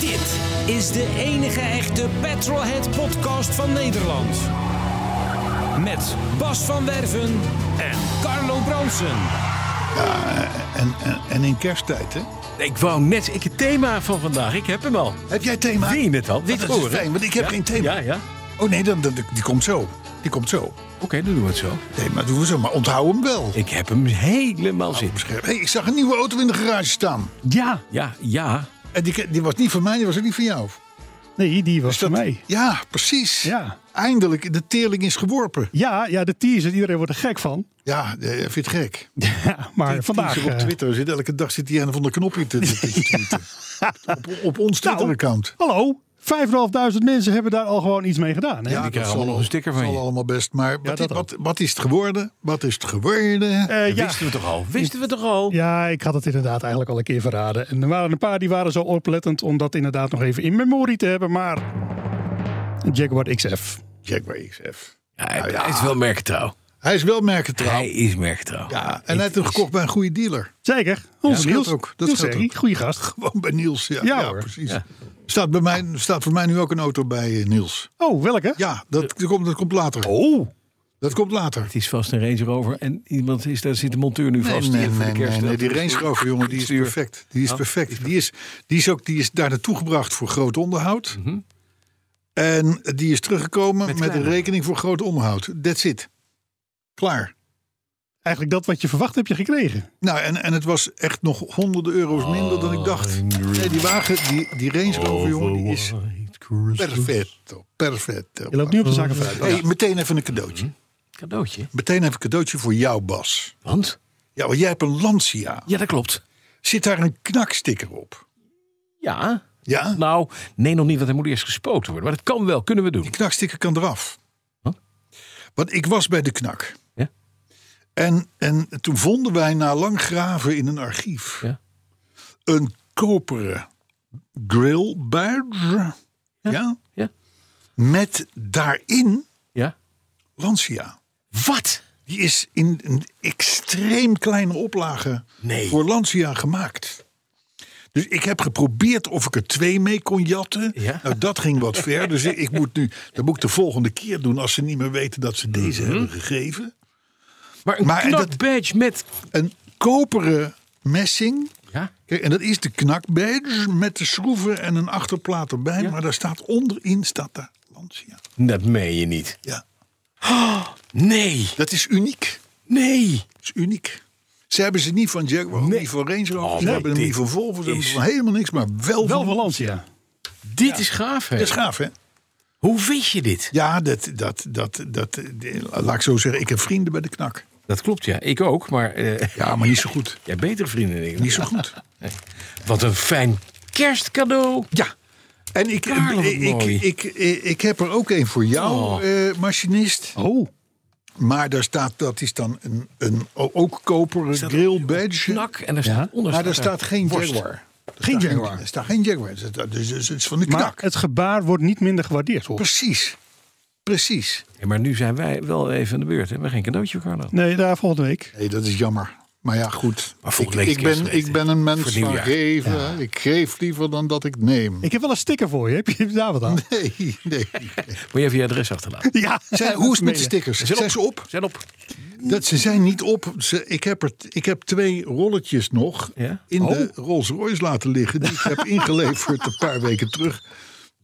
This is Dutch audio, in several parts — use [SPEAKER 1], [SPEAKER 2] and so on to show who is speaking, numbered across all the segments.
[SPEAKER 1] Dit is de enige echte Petrolhead podcast van Nederland. Met Bas van Werven en Carlo Bronsen.
[SPEAKER 2] Ah, En, en, en in kersttijd, hè?
[SPEAKER 3] Ik wou net, ik, het thema van vandaag, ik heb hem al.
[SPEAKER 2] Heb jij thema?
[SPEAKER 3] Wil je het al? Wil
[SPEAKER 2] Dat
[SPEAKER 3] je het
[SPEAKER 2] is
[SPEAKER 3] horen?
[SPEAKER 2] fijn, want ik heb
[SPEAKER 3] Ja?
[SPEAKER 2] geen thema.
[SPEAKER 3] Ja, ja.
[SPEAKER 2] Oh nee, dan, dan, die komt zo. Die komt zo.
[SPEAKER 3] Oké, dan doen we het zo.
[SPEAKER 2] Nee, maar doen we zo. Maar onthoud hem wel.
[SPEAKER 3] Ik heb hem helemaal zin.
[SPEAKER 2] Hey, ik zag een nieuwe auto in de garage staan.
[SPEAKER 4] Ja,
[SPEAKER 3] Ja, ja.
[SPEAKER 2] En die, die was niet van mij, die was ook niet van jou.
[SPEAKER 4] nee, die was
[SPEAKER 2] Dus dat-
[SPEAKER 4] voor mij.
[SPEAKER 2] Ja, precies.
[SPEAKER 4] Ja.
[SPEAKER 2] Eindelijk, de teerling is geworpen.
[SPEAKER 4] Ja, ja, de teaser, iedereen wordt er gek van.
[SPEAKER 2] Ja, eh, vind je het gek?
[SPEAKER 4] Ja, maar
[SPEAKER 2] Die
[SPEAKER 4] vandaag...
[SPEAKER 2] teaser op
[SPEAKER 4] eh,
[SPEAKER 2] Twitter zit elke dag zit hij aan van de knopje te, te, te tweeten. op, op ons
[SPEAKER 4] nou,
[SPEAKER 2] Twitter-account.
[SPEAKER 4] Hallo, 5.500 mensen hebben daar al gewoon iets mee gedaan. Hè?
[SPEAKER 3] die krijgen allemaal
[SPEAKER 2] zal-
[SPEAKER 3] nog een sticker van
[SPEAKER 2] zal
[SPEAKER 3] je.
[SPEAKER 2] allemaal best. Maar wat,
[SPEAKER 4] dat
[SPEAKER 2] wat, wat is het geworden? Wat is het geworden?
[SPEAKER 4] Eh, ja.
[SPEAKER 3] Wisten we toch al? Wisten we toch al?
[SPEAKER 4] ja, ik had het inderdaad eigenlijk al een keer verraden. En er waren een paar die waren zo oplettend om dat inderdaad nog even in memorie te hebben. Maar Jaguar XF.
[SPEAKER 2] Jaguar XF.
[SPEAKER 3] Nou Ja, hij, hij is wel merktrouw.
[SPEAKER 2] Hij is wel merkentrouw.
[SPEAKER 3] Hij is merktrouw.
[SPEAKER 2] Ja, en
[SPEAKER 3] Ik-
[SPEAKER 2] hij heeft hem gekocht bij een goede dealer.
[SPEAKER 4] Zeker, onze
[SPEAKER 2] scheelt
[SPEAKER 4] Niels.
[SPEAKER 2] ook, dat
[SPEAKER 4] Niels
[SPEAKER 2] scheelt
[SPEAKER 4] Herrie,
[SPEAKER 2] ook.
[SPEAKER 4] goeie gast.
[SPEAKER 2] Gewoon bij Niels. Ja,
[SPEAKER 4] Ja,
[SPEAKER 2] ja,
[SPEAKER 4] hoor.
[SPEAKER 2] precies. Staat, bij mij, staat voor mij nu ook een auto bij eh, Niels.
[SPEAKER 4] Oh, welke?
[SPEAKER 2] Ja, dat,
[SPEAKER 3] Eh.
[SPEAKER 2] dat komt, dat komt later.
[SPEAKER 3] Oh,
[SPEAKER 2] Dat komt later.
[SPEAKER 3] het is vast een Range Rover. En iemand is, daar zit de monteur nu vast.
[SPEAKER 2] nee,
[SPEAKER 3] hier voor
[SPEAKER 2] nee,
[SPEAKER 3] de
[SPEAKER 2] nee,
[SPEAKER 3] kerst.
[SPEAKER 2] nee, Die Range Rover, jongen, die is
[SPEAKER 3] Stuur.
[SPEAKER 2] perfect. Die is perfect. Die is, die is, ook, die is daar naartoe gebracht voor groot onderhoud. En die is teruggekomen met, een
[SPEAKER 3] Mhm. kleine.
[SPEAKER 2] rekening voor groot onderhoud. That's it. Klaar.
[SPEAKER 4] Eigenlijk dat wat je verwacht heb je gekregen.
[SPEAKER 2] Nou, en, en het was echt nog honderden euro's minder dan ik
[SPEAKER 3] Oh,
[SPEAKER 2] dacht. Nee, die wagen, die, die Range Rover, jongen, die is perfecto. Perfecto.
[SPEAKER 4] Je loopt nu op de zaken verder.
[SPEAKER 2] Oh. Hey, meteen even een
[SPEAKER 3] Mhm.
[SPEAKER 2] cadeautje.
[SPEAKER 3] Cadeautje.
[SPEAKER 2] Meteen even een cadeautje voor jou, Bas.
[SPEAKER 3] Want?
[SPEAKER 2] Ja, want jij hebt een Lancia.
[SPEAKER 3] Ja, dat klopt.
[SPEAKER 2] Zit daar een knaksticker op?
[SPEAKER 3] Ja.
[SPEAKER 2] Ja,
[SPEAKER 3] Nou, nee, nog niet, want hij moet eerst gespoten worden. Maar dat kan wel, kunnen we doen.
[SPEAKER 2] die knaksticker kan eraf.
[SPEAKER 3] Wat?
[SPEAKER 2] Want ik was bij de knak.
[SPEAKER 3] Ja.
[SPEAKER 2] En, en toen vonden wij na lang graven in een archief...
[SPEAKER 3] Ja.
[SPEAKER 2] een koperen grill badge. Ja.
[SPEAKER 3] Ja?
[SPEAKER 2] Met daarin
[SPEAKER 3] Ja?
[SPEAKER 2] Lancia.
[SPEAKER 3] Wat?
[SPEAKER 2] Die is in een extreem kleine oplage
[SPEAKER 3] Nee.
[SPEAKER 2] voor Lancia gemaakt. Dus ik heb geprobeerd of ik er twee mee kon jatten.
[SPEAKER 3] Ja.
[SPEAKER 2] Nou, dat ging wat ver. Dus ik moet nu, dat moet ik de volgende keer doen als ze niet meer weten dat ze deze
[SPEAKER 3] Mhm.
[SPEAKER 2] hebben gegeven.
[SPEAKER 3] Maar eh, een
[SPEAKER 2] Maar en dat-
[SPEAKER 3] knakbadge met...
[SPEAKER 2] Een koperen messing.
[SPEAKER 3] Ja?
[SPEAKER 2] Kijk, en dat is de knakbadge met de schroeven en een achterplaat erbij. Maar daar staat onderin staat daar Lancia.
[SPEAKER 3] Dat meen je niet.
[SPEAKER 2] Ja,
[SPEAKER 3] Nee.
[SPEAKER 2] dat is uniek.
[SPEAKER 3] Nee.
[SPEAKER 2] Dat is uniek. Ze hebben ze niet van Jaguar, niet van Range Rover,
[SPEAKER 3] Oh,
[SPEAKER 2] ze
[SPEAKER 3] nee,
[SPEAKER 2] hebben hem
[SPEAKER 3] dit
[SPEAKER 2] niet van Volvo, ze hebben
[SPEAKER 3] is-
[SPEAKER 2] van helemaal niks, maar wel,
[SPEAKER 4] Wel
[SPEAKER 2] van...
[SPEAKER 4] van Lancia.
[SPEAKER 3] Dit is gaaf, hè?
[SPEAKER 2] Dat is gaaf, hè?
[SPEAKER 3] Hoe wist je dit?
[SPEAKER 2] Ja, dat, dat, dat, dat, eh, laat ik zo zeggen, ik heb vrienden bij de knak.
[SPEAKER 3] Dat klopt, ja. Ik ook, maar... eh
[SPEAKER 2] Ja, maar niet zo goed.
[SPEAKER 3] jij betere vrienden, denk ik.
[SPEAKER 2] Niet zo goed.
[SPEAKER 3] Wat een fijn kerstcadeau.
[SPEAKER 2] Ja. En ik,
[SPEAKER 3] Karel, wat
[SPEAKER 2] ik,
[SPEAKER 3] mooi.
[SPEAKER 2] ik, ik, ik heb er ook een voor jou,
[SPEAKER 3] Oh.
[SPEAKER 2] eh, machinist.
[SPEAKER 4] Oh,
[SPEAKER 2] Maar daar staat, dat is dan een, een ook koperen grill badge.
[SPEAKER 3] Knak, en daar staat onder...
[SPEAKER 2] Maar daar staat geen
[SPEAKER 3] worst.
[SPEAKER 2] Jaguar.
[SPEAKER 4] geen
[SPEAKER 2] Daar-
[SPEAKER 4] Jaguar.
[SPEAKER 2] Er staat geen Jaguar. Dus dat- Dus dus het is van de
[SPEAKER 4] Maar
[SPEAKER 2] knak.
[SPEAKER 4] het gebaar wordt niet minder gewaardeerd. hoor.
[SPEAKER 2] Precies. Precies.
[SPEAKER 3] Ja, maar nu zijn wij wel even aan de beurt. We hebben geen cadeautje, Carlo.
[SPEAKER 4] Nee, daar volgende week.
[SPEAKER 2] Nee, dat is jammer. Maar ja, goed.
[SPEAKER 3] Maar
[SPEAKER 2] ik,
[SPEAKER 3] volgende week
[SPEAKER 2] ik, ben,
[SPEAKER 3] kerstfeest,
[SPEAKER 2] ik ben een
[SPEAKER 3] Voor
[SPEAKER 2] mens van
[SPEAKER 3] nieuwjaar.
[SPEAKER 2] geven. Ik geef liever dan dat ik neem.
[SPEAKER 4] Ik heb wel een sticker voor je. Heb je heb je daar wat aan?
[SPEAKER 2] Nee, nee.
[SPEAKER 3] Moet je even je adres achterlaten.
[SPEAKER 4] Ja.
[SPEAKER 2] Zijn, hoe is het met de stickers? Zijn ze op?
[SPEAKER 3] Zet op.
[SPEAKER 2] Dat, ze zijn niet op. Ze, ik, heb er, ik heb twee rolletjes nog
[SPEAKER 3] Ja? Oh.
[SPEAKER 2] in de Rolls Royce laten liggen. Die ik heb ingeleverd een paar weken terug.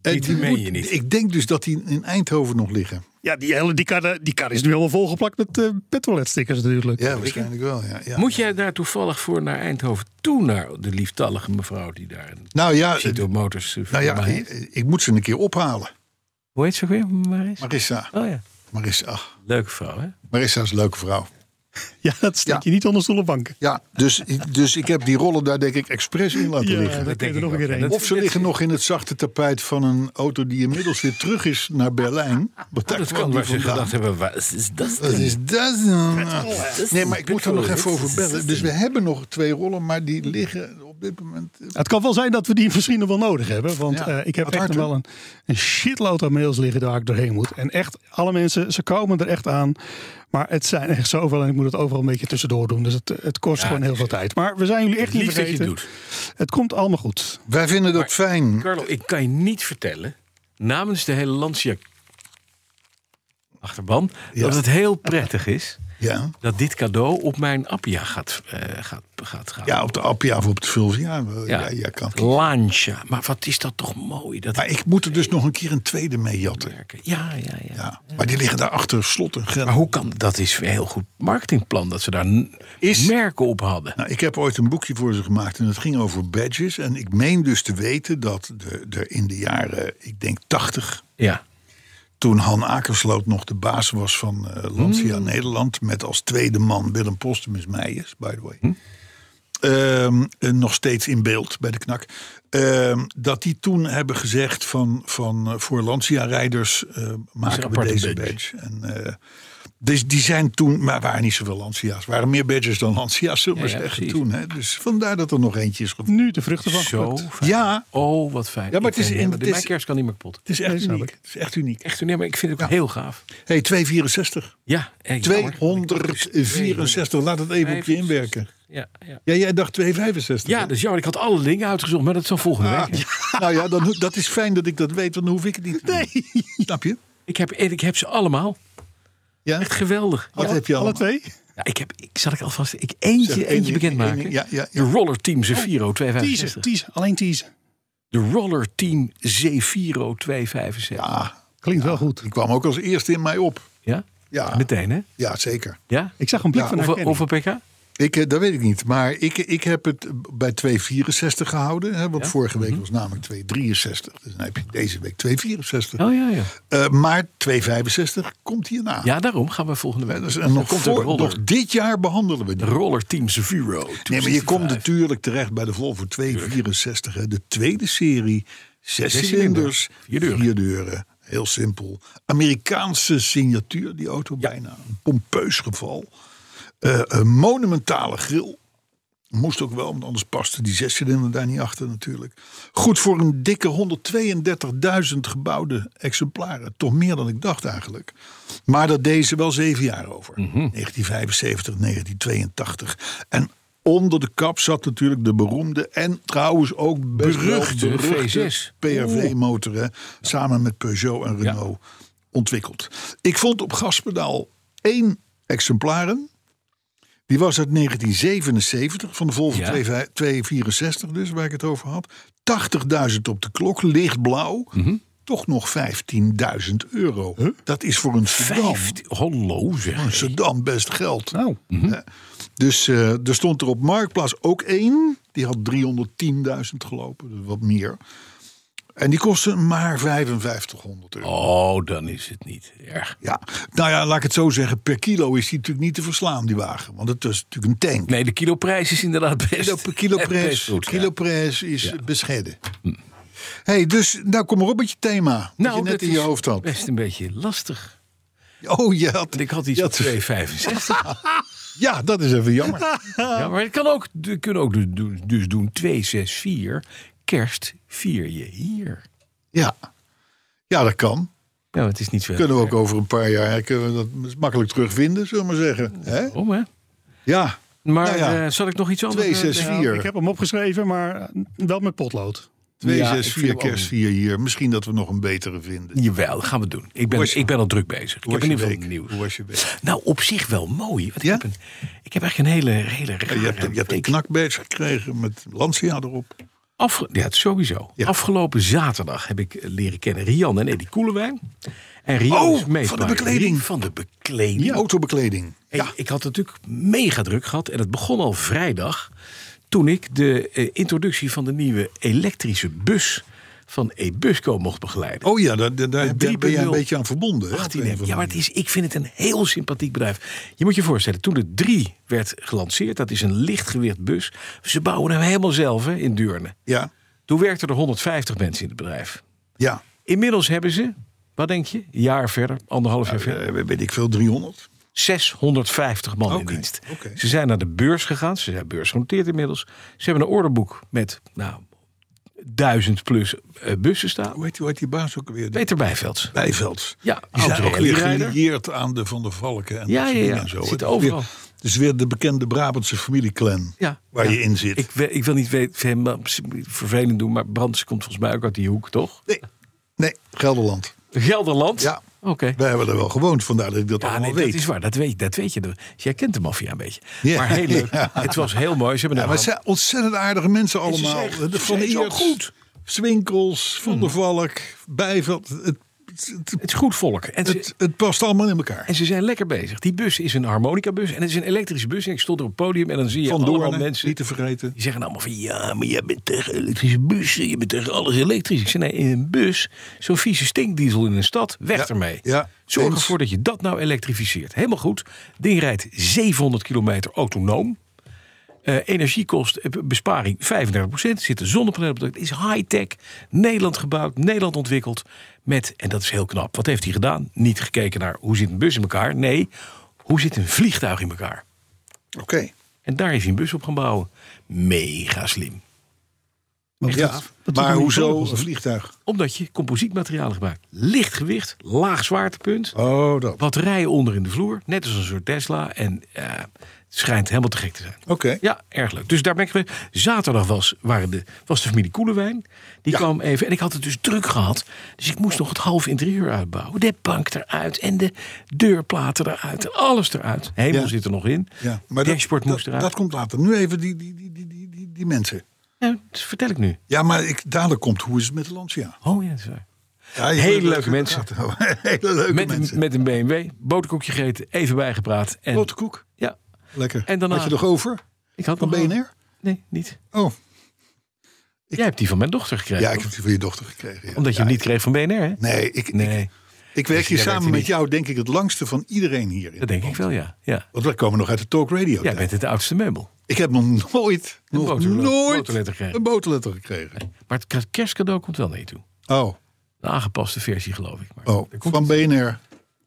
[SPEAKER 2] En
[SPEAKER 3] Die meen je niet.
[SPEAKER 2] Ik denk dus dat die in Eindhoven nog liggen.
[SPEAKER 4] Ja, die, hele, die, kar, eh, die kar is nu helemaal volgeplakt met eh petrolheadstickers natuurlijk.
[SPEAKER 2] Ja, waarschijnlijk wel. Ja, ja.
[SPEAKER 3] Moet jij daar toevallig voor naar Eindhoven toe, naar de lieftallige mevrouw die daar een
[SPEAKER 2] Nou ja,
[SPEAKER 3] Cito Motors eh,
[SPEAKER 2] nou ja
[SPEAKER 3] firma
[SPEAKER 2] ik,
[SPEAKER 3] heeft?
[SPEAKER 2] ik moet ze een keer ophalen.
[SPEAKER 3] Hoe heet ze ook weer? Maris?
[SPEAKER 2] Marissa.
[SPEAKER 3] Oh ja.
[SPEAKER 2] Marissa.
[SPEAKER 3] Leuke vrouw, hè?
[SPEAKER 2] Marissa is een leuke vrouw.
[SPEAKER 4] Ja, dat steek je niet onder stoel of bank.
[SPEAKER 2] Ja, dus, dus ik heb die rollen daar denk ik expres in laten
[SPEAKER 4] Ja,
[SPEAKER 2] liggen.
[SPEAKER 4] daar kun je
[SPEAKER 3] denk
[SPEAKER 4] er nog
[SPEAKER 3] ik
[SPEAKER 4] een keer
[SPEAKER 3] ook.
[SPEAKER 4] heen.
[SPEAKER 3] Dat-
[SPEAKER 2] Of ze liggen nog in het zachte tapijt van een auto die inmiddels weer terug is naar Berlijn. Want daar
[SPEAKER 3] Dat
[SPEAKER 2] kwam
[SPEAKER 3] kan
[SPEAKER 2] die
[SPEAKER 3] waar ze
[SPEAKER 2] vandaan. Eh,
[SPEAKER 3] gedacht hebben, wat is dat?
[SPEAKER 2] Wat is dat dan? Nee, maar ik
[SPEAKER 3] Petrol,
[SPEAKER 2] moet er nog
[SPEAKER 3] hè?
[SPEAKER 2] even over bellen. Dus we hebben nog twee rollen, maar die liggen op dit moment... eh,
[SPEAKER 4] Het kan wel zijn dat we die misschien nog wel nodig hebben. Want
[SPEAKER 2] Ja,
[SPEAKER 4] eh, ik heb
[SPEAKER 2] wat
[SPEAKER 4] echt
[SPEAKER 2] hard,
[SPEAKER 4] nog wel een, een shitload aan mails liggen waar ik doorheen moet. En echt, alle mensen, ze komen er echt aan. Maar het zijn echt zoveel en ik moet het overal een beetje tussendoor doen. Dus het, het kost gewoon heel veel tijd. Maar we zijn jullie echt niet
[SPEAKER 3] Lief dat je
[SPEAKER 4] vergeten.
[SPEAKER 3] het doet.
[SPEAKER 4] Het komt allemaal goed.
[SPEAKER 2] Wij vinden dat fijn.
[SPEAKER 3] Carlo, ik kan je niet vertellen, namens de hele Lancia achterban, dat het heel prettig is
[SPEAKER 2] Ja.
[SPEAKER 3] dat dit cadeau op mijn Appia gaat, eh, gaat, gaat gaan.
[SPEAKER 2] ja, op de Appia of op de Vulvia. Ja, ja, kan.
[SPEAKER 3] Lancia. Maar wat is dat toch mooi? Dat
[SPEAKER 2] Maar ik moet er dus nog een keer een tweede mee jatten.
[SPEAKER 3] merken. Ja, ja, ja,
[SPEAKER 2] Ja. Maar die liggen daar achter slot en grendel.
[SPEAKER 3] Maar hoe kan dat? is een heel goed marketingplan dat ze daar n-
[SPEAKER 2] Is-
[SPEAKER 3] merken op hadden.
[SPEAKER 2] Nou, ik heb ooit een boekje voor ze gemaakt en het ging over badges. En ik meen dus te weten dat de- er in de jaren, ik denk 80,
[SPEAKER 3] Ja.
[SPEAKER 2] toen Han Akersloot nog de baas was van eh
[SPEAKER 3] Hmm.
[SPEAKER 2] Lancia Nederland... met als tweede man Willem Postumus Meijers, by the way...
[SPEAKER 3] Hmm.
[SPEAKER 2] Ehm, eh, nog steeds in beeld bij de knak... Ehm, dat die toen hebben gezegd van, van eh, voor Lancia-rijders eh, maken we
[SPEAKER 3] aparte
[SPEAKER 2] deze badge.
[SPEAKER 3] badge.
[SPEAKER 2] En, eh, dus die zijn toen, maar waren niet zoveel Lancia's. waren meer badges dan Lancia's, zullen we
[SPEAKER 3] Ja, ja,
[SPEAKER 2] zeggen,
[SPEAKER 3] precies.
[SPEAKER 2] toen. Hè? Dus vandaar dat er nog eentje is gevonden.
[SPEAKER 4] Nu de vruchten van
[SPEAKER 3] Zo.
[SPEAKER 4] geplukt.
[SPEAKER 3] fijn.
[SPEAKER 2] Ja,
[SPEAKER 3] Oh, wat fijn.
[SPEAKER 2] Ja, maar het
[SPEAKER 3] Ik
[SPEAKER 2] is
[SPEAKER 3] vind
[SPEAKER 2] in-
[SPEAKER 3] helemaal-
[SPEAKER 2] het is-
[SPEAKER 3] Mijn kerst kan niet meer kapot.
[SPEAKER 2] het is echt
[SPEAKER 4] Nee, snap
[SPEAKER 2] uniek.
[SPEAKER 4] ik.
[SPEAKER 2] Het is echt uniek.
[SPEAKER 3] Echt, nee, maar ik vind het ook heel gaaf.
[SPEAKER 2] hey, 264.
[SPEAKER 3] Ja. eh, jammer.
[SPEAKER 2] 264, laat het even op je inwerken.
[SPEAKER 3] Ja, ja.
[SPEAKER 2] Ja, jij dacht 265.
[SPEAKER 3] ja, dus jammer. Ik had alle dingen uitgezocht, maar dat zal volgende week.
[SPEAKER 2] Nou ja, dan, ho- dat is fijn dat ik dat weet, want dan hoef ik het niet te doen. Snap je?
[SPEAKER 3] Ik heb, en ik heb ze allemaal.
[SPEAKER 2] Ja?
[SPEAKER 3] Echt geweldig.
[SPEAKER 2] Wat
[SPEAKER 3] Ja.
[SPEAKER 2] heb je
[SPEAKER 4] Alle
[SPEAKER 2] allemaal?
[SPEAKER 4] twee?
[SPEAKER 3] Ja, ik heb, ik, zal ik alvast ik eentje,
[SPEAKER 2] Zeg,
[SPEAKER 3] eentje
[SPEAKER 2] één-
[SPEAKER 3] bekendmaken?
[SPEAKER 2] één- ja, Oh, ja, ja.
[SPEAKER 3] De Roller Team Zefiro
[SPEAKER 4] Teasen,
[SPEAKER 3] 265.
[SPEAKER 4] teasen. Alleen teasen.
[SPEAKER 3] De Roller Team Zefiro 275. Ja?
[SPEAKER 2] Ah,
[SPEAKER 4] Klinkt wel goed.
[SPEAKER 2] die kwam ook als eerste in mij op. Ja,
[SPEAKER 3] Meteen, hè?
[SPEAKER 2] ja zeker.
[SPEAKER 3] Ja?
[SPEAKER 4] Ik zag een blik
[SPEAKER 2] Ja,
[SPEAKER 4] van
[SPEAKER 3] Hoeveel,
[SPEAKER 4] herkenning.
[SPEAKER 3] hoeveel pk?
[SPEAKER 2] Ik, eh, dat weet ik niet, maar ik, ik heb het bij 264 gehouden. Hè, want vorige
[SPEAKER 3] Mhm.
[SPEAKER 2] week was namelijk 263. Dus dan heb je deze week 264.
[SPEAKER 3] Oh ja, ja.
[SPEAKER 2] Eh, maar 265 komt hierna.
[SPEAKER 3] Ja, daarom gaan we volgende
[SPEAKER 2] Hè,
[SPEAKER 3] week.
[SPEAKER 2] dus,
[SPEAKER 3] Dan
[SPEAKER 2] en nog,
[SPEAKER 3] komt er de
[SPEAKER 2] voor, nog
[SPEAKER 3] roller,
[SPEAKER 2] dit jaar behandelen we die.
[SPEAKER 3] roller Team Zefiro.
[SPEAKER 2] Nee, maar je
[SPEAKER 3] 265.
[SPEAKER 2] komt natuurlijk terecht bij de Volvo 264, hè, de tweede serie. Zes
[SPEAKER 3] Zes
[SPEAKER 2] cilinders,
[SPEAKER 3] cilinders,
[SPEAKER 2] vier
[SPEAKER 3] vier deuren.
[SPEAKER 2] deuren. Heel simpel. Amerikaanse signatuur, die auto bijna. Een pompeus geval. Eh, een monumentale grill. Moest ook wel, want anders paste die zescilinder daar niet achter natuurlijk. Goed voor een dikke 132.000 gebouwde exemplaren. Toch meer dan ik dacht eigenlijk. Maar dat deed ze wel zeven jaar over. 1975, 1982. En onder de kap zat natuurlijk de beroemde en trouwens ook best wel
[SPEAKER 3] Beruchte
[SPEAKER 2] beruchte
[SPEAKER 3] V6.
[SPEAKER 2] PRV-motor. Samen met Peugeot en Renault ontwikkeld. Ik vond op gaspedaal één exemplaren. Die was uit 1977, van de Volvo
[SPEAKER 3] Ja.
[SPEAKER 2] 25- 264 dus, waar ik het over had. 80.000 op de klok, lichtblauw.
[SPEAKER 3] Mhm.
[SPEAKER 2] Toch nog 15.000 euro. Dat is voor een sedan,
[SPEAKER 3] Vijftien- Hallo zeg.
[SPEAKER 2] een sedan best geld.
[SPEAKER 4] Nou,
[SPEAKER 3] mhm.
[SPEAKER 2] Dus eh, er stond er op Marktplaats ook één. Die had 310.000 gelopen, dus wat meer. En die kostte maar 5500 euro.
[SPEAKER 3] Oh, dan is het niet erg.
[SPEAKER 2] Ja, nou ja, laat ik het zo zeggen. Per kilo is die natuurlijk niet te verslaan, die wagen. Want het is natuurlijk een tank.
[SPEAKER 3] Nee, de kiloprijs is inderdaad best.
[SPEAKER 2] Kilo, kiloprijs,
[SPEAKER 3] Best goed, ja. Hm.
[SPEAKER 2] kiloprijs Nou, is bescheiden. hey, dus nou kom maar op met je thema. Nou,
[SPEAKER 3] Nou,
[SPEAKER 2] je net
[SPEAKER 3] dat
[SPEAKER 2] in je
[SPEAKER 3] is
[SPEAKER 2] hoofd had.
[SPEAKER 3] Best een beetje lastig.
[SPEAKER 2] Oh, je had,
[SPEAKER 3] Want ik had iets
[SPEAKER 2] je
[SPEAKER 3] op 265.
[SPEAKER 2] Ja, dat is even jammer.
[SPEAKER 3] Ja, maar het kan ook, we kunnen ook du- du- dus doen 264. Kerst vier je hier.
[SPEAKER 2] ja. ja, dat kan.
[SPEAKER 3] Nou, het is niet zo. heel
[SPEAKER 2] Kunnen we ook over een paar jaar hè, kunnen we dat makkelijk terugvinden, zullen we maar zeggen. Hè?
[SPEAKER 3] erg om, hè?
[SPEAKER 2] Ja,
[SPEAKER 3] Maar
[SPEAKER 2] Nou ja.
[SPEAKER 3] eh, zal ik nog iets anders? eh,
[SPEAKER 2] 264.
[SPEAKER 4] ik heb hem opgeschreven, maar eh, wel met potlood.
[SPEAKER 3] Ja,
[SPEAKER 2] 264
[SPEAKER 3] ik vind hem
[SPEAKER 2] kerst 4 hier. Misschien dat we nog een betere vinden.
[SPEAKER 3] eh, Jawel, gaan we doen. Ik ben,
[SPEAKER 2] was je-
[SPEAKER 3] ik ben al druk bezig. Ik
[SPEAKER 2] Hoe
[SPEAKER 3] heb in
[SPEAKER 2] was je
[SPEAKER 3] ieder geval
[SPEAKER 2] week?
[SPEAKER 3] nieuws.
[SPEAKER 2] Hoe was je week?
[SPEAKER 3] Nou, op zich wel mooi. Want
[SPEAKER 2] Ja?
[SPEAKER 3] ik, heb een, ik heb eigenlijk een hele, hele
[SPEAKER 2] Ja,
[SPEAKER 3] rare
[SPEAKER 2] Je hebt, je hebt een
[SPEAKER 3] week.
[SPEAKER 2] knakbadge gekregen met Lancia erop.
[SPEAKER 3] Afge- ja, het sowieso.
[SPEAKER 2] Ja.
[SPEAKER 3] Afgelopen zaterdag heb ik eh, leren kennen Rian en Eddie Koelewijn. En Rian
[SPEAKER 2] Oh,
[SPEAKER 3] is made
[SPEAKER 2] van de
[SPEAKER 3] by
[SPEAKER 2] bekleding.
[SPEAKER 3] Rie, Van de bekleding.
[SPEAKER 2] Die autobekleding.
[SPEAKER 3] En Ik had het natuurlijk mega druk gehad. En het begon al vrijdag. Toen ik de eh, introductie van de nieuwe elektrische bus van Ebusco mocht begeleiden.
[SPEAKER 2] Oh ja, daar, daar, daar ben ben jij
[SPEAKER 3] 3.0.
[SPEAKER 2] een beetje aan verbonden. Hè, op
[SPEAKER 3] 18
[SPEAKER 2] een
[SPEAKER 3] hebben.
[SPEAKER 2] of
[SPEAKER 3] Ja, maar
[SPEAKER 2] andere
[SPEAKER 3] het is, ik vind het een heel sympathiek bedrijf. Je moet je voorstellen, toen de 3 werd gelanceerd, dat is een lichtgewicht bus. Ze bouwen hem helemaal zelf hè, in Deurne.
[SPEAKER 2] manier.
[SPEAKER 3] Toen werkten er 150 mensen in het bedrijf.
[SPEAKER 2] Ja,
[SPEAKER 3] Inmiddels hebben ze, wat denk je, een jaar verder, anderhalf jaar
[SPEAKER 2] ja.
[SPEAKER 3] verder,
[SPEAKER 2] Eh, weet ik veel, 300.
[SPEAKER 3] 650 man in
[SPEAKER 2] Oké,
[SPEAKER 3] dienst.
[SPEAKER 2] oké.
[SPEAKER 3] Ze zijn naar de beurs gegaan, ze zijn beursgenoteerd inmiddels. Ze hebben een orderboek met, nou, duizend plus eh, bussen staan.
[SPEAKER 2] Hoe heet, die- hoe heet die baas ook weer?
[SPEAKER 3] Peter Bijvelds.
[SPEAKER 2] Bijvelds.
[SPEAKER 3] Ja,
[SPEAKER 2] Die
[SPEAKER 3] oud
[SPEAKER 2] zijn ook weer
[SPEAKER 3] rallyrijder.
[SPEAKER 2] gelieerd aan de Van der Valken. En
[SPEAKER 3] Ja,
[SPEAKER 2] dat soort
[SPEAKER 3] ja, ja.
[SPEAKER 2] dingen En zo.
[SPEAKER 3] Zit
[SPEAKER 2] Het is
[SPEAKER 3] overal.
[SPEAKER 2] Weer, het is weer de bekende Brabantse familieclan
[SPEAKER 3] Ja,
[SPEAKER 2] waar
[SPEAKER 3] ja.
[SPEAKER 2] je in zit.
[SPEAKER 3] Ik, we- ik wil niet weten, helemaal vervelend doen, maar Brands komt volgens mij ook uit die hoek, toch?
[SPEAKER 2] Nee, nee, Gelderland.
[SPEAKER 3] Gelderland?
[SPEAKER 2] Ja.
[SPEAKER 3] Oké.
[SPEAKER 2] Wij hebben er wel gewoond, vandaar dat ik dat
[SPEAKER 3] Ja,
[SPEAKER 2] allemaal
[SPEAKER 3] nee, dat
[SPEAKER 2] weet.
[SPEAKER 3] is waar. Dat weet, dat weet je. Dus Jij kent de maffia een beetje.
[SPEAKER 2] Ja.
[SPEAKER 3] Maar heel leuk.
[SPEAKER 2] Ja.
[SPEAKER 3] Het was heel mooi. Ze hebben
[SPEAKER 2] Ja,
[SPEAKER 3] een
[SPEAKER 2] maar het zijn ontzettend aardige mensen
[SPEAKER 3] ze
[SPEAKER 2] allemaal.
[SPEAKER 3] zijn- ze
[SPEAKER 2] de van
[SPEAKER 3] zijn zo
[SPEAKER 2] Eerts,
[SPEAKER 3] goed. Hmm.
[SPEAKER 2] Swinkels, Van der Valk, Bijveld. Het, het, het-
[SPEAKER 3] Het is goed volk. En ze,
[SPEAKER 2] het, het past allemaal in elkaar.
[SPEAKER 3] en ze zijn lekker bezig. Die bus is een harmonica-bus en het is een elektrische bus. En ik stond er op het podium en dan zie je
[SPEAKER 2] Van
[SPEAKER 3] allemaal
[SPEAKER 2] Doorn,
[SPEAKER 3] mensen...
[SPEAKER 2] niet te vergeten.
[SPEAKER 3] Die zeggen allemaal van ja, maar jij bent tegen elektrische bussen, je bent tegen alles elektrisch. Ik zeg nee, in een bus, zo'n vieze stinkdiesel in een stad, weg
[SPEAKER 2] Ja,
[SPEAKER 3] ermee.
[SPEAKER 2] ja,
[SPEAKER 3] Zorg
[SPEAKER 2] eens.
[SPEAKER 3] ervoor dat je dat nou elektrificeert. Helemaal goed. Ding rijdt 700 kilometer autonoom. Eh, energiekost, eh, besparing 35%. Zitten zonnepanelen op. Het is high-tech. Nederland gebouwd, Nederland ontwikkeld. Met, en dat is heel knap, wat heeft hij gedaan? Niet gekeken naar hoe zit een bus in elkaar. Nee, hoe zit een vliegtuig in elkaar?
[SPEAKER 2] Oké.
[SPEAKER 3] En daar is hij een bus op gaan bouwen. Mega slim.
[SPEAKER 4] Want
[SPEAKER 2] Ja,
[SPEAKER 4] dat- dat
[SPEAKER 2] maar
[SPEAKER 4] doen die
[SPEAKER 2] hoezo
[SPEAKER 4] vleugels.
[SPEAKER 2] een vliegtuig?
[SPEAKER 3] Omdat je composietmaterialen gebruikt. Licht gewicht, laag zwaartepunt.
[SPEAKER 2] Oh, dat. Oké.
[SPEAKER 3] Batterijen onder in de vloer. Net als een soort Tesla. En eh, het schijnt helemaal te gek te zijn. Ja, erg leuk. Dus daar ben ik geweest. Zaterdag was, waren de, was de familie Koelewijn. Die kwam even. En ik had het dus druk gehad. Dus ik moest nog het halve interieur uitbouwen. De bank eruit. En de deurplaten eruit. En alles eruit. Hemel
[SPEAKER 2] Ja.
[SPEAKER 3] zit er nog in.
[SPEAKER 2] Ja, maar
[SPEAKER 3] maar
[SPEAKER 2] dat-
[SPEAKER 3] Dashboard
[SPEAKER 2] dat,
[SPEAKER 3] moest eruit.
[SPEAKER 2] Dat komt later. Nu even die, die, die, die, die, die, die mensen.
[SPEAKER 3] Nou, dat vertel ik nu.
[SPEAKER 2] Ja, maar ik, dadelijk komt hoe is het met de Lancia.
[SPEAKER 3] Oh ja, dat is waar.
[SPEAKER 2] Ja, je
[SPEAKER 3] Hele
[SPEAKER 2] moet het
[SPEAKER 3] leuke
[SPEAKER 2] in de
[SPEAKER 3] mensen.
[SPEAKER 2] gaten houden. Hele leuke
[SPEAKER 3] met, een-
[SPEAKER 2] mensen.
[SPEAKER 3] met een BMW, boterkoekje gegeten, even bijgepraat. En,
[SPEAKER 2] Grote koek.
[SPEAKER 3] Ja,
[SPEAKER 2] Lekker.
[SPEAKER 3] En daarna-
[SPEAKER 2] Had je nog over?
[SPEAKER 3] ik had
[SPEAKER 2] Van
[SPEAKER 3] nog wel-
[SPEAKER 2] BNR?
[SPEAKER 3] Nee, niet.
[SPEAKER 2] Oh,
[SPEAKER 3] Jij hebt die van mijn dochter gekregen.
[SPEAKER 2] ja, ik
[SPEAKER 3] toch?
[SPEAKER 2] heb die van je dochter gekregen. ja.
[SPEAKER 3] Omdat je
[SPEAKER 2] Ja,
[SPEAKER 3] hem niet kreeg van BNR, hè?
[SPEAKER 2] Nee, ik,
[SPEAKER 3] Nee,
[SPEAKER 2] ik, ik werk hier
[SPEAKER 3] jij werkt
[SPEAKER 2] samen
[SPEAKER 3] hier
[SPEAKER 2] met
[SPEAKER 3] niet.
[SPEAKER 2] jou, denk ik, het langste van iedereen hier. in
[SPEAKER 3] dat denk ik wel, ja. ja.
[SPEAKER 2] Want wij komen nog uit de talk radio.
[SPEAKER 3] Jij bent het oudste meubel.
[SPEAKER 2] Ik heb nog nooit,
[SPEAKER 3] Een
[SPEAKER 2] nog
[SPEAKER 3] boterle-
[SPEAKER 2] nooit
[SPEAKER 3] boterletter gekregen.
[SPEAKER 2] een boterletter gekregen.
[SPEAKER 3] Maar het k- kerstcadeau komt wel naar je toe.
[SPEAKER 2] Oh,
[SPEAKER 3] De aangepaste versie, geloof ik. Maar
[SPEAKER 2] oh
[SPEAKER 3] er komt-
[SPEAKER 2] van BNR.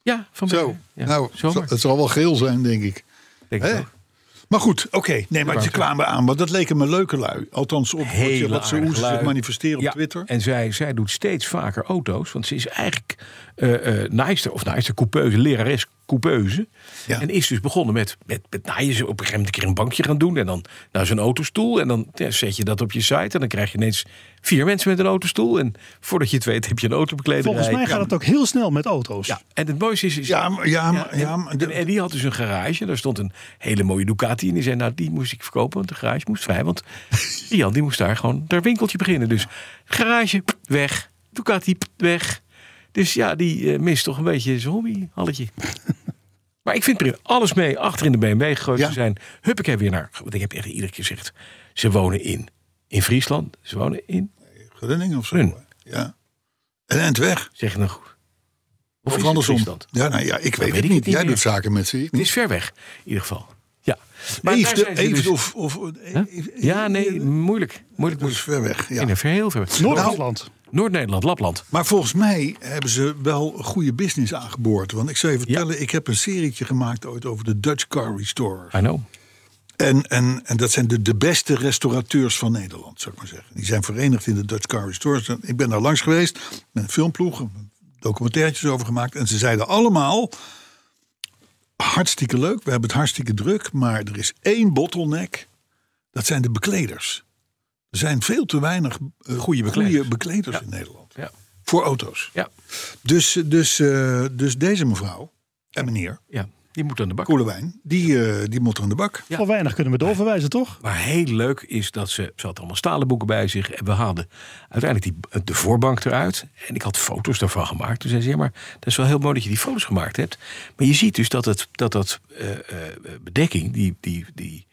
[SPEAKER 3] Ja, van
[SPEAKER 2] Zo,
[SPEAKER 3] BNR. Ja,
[SPEAKER 2] nou,
[SPEAKER 3] zomaar.
[SPEAKER 2] het zal wel geel zijn, denk ik.
[SPEAKER 3] Denk ik
[SPEAKER 2] Hè?
[SPEAKER 3] wel.
[SPEAKER 2] Maar goed, oké. Nee, maar ze
[SPEAKER 3] Wouter.
[SPEAKER 2] kwamen aan. Want dat leken me leuke lui. Althans, op
[SPEAKER 3] Hele
[SPEAKER 2] wat ze, hoe
[SPEAKER 3] aardige
[SPEAKER 2] ze zich
[SPEAKER 3] lui.
[SPEAKER 2] manifesteren op
[SPEAKER 3] Ja,
[SPEAKER 2] Twitter.
[SPEAKER 3] En zij, zij doet steeds vaker auto's. Want ze is eigenlijk eh eh naaister of naaister coupeuse, lerares coupeuse.
[SPEAKER 2] Ja.
[SPEAKER 3] En is dus begonnen met, met, met naaien. Ze op een gegeven moment een keer een bankje gaan doen. En dan naar zo'n autostoel. En dan ja, zet je dat op je site. En dan krijg je ineens vier mensen met een autostoel. En voordat je het weet heb je een autobekleder.
[SPEAKER 4] Volgens mij gaat het ook heel snel met auto's.
[SPEAKER 3] Ja, en het mooiste is... is
[SPEAKER 2] Ja, maar, ja, maar, ja,
[SPEAKER 3] en,
[SPEAKER 2] maar de-
[SPEAKER 3] en, en die had dus een garage. Daar stond een hele mooie Ducati. En die zei, nou, die moest ik verkopen, want de garage moest vrij. Want Jan, die moest daar gewoon daar winkeltje beginnen. Dus garage, pff, weg. Ducati, pff, weg. Dus ja, die eh, mist toch een beetje zijn hobby, Halletje. maar ik vind prima. Alles mee, achter in de BMW gegooid
[SPEAKER 2] Ja.
[SPEAKER 3] te zijn. Huppakee weer naar... Want ik heb echt iedere keer gezegd, ze wonen in... In Friesland, ze wonen in...
[SPEAKER 2] Groningen of zo.
[SPEAKER 3] Groningen.
[SPEAKER 2] Ja. En eind weg.
[SPEAKER 3] Zeg het nou goed.
[SPEAKER 2] Of,
[SPEAKER 3] is het
[SPEAKER 2] andersom.
[SPEAKER 3] Friesland?
[SPEAKER 2] Ja, nou ja, ik weet, het
[SPEAKER 3] weet
[SPEAKER 2] niet.
[SPEAKER 3] ik het niet
[SPEAKER 2] Jij
[SPEAKER 3] meer.
[SPEAKER 2] doet zaken met ze. ik
[SPEAKER 3] Het
[SPEAKER 2] niet.
[SPEAKER 3] is ver weg, in ieder geval. Ja. daar
[SPEAKER 2] Eefde,
[SPEAKER 3] zijn ze
[SPEAKER 2] Eefde
[SPEAKER 3] dus-
[SPEAKER 2] of... of
[SPEAKER 3] Hè?
[SPEAKER 2] Eefde-
[SPEAKER 3] Ja, nee, moeilijk. Moeilijk,
[SPEAKER 2] Dat is
[SPEAKER 3] moeilijk.
[SPEAKER 2] ver weg. Ja.
[SPEAKER 3] In een ver- heel ver weg.
[SPEAKER 4] Noord-Nederland.
[SPEAKER 3] Nou, Noord-Nederland, Lapland.
[SPEAKER 2] Maar volgens mij hebben ze wel een goede business aangeboord. Want ik zou je vertellen, ik heb een serietje gemaakt ooit over de Dutch Car Restorer.
[SPEAKER 3] I know.
[SPEAKER 2] En, en, en dat zijn de, de beste restaurateurs van Nederland, zou ik maar zeggen. Die zijn verenigd in de Dutch Car Restorers. En Ik ben daar langs geweest met een filmploeg, documentairtjes over gemaakt. En ze zeiden allemaal, hartstikke leuk, we hebben het hartstikke druk. Maar er is één bottleneck, dat zijn de bekleders. Er zijn veel te weinig eh, goede bekleders,
[SPEAKER 3] Ja.
[SPEAKER 2] in Nederland.
[SPEAKER 3] Ja.
[SPEAKER 2] Voor auto's.
[SPEAKER 3] Ja.
[SPEAKER 2] Dus, dus, eh, dus deze mevrouw en meneer
[SPEAKER 3] ja, die moet aan de bak.
[SPEAKER 2] Koelewijn, die, eh, die moet er aan de bak.
[SPEAKER 3] Ja.
[SPEAKER 4] Voor weinig kunnen we doorverwijzen, toch?
[SPEAKER 3] Maar heel leuk is dat ze, ze had allemaal stalen boeken bij zich. En we hadden uiteindelijk die, eh, de voorbank eruit. En ik had foto's daarvan gemaakt. Toen zei ze, ja, maar dat is wel heel mooi dat je die foto's gemaakt hebt. Maar je ziet dus dat het, dat, dat eh, eh, bedekking, die, die, die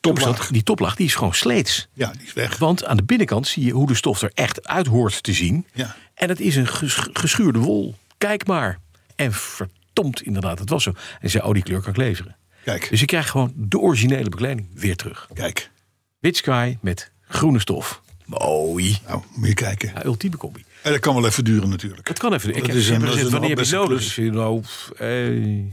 [SPEAKER 2] Toplaag.
[SPEAKER 3] Die toplaag die is gewoon sleets.
[SPEAKER 2] Ja, die is weg.
[SPEAKER 3] Want aan de binnenkant zie je hoe de stof er echt uit hoort te zien.
[SPEAKER 2] Ja.
[SPEAKER 3] En het is een ges- geschuurde wol. Kijk maar. En verdomd inderdaad, het was zo. En zei, oh die kleur kan ik leveren.
[SPEAKER 2] Kijk.
[SPEAKER 3] Dus je krijgt gewoon de originele bekleding weer terug.
[SPEAKER 2] Kijk,
[SPEAKER 3] Wit sky met groene stof. Mooi.
[SPEAKER 2] nou, moet je kijken.
[SPEAKER 3] Ja, ultieme combi.
[SPEAKER 2] En dat kan wel even duren natuurlijk.
[SPEAKER 3] Het kan even. Ik
[SPEAKER 2] Dat
[SPEAKER 3] heb
[SPEAKER 2] is een-
[SPEAKER 3] gezegd,
[SPEAKER 2] dat is een
[SPEAKER 3] wanneer heb je het
[SPEAKER 2] beste
[SPEAKER 3] nodig?
[SPEAKER 2] klus.
[SPEAKER 3] Ik zeg, nou, eh,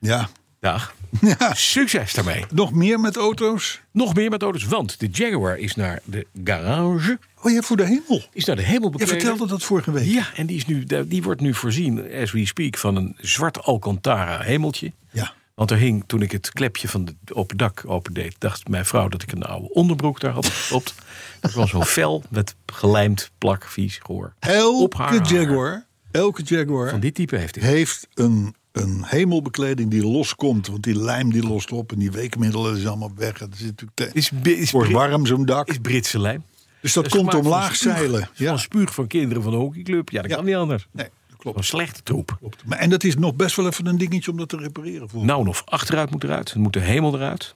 [SPEAKER 2] Ja.
[SPEAKER 3] dag.
[SPEAKER 2] ja.
[SPEAKER 3] Succes daarmee.
[SPEAKER 2] Nog meer met auto's?
[SPEAKER 3] Nog meer methodes, want de Jaguar is naar de garage.
[SPEAKER 2] Oh ja, voor de hemel.
[SPEAKER 3] Is naar de hemel
[SPEAKER 2] Je
[SPEAKER 3] bekleed.
[SPEAKER 2] vertelde dat vorige week.
[SPEAKER 3] Ja, en die, is nu, die wordt nu voorzien, as we speak, van een zwart Alcantara hemeltje.
[SPEAKER 2] Ja.
[SPEAKER 3] Want er hing, toen ik het klepje van het open dak opendeed, dacht mijn vrouw dat ik een oude onderbroek daar had gestopt. Dat was zo'n vel met gelijmd plak, vies, goor. Op haar
[SPEAKER 2] Elke
[SPEAKER 3] haar.
[SPEAKER 2] Jaguar, elke Jaguar
[SPEAKER 3] Van dit type heeft hij.
[SPEAKER 2] heeft een, een hemelbekleding die loskomt. Want die lijm die lost op en die weekmiddelen is allemaal weg. Het is natuurlijk te-
[SPEAKER 3] Is, bi- is,
[SPEAKER 2] wordt
[SPEAKER 3] Brit-
[SPEAKER 2] warm zo'n dak.
[SPEAKER 3] is Britse lijm.
[SPEAKER 2] Dus dat
[SPEAKER 3] is
[SPEAKER 2] komt
[SPEAKER 3] gemaakt
[SPEAKER 2] omlaag
[SPEAKER 3] van spuug.
[SPEAKER 2] zeilen. Ja.
[SPEAKER 3] Van spuug van kinderen van de hockeyclub. Ja, dat
[SPEAKER 2] Ja.
[SPEAKER 3] kan niet anders.
[SPEAKER 2] Nee, dat
[SPEAKER 3] Een
[SPEAKER 2] klopt.
[SPEAKER 3] slechte troep.
[SPEAKER 2] klopt. Maar, en dat is nog best wel even een dingetje om dat te repareren. Voor.
[SPEAKER 3] Nou nog, achteruit moet eruit. Dan moet de hemel eruit.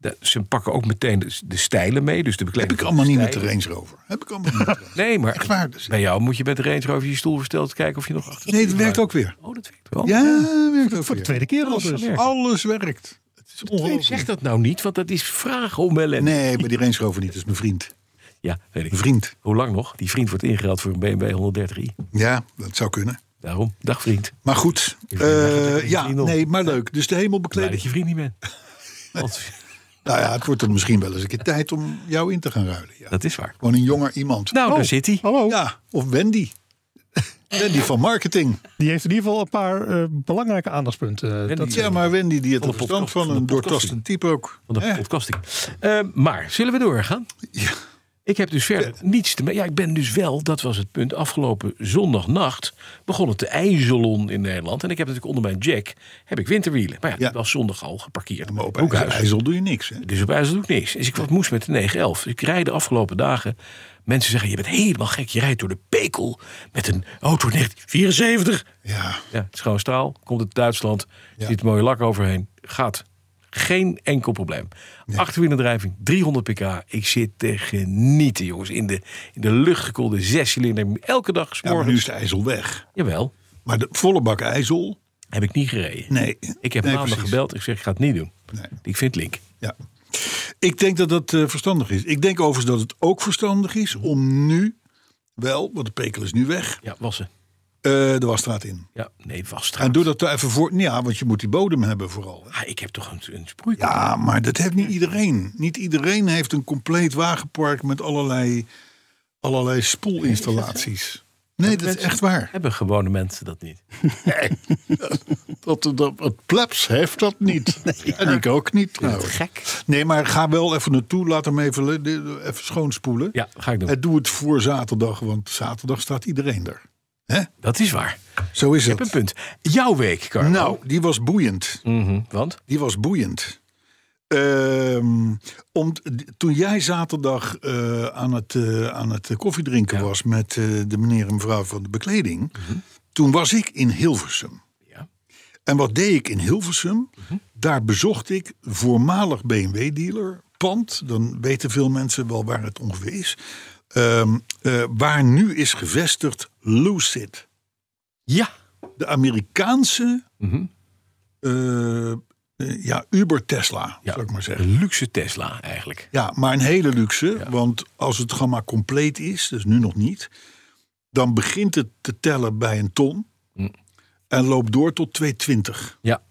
[SPEAKER 3] De- ze pakken ook meteen de, de stijlen mee. Dus de
[SPEAKER 2] heb
[SPEAKER 3] bekleding
[SPEAKER 2] ik
[SPEAKER 3] van
[SPEAKER 2] allemaal
[SPEAKER 3] de
[SPEAKER 2] niet met de
[SPEAKER 3] stijlen.
[SPEAKER 2] Range Rover. Heb ik allemaal niet met de Range Rover.
[SPEAKER 3] Nee, maar
[SPEAKER 2] Echt waar, dus-
[SPEAKER 3] bij jou moet je met de Range over je stoel versteld kijken of je nog achter.
[SPEAKER 2] Nee, het werkt ook weer.
[SPEAKER 3] Oh, dat werkt wel.
[SPEAKER 2] Ja, werkt ook
[SPEAKER 4] Voor de
[SPEAKER 2] weer.
[SPEAKER 4] tweede keer al
[SPEAKER 3] Alles
[SPEAKER 4] dus.
[SPEAKER 3] werkt.
[SPEAKER 2] Alles werkt. Het is
[SPEAKER 3] Zeg
[SPEAKER 2] ongelooflijk.
[SPEAKER 3] dat nou niet, want dat is vragen om ellende.
[SPEAKER 2] Nee, maar die Range Rover niet. Dat is mijn vriend.
[SPEAKER 3] Ja, weet ik.
[SPEAKER 2] Mijn vriend.
[SPEAKER 3] Hoe lang nog? Die vriend wordt ingeruild voor een BMW 130i.
[SPEAKER 2] Ja, dat zou kunnen.
[SPEAKER 3] Daarom, dag vriend.
[SPEAKER 2] Maar goed,
[SPEAKER 3] Ik vind dat het
[SPEAKER 2] eh,
[SPEAKER 3] een
[SPEAKER 2] ja,
[SPEAKER 3] vriendel-
[SPEAKER 2] nee, maar leuk. Dus de
[SPEAKER 3] Blij dat
[SPEAKER 2] hemelbekleding.
[SPEAKER 3] je vriend niet bent. Want,
[SPEAKER 2] Nou ja, het wordt er misschien wel eens een keer tijd om jou in te gaan ruilen. Ja.
[SPEAKER 3] dat is waar.
[SPEAKER 2] Gewoon een jonger iemand.
[SPEAKER 3] Nou,
[SPEAKER 4] Oh.
[SPEAKER 3] daar zit hij.
[SPEAKER 4] Hallo.
[SPEAKER 2] Ja, of Wendy. Wendy van marketing.
[SPEAKER 4] Die heeft in ieder geval een paar eh, belangrijke aandachtspunten. Dat,
[SPEAKER 2] Ja, maar Wendy die het
[SPEAKER 3] Van de
[SPEAKER 2] verstand
[SPEAKER 3] podcast-
[SPEAKER 2] van
[SPEAKER 3] van de
[SPEAKER 2] een
[SPEAKER 3] podcasting.
[SPEAKER 2] doortastend type ook.
[SPEAKER 3] Van de
[SPEAKER 2] Hè?
[SPEAKER 3] podcasting. Eh, maar, zullen we doorgaan?
[SPEAKER 2] Ja.
[SPEAKER 3] Ik heb dus verder niets te... me- Ja, ik ben dus wel, dat was het punt, afgelopen zondagnacht begon het de ijzelon in Nederland. En ik heb natuurlijk onder mijn jack, heb ik winterwielen. Maar ja,
[SPEAKER 2] Ja.
[SPEAKER 3] dat was zondag al geparkeerd.
[SPEAKER 2] Maar op
[SPEAKER 3] Ook
[SPEAKER 2] IJssel,
[SPEAKER 3] huis.
[SPEAKER 2] IJssel doe je niks. Hè?
[SPEAKER 3] Dus op IJssel doe ik niks. Dus ik wat moest met de 911. Dus ik rijd de afgelopen dagen. Mensen zeggen, je bent helemaal gek. Je rijdt door de pekel met een auto 1974.
[SPEAKER 2] Ja,
[SPEAKER 3] Ja, het is gewoon straal. Komt uit Duitsland. Zit mooie lak overheen. Gaat. Geen enkel probleem. Achterwielendrijving, 300 pk. Ik zit te genieten, jongens. In de, in de luchtgekoelde zescilinder. Elke dag,
[SPEAKER 2] ja maar nu
[SPEAKER 3] s'morgens.
[SPEAKER 2] is de IJssel weg.
[SPEAKER 3] Jawel,
[SPEAKER 2] Maar de volle bak IJssel,
[SPEAKER 3] heb ik niet gereden.
[SPEAKER 2] nee.
[SPEAKER 3] Ik heb
[SPEAKER 2] nee,
[SPEAKER 3] maandag
[SPEAKER 2] precies.
[SPEAKER 3] gebeld. Ik zeg, ik ga het niet doen.
[SPEAKER 2] Nee.
[SPEAKER 3] Ik vind link.
[SPEAKER 2] Ja. Ik denk dat dat eh, verstandig is. Ik denk overigens dat het ook verstandig is om nu wel, want de pekel is nu weg,
[SPEAKER 3] Ja, wassen.
[SPEAKER 2] eh, de wasstraat in.
[SPEAKER 3] Ja, nee, was
[SPEAKER 2] En doe dat er even voor. Ja, want je moet die bodem hebben vooral. hè.
[SPEAKER 3] Ah, ik heb toch een, een sproeikop.
[SPEAKER 2] Ja, maar dat heeft niet iedereen. Niet iedereen heeft een compleet wagenpark met allerlei, allerlei spoelinstallaties. Nee, dat is echt waar.
[SPEAKER 3] Hebben gewone mensen dat niet?
[SPEAKER 2] Dat, dat, het plebs heeft dat niet. En ik ook niet trouwens.
[SPEAKER 3] Gek.
[SPEAKER 2] Nee, maar ga wel even naartoe. Laat hem even, le- de- even schoonspoelen.
[SPEAKER 3] Ja, ga ik doen.
[SPEAKER 2] En doe het voor zaterdag, want zaterdag staat iedereen er.
[SPEAKER 3] Dat is waar.
[SPEAKER 2] Zo is
[SPEAKER 3] Ik heb een
[SPEAKER 2] het.
[SPEAKER 3] punt. Jouw week, Carlo.
[SPEAKER 2] Nou, die was boeiend.
[SPEAKER 3] Mhm, Want?
[SPEAKER 2] Die was boeiend. Ehm, om, toen jij zaterdag eh, aan het, eh, aan het koffiedrinken was met eh, de meneer en mevrouw van de bekleding, toen was ik in Hilversum.
[SPEAKER 3] Ja.
[SPEAKER 2] En wat deed ik in Hilversum? Daar bezocht ik voormalig BMW-dealer, pand, dan weten veel mensen wel waar het ongeveer is, Ehm, eh, waar nu is gevestigd Lucid
[SPEAKER 3] Ja.
[SPEAKER 2] de Amerikaanse
[SPEAKER 3] Mhm.
[SPEAKER 2] eh, eh, ja, Uber Tesla,
[SPEAKER 3] Ja.
[SPEAKER 2] zou ik maar
[SPEAKER 3] Een
[SPEAKER 2] zeggen.
[SPEAKER 3] luxe Tesla eigenlijk.
[SPEAKER 2] Ja, maar een hele luxe. Want als het gamma compleet is, dus nu nog niet, dan begint het te tellen bij een ton
[SPEAKER 3] Mm.
[SPEAKER 2] en loopt door tot 220.
[SPEAKER 3] Ja.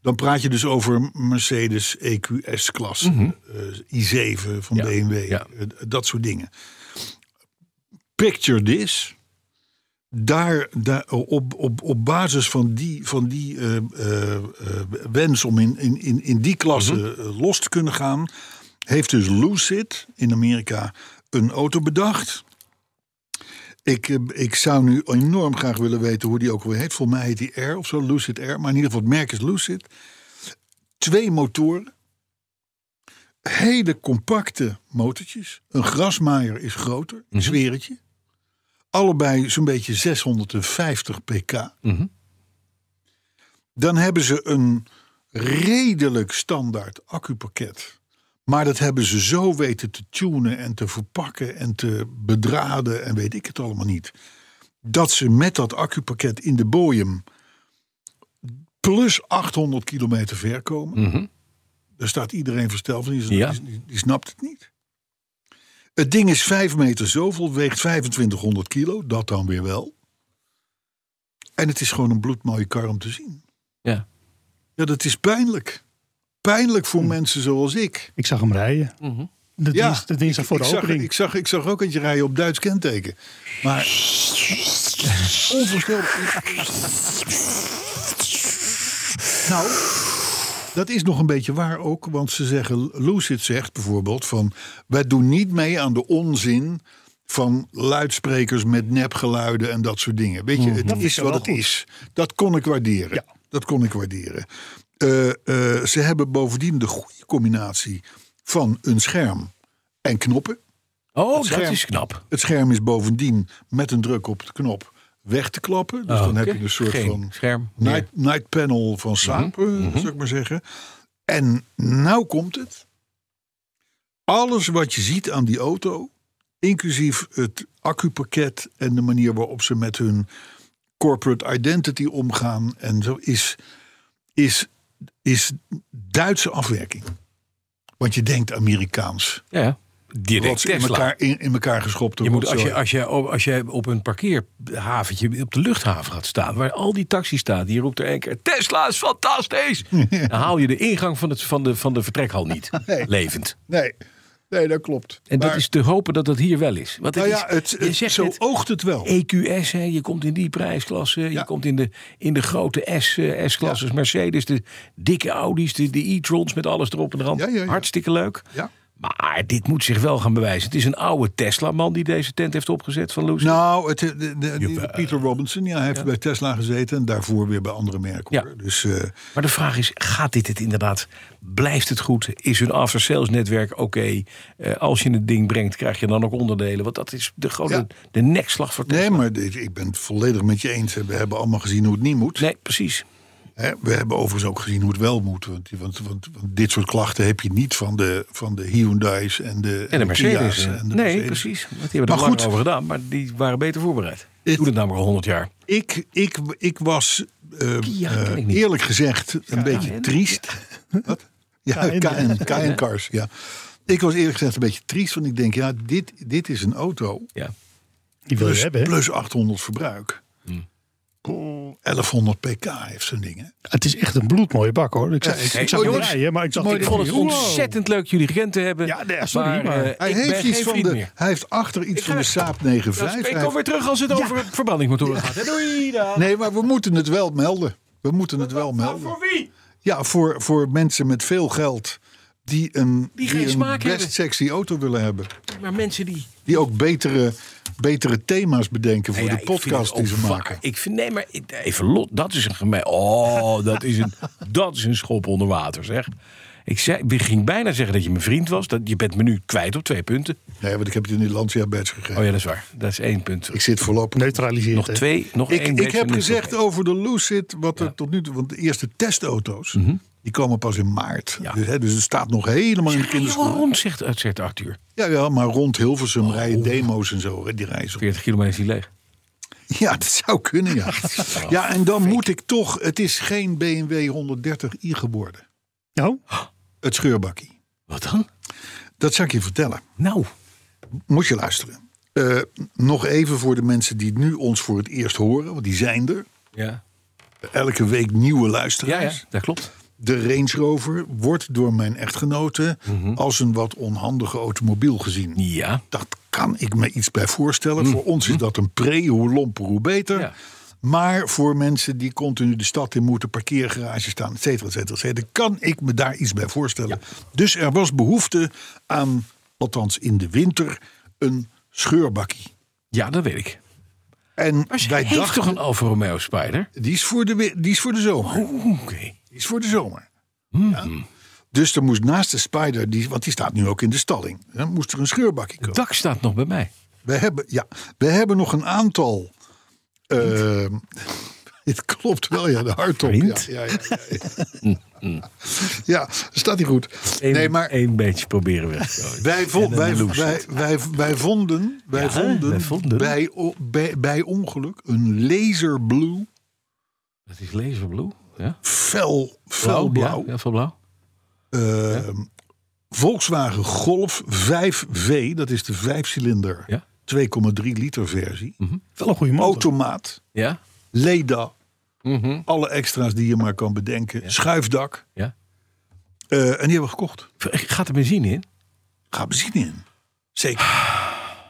[SPEAKER 2] Dan praat je dus over Mercedes E EQS-klasse, eh, i7 van
[SPEAKER 3] Mhm. Ja,
[SPEAKER 2] BMW,
[SPEAKER 3] ja.
[SPEAKER 2] eh, dat soort dingen. Picture this. Daar, daar- op, op, op basis van die, van die eh, eh, eh, wens om in, in, in, in die klasse
[SPEAKER 3] Mhm.
[SPEAKER 2] eh, los te kunnen gaan, heeft dus Lucid in Amerika een auto bedacht. Ik, eh, ik zou nu enorm graag willen weten hoe die ook weer heet. Volgens mij heet die Air of zo, Lucid Air. Maar in ieder geval het merk is Lucid. Twee motoren. Hele compacte motortjes. Een grasmaaier is groter, een zweretje. Allebei zo'n beetje 650 pk.
[SPEAKER 3] Mhm.
[SPEAKER 2] Dan hebben ze een redelijk standaard accupakket Maar dat hebben ze zo weten te tunen en te verpakken en te bedraden en weet ik het allemaal niet. Dat ze met dat accupakket in de bojem plus 800 kilometer ver komen.
[SPEAKER 3] Mhm.
[SPEAKER 2] Daar staat iedereen versteld van, die,
[SPEAKER 3] Ja.
[SPEAKER 2] die, die- die snapt het niet. Het ding is 5 meter zoveel, weegt 2500 kilo, dat dan weer wel. En het is gewoon een bloedmooie kar om te zien.
[SPEAKER 3] Ja.
[SPEAKER 2] Ja, dat is pijnlijk. Pijnlijk voor mensen zoals ik.
[SPEAKER 4] Ik zag hem rijden.
[SPEAKER 3] Mhm.
[SPEAKER 4] Hm. De
[SPEAKER 2] Ja,
[SPEAKER 4] dienst, de dienst voor
[SPEAKER 2] ik,
[SPEAKER 4] de
[SPEAKER 2] zag,
[SPEAKER 4] opening.
[SPEAKER 2] ik, zag, ik zag ook eentje rijden op Duits kenteken. Maar onvoorstelbaar. nou, dat is nog een beetje waar ook. Want ze zeggen, Lucid zegt bijvoorbeeld van... wij doen niet mee aan de onzin van luidsprekers met nepgeluiden en dat soort dingen. Weet je, het is
[SPEAKER 4] Mhm. wel
[SPEAKER 2] wat het
[SPEAKER 4] goed.
[SPEAKER 2] is. Dat kon ik waarderen.
[SPEAKER 4] Ja.
[SPEAKER 2] Dat kon ik waarderen. Eh, eh, ze hebben bovendien de goede combinatie van een scherm en knoppen.
[SPEAKER 3] Oh, dat
[SPEAKER 2] scherm.
[SPEAKER 3] is knap.
[SPEAKER 2] Het scherm is bovendien met een druk op de knop weg te klappen. Dus
[SPEAKER 3] Oh,
[SPEAKER 2] dan heb
[SPEAKER 3] oké.
[SPEAKER 2] je een soort
[SPEAKER 3] Geen
[SPEAKER 2] van
[SPEAKER 3] scherm Mhm. meer.
[SPEAKER 2] night, night panel van Saab, eh, zou ik maar zeggen. En nou komt het. Alles wat je ziet aan die auto, inclusief het accupakket en de manier waarop ze met hun corporate identity omgaan en zo, is, is, is Duitse afwerking. Want je denkt Amerikaans.
[SPEAKER 3] Ja, ja. Direct
[SPEAKER 2] Wat in
[SPEAKER 3] Tesla.
[SPEAKER 2] elkaar, in, in elkaar geschopt
[SPEAKER 3] Je moet, als,
[SPEAKER 2] rotzooi.
[SPEAKER 3] je, als, je, op- als je op een parkeerhaventje op de luchthaven gaat staan, waar al die taxis staan, die roept er één keer: Tesla is fantastisch! Dan haal je de ingang van, het, van, de, van de vertrekhal niet
[SPEAKER 2] Nee.
[SPEAKER 3] levend.
[SPEAKER 2] Nee, nee dat klopt.
[SPEAKER 3] En dat
[SPEAKER 2] Maar,
[SPEAKER 3] is te hopen dat dat hier wel is. Want het
[SPEAKER 2] nou ja,
[SPEAKER 3] is-
[SPEAKER 2] het,
[SPEAKER 3] je
[SPEAKER 2] het-
[SPEAKER 3] zegt
[SPEAKER 2] zo
[SPEAKER 3] net,
[SPEAKER 2] oogt het wel.
[SPEAKER 3] EQS, E hè, je komt in die prijsklasse, je
[SPEAKER 2] Oh. Ja.
[SPEAKER 3] komt in de, in de grote S, eh, S-klasses, Mercedes, de dikke Audi's, de, de e-trons met alles erop en eraan.
[SPEAKER 2] Ja, ja, ja.
[SPEAKER 3] Hartstikke leuk.
[SPEAKER 2] Ja.
[SPEAKER 3] Maar dit moet zich wel gaan bewijzen. Het is een oude Tesla-man die deze tent heeft opgezet van Lucid.
[SPEAKER 2] Nou, het, de, de- de-
[SPEAKER 3] Jawel.
[SPEAKER 2] Peter Robinson, ja, hij heeft bij Tesla gezeten en daarvoor weer bij andere merken.
[SPEAKER 3] Ja.
[SPEAKER 2] hoor. Dus eh,
[SPEAKER 3] Maar de vraag is, gaat dit het inderdaad? Blijft het goed? Is hun after-sales netwerk oké? Eh, als je het ding brengt, krijg je dan ook onderdelen? Want dat is de grote
[SPEAKER 2] Ja.
[SPEAKER 3] de nekslag voor Tesla.
[SPEAKER 2] nee, maar dit- ik ben het volledig met je eens. We hebben allemaal gezien hoe het niet moet.
[SPEAKER 3] Nee, precies.
[SPEAKER 2] Hè, we hebben overigens ook gezien hoe het wel moet. Want, want, want, want dit soort klachten heb je niet van de, van de Hyundai's en de,
[SPEAKER 3] En de Mercedes. eh,
[SPEAKER 2] Kia's en de
[SPEAKER 3] nee,
[SPEAKER 2] Mercedes.
[SPEAKER 3] precies. Want die hebben
[SPEAKER 2] Maar
[SPEAKER 3] er lang
[SPEAKER 2] goed.
[SPEAKER 3] over gedaan, maar die waren beter voorbereid.
[SPEAKER 2] Het-
[SPEAKER 3] Doe het nou maar al 100 jaar.
[SPEAKER 2] Ik, ik, ik was eh,
[SPEAKER 3] Kia ken ik niet.
[SPEAKER 2] eerlijk gezegd een beetje
[SPEAKER 3] hè?
[SPEAKER 2] triest. Wat? Ja,
[SPEAKER 4] KN.
[SPEAKER 2] KN, KN Cars. Ja. Ik was eerlijk gezegd een beetje triest, want ik denk, ja, dit, dit is een auto.
[SPEAKER 3] Ja.
[SPEAKER 4] Die wil je
[SPEAKER 2] Plus,
[SPEAKER 4] hebben. hè?
[SPEAKER 2] plus 800 verbruik.
[SPEAKER 3] Hmm.
[SPEAKER 2] Oh, 1100 pk heeft zo'n ding. Hè?
[SPEAKER 4] Het is echt een bloedmooie bak hoor. Ik zag,
[SPEAKER 2] Ja, ik-
[SPEAKER 4] ik zag hem
[SPEAKER 2] jongens,
[SPEAKER 4] rijden, maar ik dacht...
[SPEAKER 2] mooi
[SPEAKER 3] Ik vond het
[SPEAKER 4] wow.
[SPEAKER 3] ontzettend leuk jullie gekend te hebben.
[SPEAKER 4] Ja, nee, sorry, maar-
[SPEAKER 3] eh,
[SPEAKER 2] Hij,
[SPEAKER 3] ik ben
[SPEAKER 2] heeft iets
[SPEAKER 3] geen
[SPEAKER 2] van
[SPEAKER 3] vriend
[SPEAKER 2] de,
[SPEAKER 3] meer.
[SPEAKER 2] hij heeft achter iets
[SPEAKER 3] ga
[SPEAKER 2] van de
[SPEAKER 3] weg.
[SPEAKER 2] Saab
[SPEAKER 3] Dan
[SPEAKER 2] 9.5.
[SPEAKER 3] spreek ik
[SPEAKER 2] Hij-
[SPEAKER 3] alweer terug als het over verbrandingsmotoren gaat. hè? Doei dan.
[SPEAKER 2] Nee, maar we moeten het wel melden. We moeten het wel melden.
[SPEAKER 3] Voor wie?
[SPEAKER 2] Ja, voor, voor mensen met veel geld die een,
[SPEAKER 3] Die geen
[SPEAKER 2] een
[SPEAKER 3] smaak
[SPEAKER 2] best
[SPEAKER 3] hebben.
[SPEAKER 2] sexy auto willen hebben.
[SPEAKER 3] Maar mensen die
[SPEAKER 2] Die ook betere, betere thema's bedenken voor
[SPEAKER 3] Nou
[SPEAKER 2] de
[SPEAKER 3] ja, ik vind
[SPEAKER 2] podcast
[SPEAKER 3] het
[SPEAKER 2] die
[SPEAKER 3] ook
[SPEAKER 2] ze
[SPEAKER 3] vaak.
[SPEAKER 2] maken.
[SPEAKER 3] Ik vind, nee, maar ik- even lot, dat is een gemeen. Oh, dat is een, dat is een schop onder water, zeg. Ik, zei, ik ging bijna zeggen dat je mijn vriend was. Dat, je bent me nu kwijt op twee punten.
[SPEAKER 2] Nee, want ik heb het in die Lancia badge gegeven.
[SPEAKER 3] Oh ja, dat is waar. Dat is één punt.
[SPEAKER 2] Ik zit voorlopig.
[SPEAKER 4] Neutraliseert.
[SPEAKER 3] Nog
[SPEAKER 4] hè?
[SPEAKER 3] twee, nog één.
[SPEAKER 2] Ik, ik
[SPEAKER 3] badge en
[SPEAKER 2] heb
[SPEAKER 3] dan is het
[SPEAKER 2] gezegd
[SPEAKER 3] oké.
[SPEAKER 2] over de Lucid, wat er tot nu toe. Want de eerste testauto's, die komen pas in maart.
[SPEAKER 3] Mhm. Ja.
[SPEAKER 2] Dus, hè, dus het staat nog helemaal in de
[SPEAKER 3] Ga je wel
[SPEAKER 2] kinderschoenen.
[SPEAKER 3] rond, zegt, eh, zegt Arthur.
[SPEAKER 2] Ja, ja, maar rond Hilversum
[SPEAKER 3] Oh.
[SPEAKER 2] rijden demo's en zo. hè, Die reizen.
[SPEAKER 3] 40 kilometer is hij leeg.
[SPEAKER 2] Ja, dat zou kunnen, ja. ja, en dan moet ik toch. Het is geen BMW 130i geworden.
[SPEAKER 4] Nou,
[SPEAKER 2] Het scheurbakkie.
[SPEAKER 3] Wat dan?
[SPEAKER 2] Dat zou ik je vertellen.
[SPEAKER 3] Nou,
[SPEAKER 2] Moet je luisteren. Eh, nog even voor de mensen die nu ons voor het eerst horen, want die zijn er.
[SPEAKER 3] ja.
[SPEAKER 2] Elke week nieuwe
[SPEAKER 3] Ja, ja,
[SPEAKER 2] luisteraars.
[SPEAKER 3] dat klopt.
[SPEAKER 2] De Range Rover wordt door mijn echtgenote
[SPEAKER 3] Mhm.
[SPEAKER 2] als een wat onhandige automobiel gezien.
[SPEAKER 3] Ja.
[SPEAKER 2] Dat kan ik me iets bij voorstellen. Voor ons is dat een pre, hoe lomper, hoe beter.
[SPEAKER 3] Mm. Ja.
[SPEAKER 2] Maar voor mensen die continu de stad in moeten, parkeergarages staan, et cetera, et cetera, et cetera, kan ik me daar iets bij voorstellen. Dus er was behoefte aan, althans in de winter, een scheurbakkie.
[SPEAKER 3] Ja, dat weet ik.
[SPEAKER 2] En
[SPEAKER 3] Maar ze
[SPEAKER 2] wij
[SPEAKER 3] heeft
[SPEAKER 2] dachten,
[SPEAKER 3] toch een Alfa Romeo Spider?
[SPEAKER 2] die, is voor de, wi- die is voor de zomer.
[SPEAKER 3] Oeh, Oké.
[SPEAKER 2] Die is voor de zomer.
[SPEAKER 3] Mm.
[SPEAKER 2] Ja. Dus er moest naast de Spider, die, want die staat nu ook in de stalling, hè, moest er een scheurbakje komen.
[SPEAKER 3] Dak staat nog bij mij.
[SPEAKER 2] We hebben, ja, we hebben nog een aantal. eh, Het klopt wel, ja, de hardtop. Ja,
[SPEAKER 3] Vriend.
[SPEAKER 2] ja, ja, ja, ja. Ja, staat hij goed.
[SPEAKER 3] Eén,
[SPEAKER 2] nee, maar
[SPEAKER 3] één beetje proberen weg te gooien.
[SPEAKER 2] wij, vo-
[SPEAKER 3] Ehm, En dan
[SPEAKER 2] wij,
[SPEAKER 3] lose
[SPEAKER 2] wij,
[SPEAKER 3] het.
[SPEAKER 2] wij, wij vonden, wij
[SPEAKER 3] Ja,
[SPEAKER 2] vonden,
[SPEAKER 3] wij vonden.
[SPEAKER 2] Bij, o- bij, bij ongeluk een laserblue,
[SPEAKER 3] Dat is laserblauw. Ja.
[SPEAKER 2] fel, fel
[SPEAKER 3] Blauw,
[SPEAKER 2] blauw,
[SPEAKER 3] Ja, ja, felblauw.
[SPEAKER 2] ehm, Volkswagen Golf 5V, dat is de vijfcilinder
[SPEAKER 3] Ja. Mhm.
[SPEAKER 2] 2,3 liter versie.
[SPEAKER 4] Wel een goede motor.
[SPEAKER 2] Automaat,
[SPEAKER 3] Ja.
[SPEAKER 2] Leda,
[SPEAKER 3] Mhm.
[SPEAKER 2] alle extra's die je maar kan bedenken. Schuifdak.
[SPEAKER 3] Ja.
[SPEAKER 2] Eh, en die hebben we gekocht.
[SPEAKER 3] Gaat er benzine in?
[SPEAKER 2] Ga benzine in. Zeker.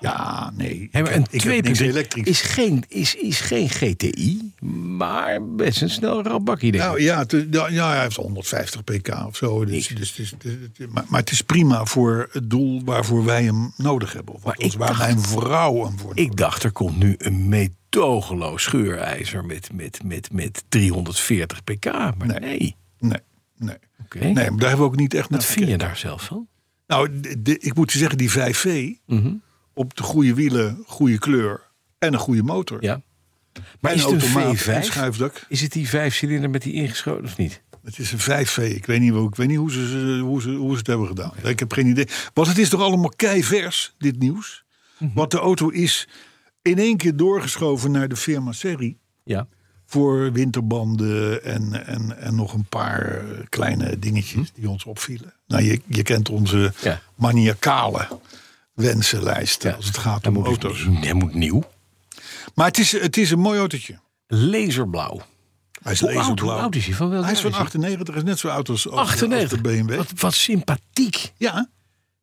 [SPEAKER 2] Ja, nee.
[SPEAKER 3] Hey,
[SPEAKER 2] ik
[SPEAKER 3] maar
[SPEAKER 2] heb- ik heb
[SPEAKER 3] een
[SPEAKER 2] niks
[SPEAKER 3] 2.3
[SPEAKER 2] elektrisch.
[SPEAKER 3] is geen, is, is geen GTI, maar best een snel rauw bakkie, denk ik.
[SPEAKER 2] Nou ja, het, is- ja, ja, hij heeft 150 pk of zo. Dus, dus, het is- het is- het is- maar, maar het is prima voor het doel waarvoor wij hem nodig hebben. Of althans,
[SPEAKER 3] ik
[SPEAKER 2] waar
[SPEAKER 3] dacht-
[SPEAKER 2] mijn vrouw hem voor
[SPEAKER 3] Ik dacht, er komt nu een meedogenloos scheurijzer met, met, met, met 340 pk. Maar nee,
[SPEAKER 2] Nee, nee.
[SPEAKER 3] oké.
[SPEAKER 2] Nee, maar daar hebben we ook niet echt naar
[SPEAKER 3] Wat vind je
[SPEAKER 2] gekeken.
[SPEAKER 3] daar zelf van?
[SPEAKER 2] Nou, de- de- ik moet je zeggen, die 5V...
[SPEAKER 3] Mhm.
[SPEAKER 2] op de goede wielen, goede kleur en een goede motor.
[SPEAKER 3] Ja. Maar
[SPEAKER 2] En
[SPEAKER 3] is het een
[SPEAKER 2] automaat en
[SPEAKER 3] V5?
[SPEAKER 2] schuifdak.
[SPEAKER 3] Is het die vijfcilinder met die ingeschoten of niet?
[SPEAKER 2] Het is een 5V. Ik weet niet, hoe- ik weet niet hoe, ze, ze- hoe, ze, hoe ze het hebben gedaan. Ik heb geen idee. Want het is toch allemaal keivers, dit nieuws.
[SPEAKER 3] Mhm.
[SPEAKER 2] Want de auto is in één keer doorgeschoven naar de firma Serie.
[SPEAKER 3] Ja.
[SPEAKER 2] Voor winterbanden en, en, en nog een paar eh, kleine dingetjes die ons opvielen. Nou, je, je kent onze
[SPEAKER 3] Mhm. Ja.
[SPEAKER 2] maniacale wensenlijst als het gaat
[SPEAKER 3] Hij
[SPEAKER 2] om
[SPEAKER 3] moet, dus
[SPEAKER 2] auto's.
[SPEAKER 3] nieuw- hij moet nieuw.
[SPEAKER 2] Maar het is, het is een mooi autootje.
[SPEAKER 3] Laserblauw.
[SPEAKER 2] Hij is
[SPEAKER 3] Hoe oud, hoe
[SPEAKER 2] laserblauw.
[SPEAKER 3] oud is hij? Van welk
[SPEAKER 2] Hij is
[SPEAKER 3] jaar
[SPEAKER 2] van 98, is net zo oud als, als, als
[SPEAKER 3] 98.
[SPEAKER 2] de BMW.
[SPEAKER 3] Wat, wat sympathiek.
[SPEAKER 2] Ja,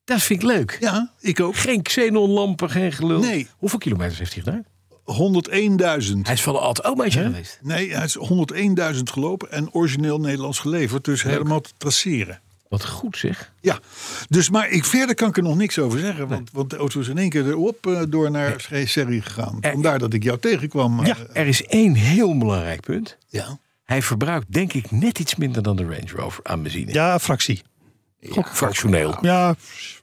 [SPEAKER 3] Dat vind ik leuk.
[SPEAKER 2] ja, ik ook.
[SPEAKER 3] Geen xenonlampen, geen gelul.
[SPEAKER 2] Nee.
[SPEAKER 3] Hoeveel kilometers heeft hij gedaan?
[SPEAKER 2] 101.000.
[SPEAKER 3] Hij is van de alt oh, geweest.
[SPEAKER 2] Nee, hij is 101.000 gelopen en origineel Nederlands geleverd. Dus helemaal te traceren.
[SPEAKER 3] Wat goed zeg.
[SPEAKER 2] Ja, dus maar ik, verder kan ik er nog niks over zeggen. Want, want de auto is in één keer erop eh, door naar serie gegaan.
[SPEAKER 3] Eh.
[SPEAKER 2] Vandaar dat ik jou tegenkwam. eh,
[SPEAKER 3] Ja, er is één heel belangrijk punt.
[SPEAKER 2] ja.
[SPEAKER 3] Hij verbruikt denk ik net iets minder dan de Range Rover aan benzine.
[SPEAKER 4] Ja, fractie.
[SPEAKER 3] Fractioneel.
[SPEAKER 4] Ja,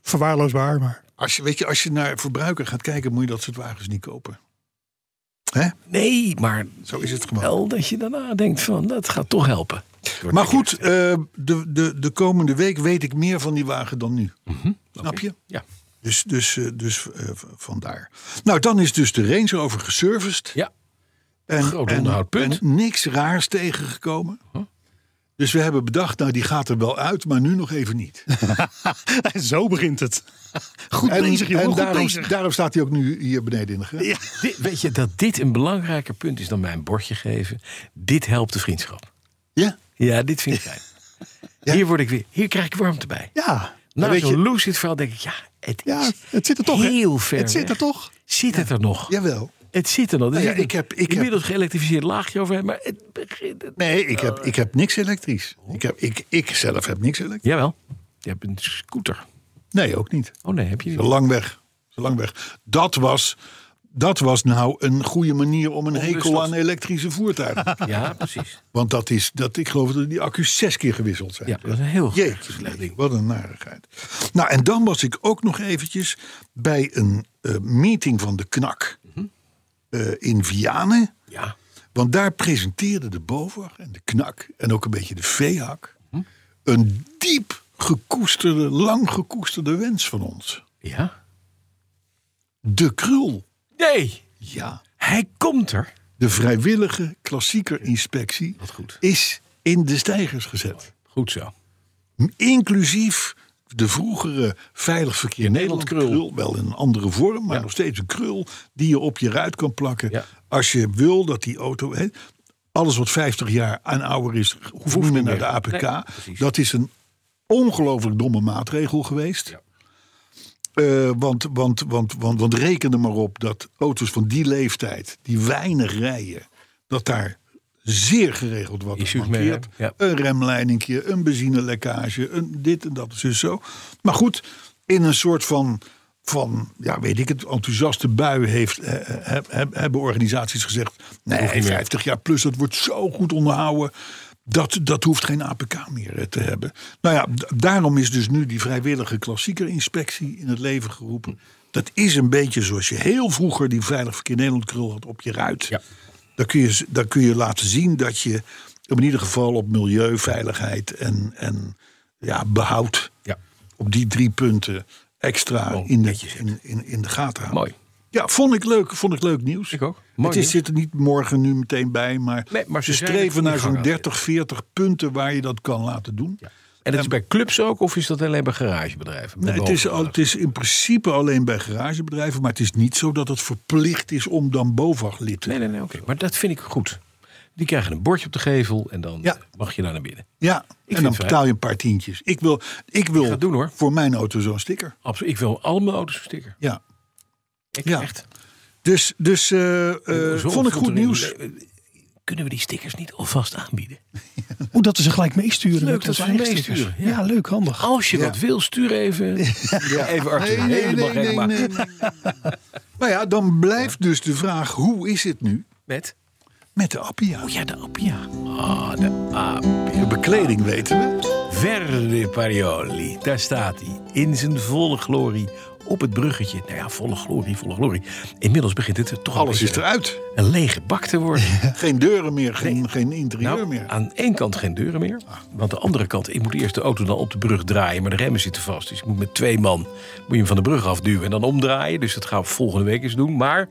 [SPEAKER 4] verwaarloosbaar, maar
[SPEAKER 2] Als je, weet je, als je naar verbruiker gaat kijken, moet je dat soort wagens niet kopen. Hè?
[SPEAKER 3] Nee, maar
[SPEAKER 2] Zo is het gewoon.
[SPEAKER 3] wel dat je daarna denkt van dat gaat toch helpen.
[SPEAKER 2] Maar goed, eh, de, de, de komende week weet ik meer van die wagen dan nu.
[SPEAKER 3] Mhm.
[SPEAKER 2] Snap je?
[SPEAKER 3] Ja.
[SPEAKER 2] Dus, dus, eh, dus eh, v- vandaar. Nou, dan is dus de Range Rover geserviced.
[SPEAKER 3] Ja.
[SPEAKER 2] en,
[SPEAKER 3] groot onderhoudpunt.
[SPEAKER 2] En niks raars tegengekomen. Dus we hebben bedacht, nou die gaat er wel uit, maar nu nog even niet.
[SPEAKER 4] zo begint het. Goed
[SPEAKER 2] en
[SPEAKER 4] bezig, jongen.
[SPEAKER 2] en
[SPEAKER 4] goed
[SPEAKER 2] daarom,
[SPEAKER 4] bezig.
[SPEAKER 2] daarom staat hij ook nu hier beneden in de grens.
[SPEAKER 3] Dit- weet je dat dit een belangrijker punt is dan mijn bordje geven? Dit helpt de vriendschap.
[SPEAKER 2] Ja?
[SPEAKER 3] Ja, dit vind ik fijn. Hier word ik weer. Hier krijg ik warmte bij.
[SPEAKER 4] Ja,
[SPEAKER 3] Na
[SPEAKER 2] Nou, weet je-
[SPEAKER 3] zo'n lucid verhaal denk ik, ja, het,
[SPEAKER 4] ja,
[SPEAKER 3] is
[SPEAKER 4] het zit er toch. hè?
[SPEAKER 3] heel ver
[SPEAKER 4] Het zit er
[SPEAKER 3] weg.
[SPEAKER 4] toch.
[SPEAKER 3] Zit het er nog?
[SPEAKER 2] Jawel.
[SPEAKER 3] Het zit er nog. Er
[SPEAKER 2] Nou ja,
[SPEAKER 3] zit een
[SPEAKER 2] ik heb- ik heb-
[SPEAKER 3] inmiddels geëlektrificeerd laagje overheen, maar het begint... het-
[SPEAKER 2] Nee, ik heb, ik heb niks elektrisch.
[SPEAKER 3] Oh.
[SPEAKER 2] Ik, heb, ik, ik zelf heb niks elektrisch.
[SPEAKER 3] Jawel, je hebt een scooter.
[SPEAKER 2] Nee, ook niet.
[SPEAKER 3] Oh nee, heb je die
[SPEAKER 2] Zo
[SPEAKER 3] nog?
[SPEAKER 2] lang weg. Zo lang weg. Dat was, dat was nou een goede manier om een
[SPEAKER 3] de
[SPEAKER 2] hekel
[SPEAKER 3] stad.
[SPEAKER 2] aan elektrische voertuigen.
[SPEAKER 3] Ja, precies.
[SPEAKER 2] Want dat is, dat, ik geloof dat die accu's zes keer gewisseld zijn.
[SPEAKER 3] Ja, dat is een heel
[SPEAKER 2] Jeetje,
[SPEAKER 3] slecht ding.
[SPEAKER 2] wat een narigheid. Nou, en dan was ik ook nog eventjes bij een eh, meeting van de KNAK
[SPEAKER 3] Mhm.
[SPEAKER 2] eh, in Vianen.
[SPEAKER 3] Ja,
[SPEAKER 2] Want daar presenteerden de BOVAG en de KNAK en ook een beetje de VEHAK...
[SPEAKER 3] Mhm.
[SPEAKER 2] een diep gekoesterde, lang gekoesterde wens van ons.
[SPEAKER 3] ja.
[SPEAKER 2] De krul.
[SPEAKER 3] Nee,
[SPEAKER 2] Ja.
[SPEAKER 3] hij komt er.
[SPEAKER 2] De vrijwillige klassiekerinspectie
[SPEAKER 3] goed.
[SPEAKER 2] is in de stijgers gezet.
[SPEAKER 3] Goed zo.
[SPEAKER 2] Inclusief de vroegere Veilig Verkeer Nederland krul.
[SPEAKER 3] Nederland krul.
[SPEAKER 2] Wel in een andere vorm, maar
[SPEAKER 3] Ja.
[SPEAKER 2] nog steeds een krul die je op je ruit kan plakken.
[SPEAKER 3] Ja.
[SPEAKER 2] Als je wil dat die auto... hè, alles wat 50 jaar en ouder is, hoeft niet meer naar de APK.
[SPEAKER 3] Nee, precies.
[SPEAKER 2] dat is een ongelooflijk domme maatregel geweest.
[SPEAKER 3] Ja.
[SPEAKER 2] Eh, want, want, want, want, want reken er maar op dat auto's van die leeftijd, die weinig rijden, dat daar zeer geregeld wat
[SPEAKER 3] Issues
[SPEAKER 2] aan
[SPEAKER 3] mee
[SPEAKER 2] mankeert.
[SPEAKER 3] hebben,
[SPEAKER 2] Een remleidingje, een benzinelekkage, een dit en dat, dus zo. Maar goed, in een soort van, van ja, weet ik het, enthousiaste bui heeft, eh, eh, heb- hebben organisaties gezegd, nee, 50 jaar plus, dat wordt zo goed onderhouden. Dat, dat hoeft geen APK meer eh, te hebben. Nou ja, d- daarom is dus nu die vrijwillige klassiekerinspectie in het leven geroepen. Dat is een beetje zoals je heel vroeger die Veilig Verkeer Nederland krul had op je ruit.
[SPEAKER 3] Ja.
[SPEAKER 2] Dan kun je, dan kun je laten zien dat je in ieder geval op milieu, veiligheid en, en ja, behoud
[SPEAKER 3] Ja.
[SPEAKER 2] op die drie punten extra
[SPEAKER 3] Gewoon
[SPEAKER 2] in de,
[SPEAKER 3] Oh, netjes zet.
[SPEAKER 2] in, in, in de gaten houden.
[SPEAKER 3] Mooi.
[SPEAKER 2] Ja, vond ik leuk, vond ik leuk nieuws.
[SPEAKER 3] Ik ook.
[SPEAKER 2] het
[SPEAKER 3] Mooi
[SPEAKER 2] is,
[SPEAKER 3] nieuws.
[SPEAKER 2] zit er niet morgen nu meteen bij, maar,
[SPEAKER 3] Nee, maar ze
[SPEAKER 2] ze
[SPEAKER 3] zijn
[SPEAKER 2] streven
[SPEAKER 3] in de
[SPEAKER 2] naar
[SPEAKER 3] gang aan
[SPEAKER 2] zo'n
[SPEAKER 3] het
[SPEAKER 2] 30, 40 punten waar je dat kan laten doen.
[SPEAKER 3] En dat is bij clubs ook, of is dat alleen bij garagebedrijven?
[SPEAKER 2] Nee, het, is al,
[SPEAKER 3] ook.
[SPEAKER 2] het is in principe alleen bij garagebedrijven, maar het is niet zo dat het verplicht is om dan BOVAG-lid te
[SPEAKER 3] Nee, nee, nee, oké. Maar dat vind ik goed. Die krijgen een bordje op de gevel en dan
[SPEAKER 2] Ja.
[SPEAKER 3] eh, mag je daar naar binnen.
[SPEAKER 2] Ja,
[SPEAKER 3] vind
[SPEAKER 2] en dan
[SPEAKER 3] het
[SPEAKER 2] betaal je een paar tientjes. Ik wil, ik wil
[SPEAKER 3] ga het doen, hoor.
[SPEAKER 2] voor mijn auto zo'n sticker.
[SPEAKER 3] Absoluut. Ik wil al mijn auto's een sticker.
[SPEAKER 2] Ja.
[SPEAKER 3] Ik
[SPEAKER 2] Ja.
[SPEAKER 3] echt.
[SPEAKER 2] Dus, dus eh, eh,
[SPEAKER 3] Zo
[SPEAKER 2] vond ik
[SPEAKER 3] voelt
[SPEAKER 2] goed
[SPEAKER 3] een-
[SPEAKER 2] nieuws.
[SPEAKER 3] Kunnen we die stickers niet alvast aanbieden?
[SPEAKER 4] Hoe dat we ze gelijk meesturen.
[SPEAKER 3] Leuk
[SPEAKER 4] met
[SPEAKER 3] dat
[SPEAKER 4] onze
[SPEAKER 3] we ze
[SPEAKER 4] eigen stickers.
[SPEAKER 3] meesturen, ja.
[SPEAKER 4] Ja, leuk, handig.
[SPEAKER 3] Als je
[SPEAKER 2] Ja.
[SPEAKER 3] wat wil, stuur even.
[SPEAKER 2] Ja.
[SPEAKER 3] Even Arthur helemaal gek maken.
[SPEAKER 2] Maar ja, dan blijft dus de vraag: hoe is het nu
[SPEAKER 3] Met?
[SPEAKER 2] met de Appia?
[SPEAKER 3] Oh ja, de Appia. Ah, de Appia.
[SPEAKER 2] De bekleding weten we.
[SPEAKER 3] Verde Parioli, daar staat hij. In zijn volle glorie op het bruggetje. Nou ja, volle glorie, volle glorie. Inmiddels begint het toch
[SPEAKER 2] Alles
[SPEAKER 3] een,
[SPEAKER 2] is
[SPEAKER 3] beetje
[SPEAKER 2] eruit.
[SPEAKER 3] een lege bak te worden.
[SPEAKER 2] Geen deuren meer, geen, geen interieur
[SPEAKER 3] Nou,
[SPEAKER 2] meer. Ah.
[SPEAKER 3] aan één kant geen deuren meer. Want de andere kant, ik moet eerst de auto dan op de brug draaien. Maar de remmen zitten vast. Dus ik moet met twee man moet je hem van de brug afduwen en dan omdraaien. Dus dat gaan we volgende week eens doen. Maar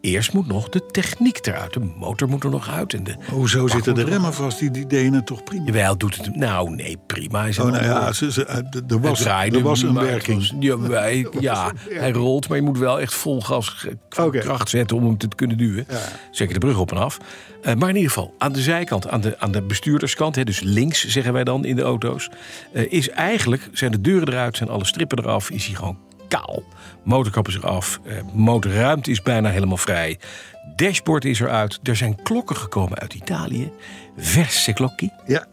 [SPEAKER 3] eerst moet nog de techniek eruit. De motor moet er nog uit. En de,
[SPEAKER 2] Hoezo Oh, zitten de remmen vast? Die, die deden het toch prima?
[SPEAKER 3] jawel, doet het... Nou, nee, prima. Is een
[SPEAKER 2] Oh, nou
[SPEAKER 3] antwoord.
[SPEAKER 2] ja, ze, ze- eh, er,
[SPEAKER 3] Het
[SPEAKER 2] was,
[SPEAKER 3] draaide,
[SPEAKER 2] er was een
[SPEAKER 3] maar het
[SPEAKER 2] werking.
[SPEAKER 3] was- ja, wij- ja, hij rolt, maar je moet wel echt vol gas ge-
[SPEAKER 2] Oké.
[SPEAKER 3] kracht zetten om hem te kunnen duwen. Zeker de brug op en af. Eh, maar in ieder geval, aan de zijkant, aan de, aan de bestuurderskant, hè, dus links zeggen wij dan in de auto's, eh, is eigenlijk, zijn de deuren eruit, zijn alle strippen eraf, is hij gewoon kaal. Motorkap is eraf, eh, motorruimte is bijna helemaal vrij. Dashboard is eruit. Er zijn klokken gekomen uit Italië. Verse klokkie.
[SPEAKER 2] Ja,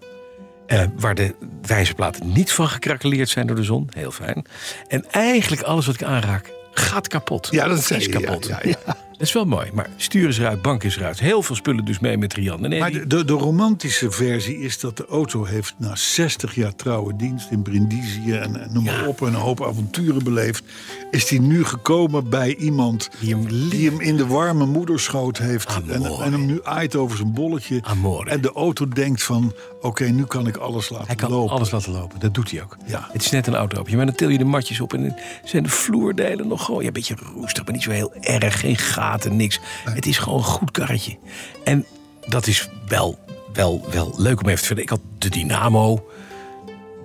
[SPEAKER 3] Eh, waar de wijzerplaten niet van gekrakeleerd zijn door de zon. Heel fijn. En eigenlijk alles wat ik aanraak gaat kapot.
[SPEAKER 2] ja dat
[SPEAKER 3] Of
[SPEAKER 2] zei
[SPEAKER 3] is
[SPEAKER 2] je, ja,
[SPEAKER 3] kapot.
[SPEAKER 2] ja, ja.
[SPEAKER 3] Dat is wel mooi. Maar stuur is eruit, bank is eruit. Heel veel spullen dus mee met Rian. En
[SPEAKER 2] Maar
[SPEAKER 3] Eddie.
[SPEAKER 2] de, de, de romantische versie is dat de auto heeft na 60 jaar trouwe dienst in Brindisië en, en noem maar op, en een hoop avonturen beleefd. Is die nu gekomen bij iemand
[SPEAKER 3] Die hem lief-
[SPEAKER 2] die hem in de warme moederschoot heeft en,
[SPEAKER 3] mooi.
[SPEAKER 2] en hem nu aait over zijn bolletje.
[SPEAKER 3] Amore.
[SPEAKER 2] En de auto denkt van, oké, nu kan ik alles laten
[SPEAKER 3] Hij kan
[SPEAKER 2] lopen.
[SPEAKER 3] alles laten lopen. Dat doet hij ook.
[SPEAKER 2] Ja.
[SPEAKER 3] Het is net een oud Maar dan til je de matjes op en dan zijn de vloerdelen nog gewoon... Ja, een beetje roestig, maar niet zo heel erg. Geen gaten, niks. Het is gewoon een goed karretje. En dat is wel, wel, wel leuk om even te vertellen. Ik had de Dynamo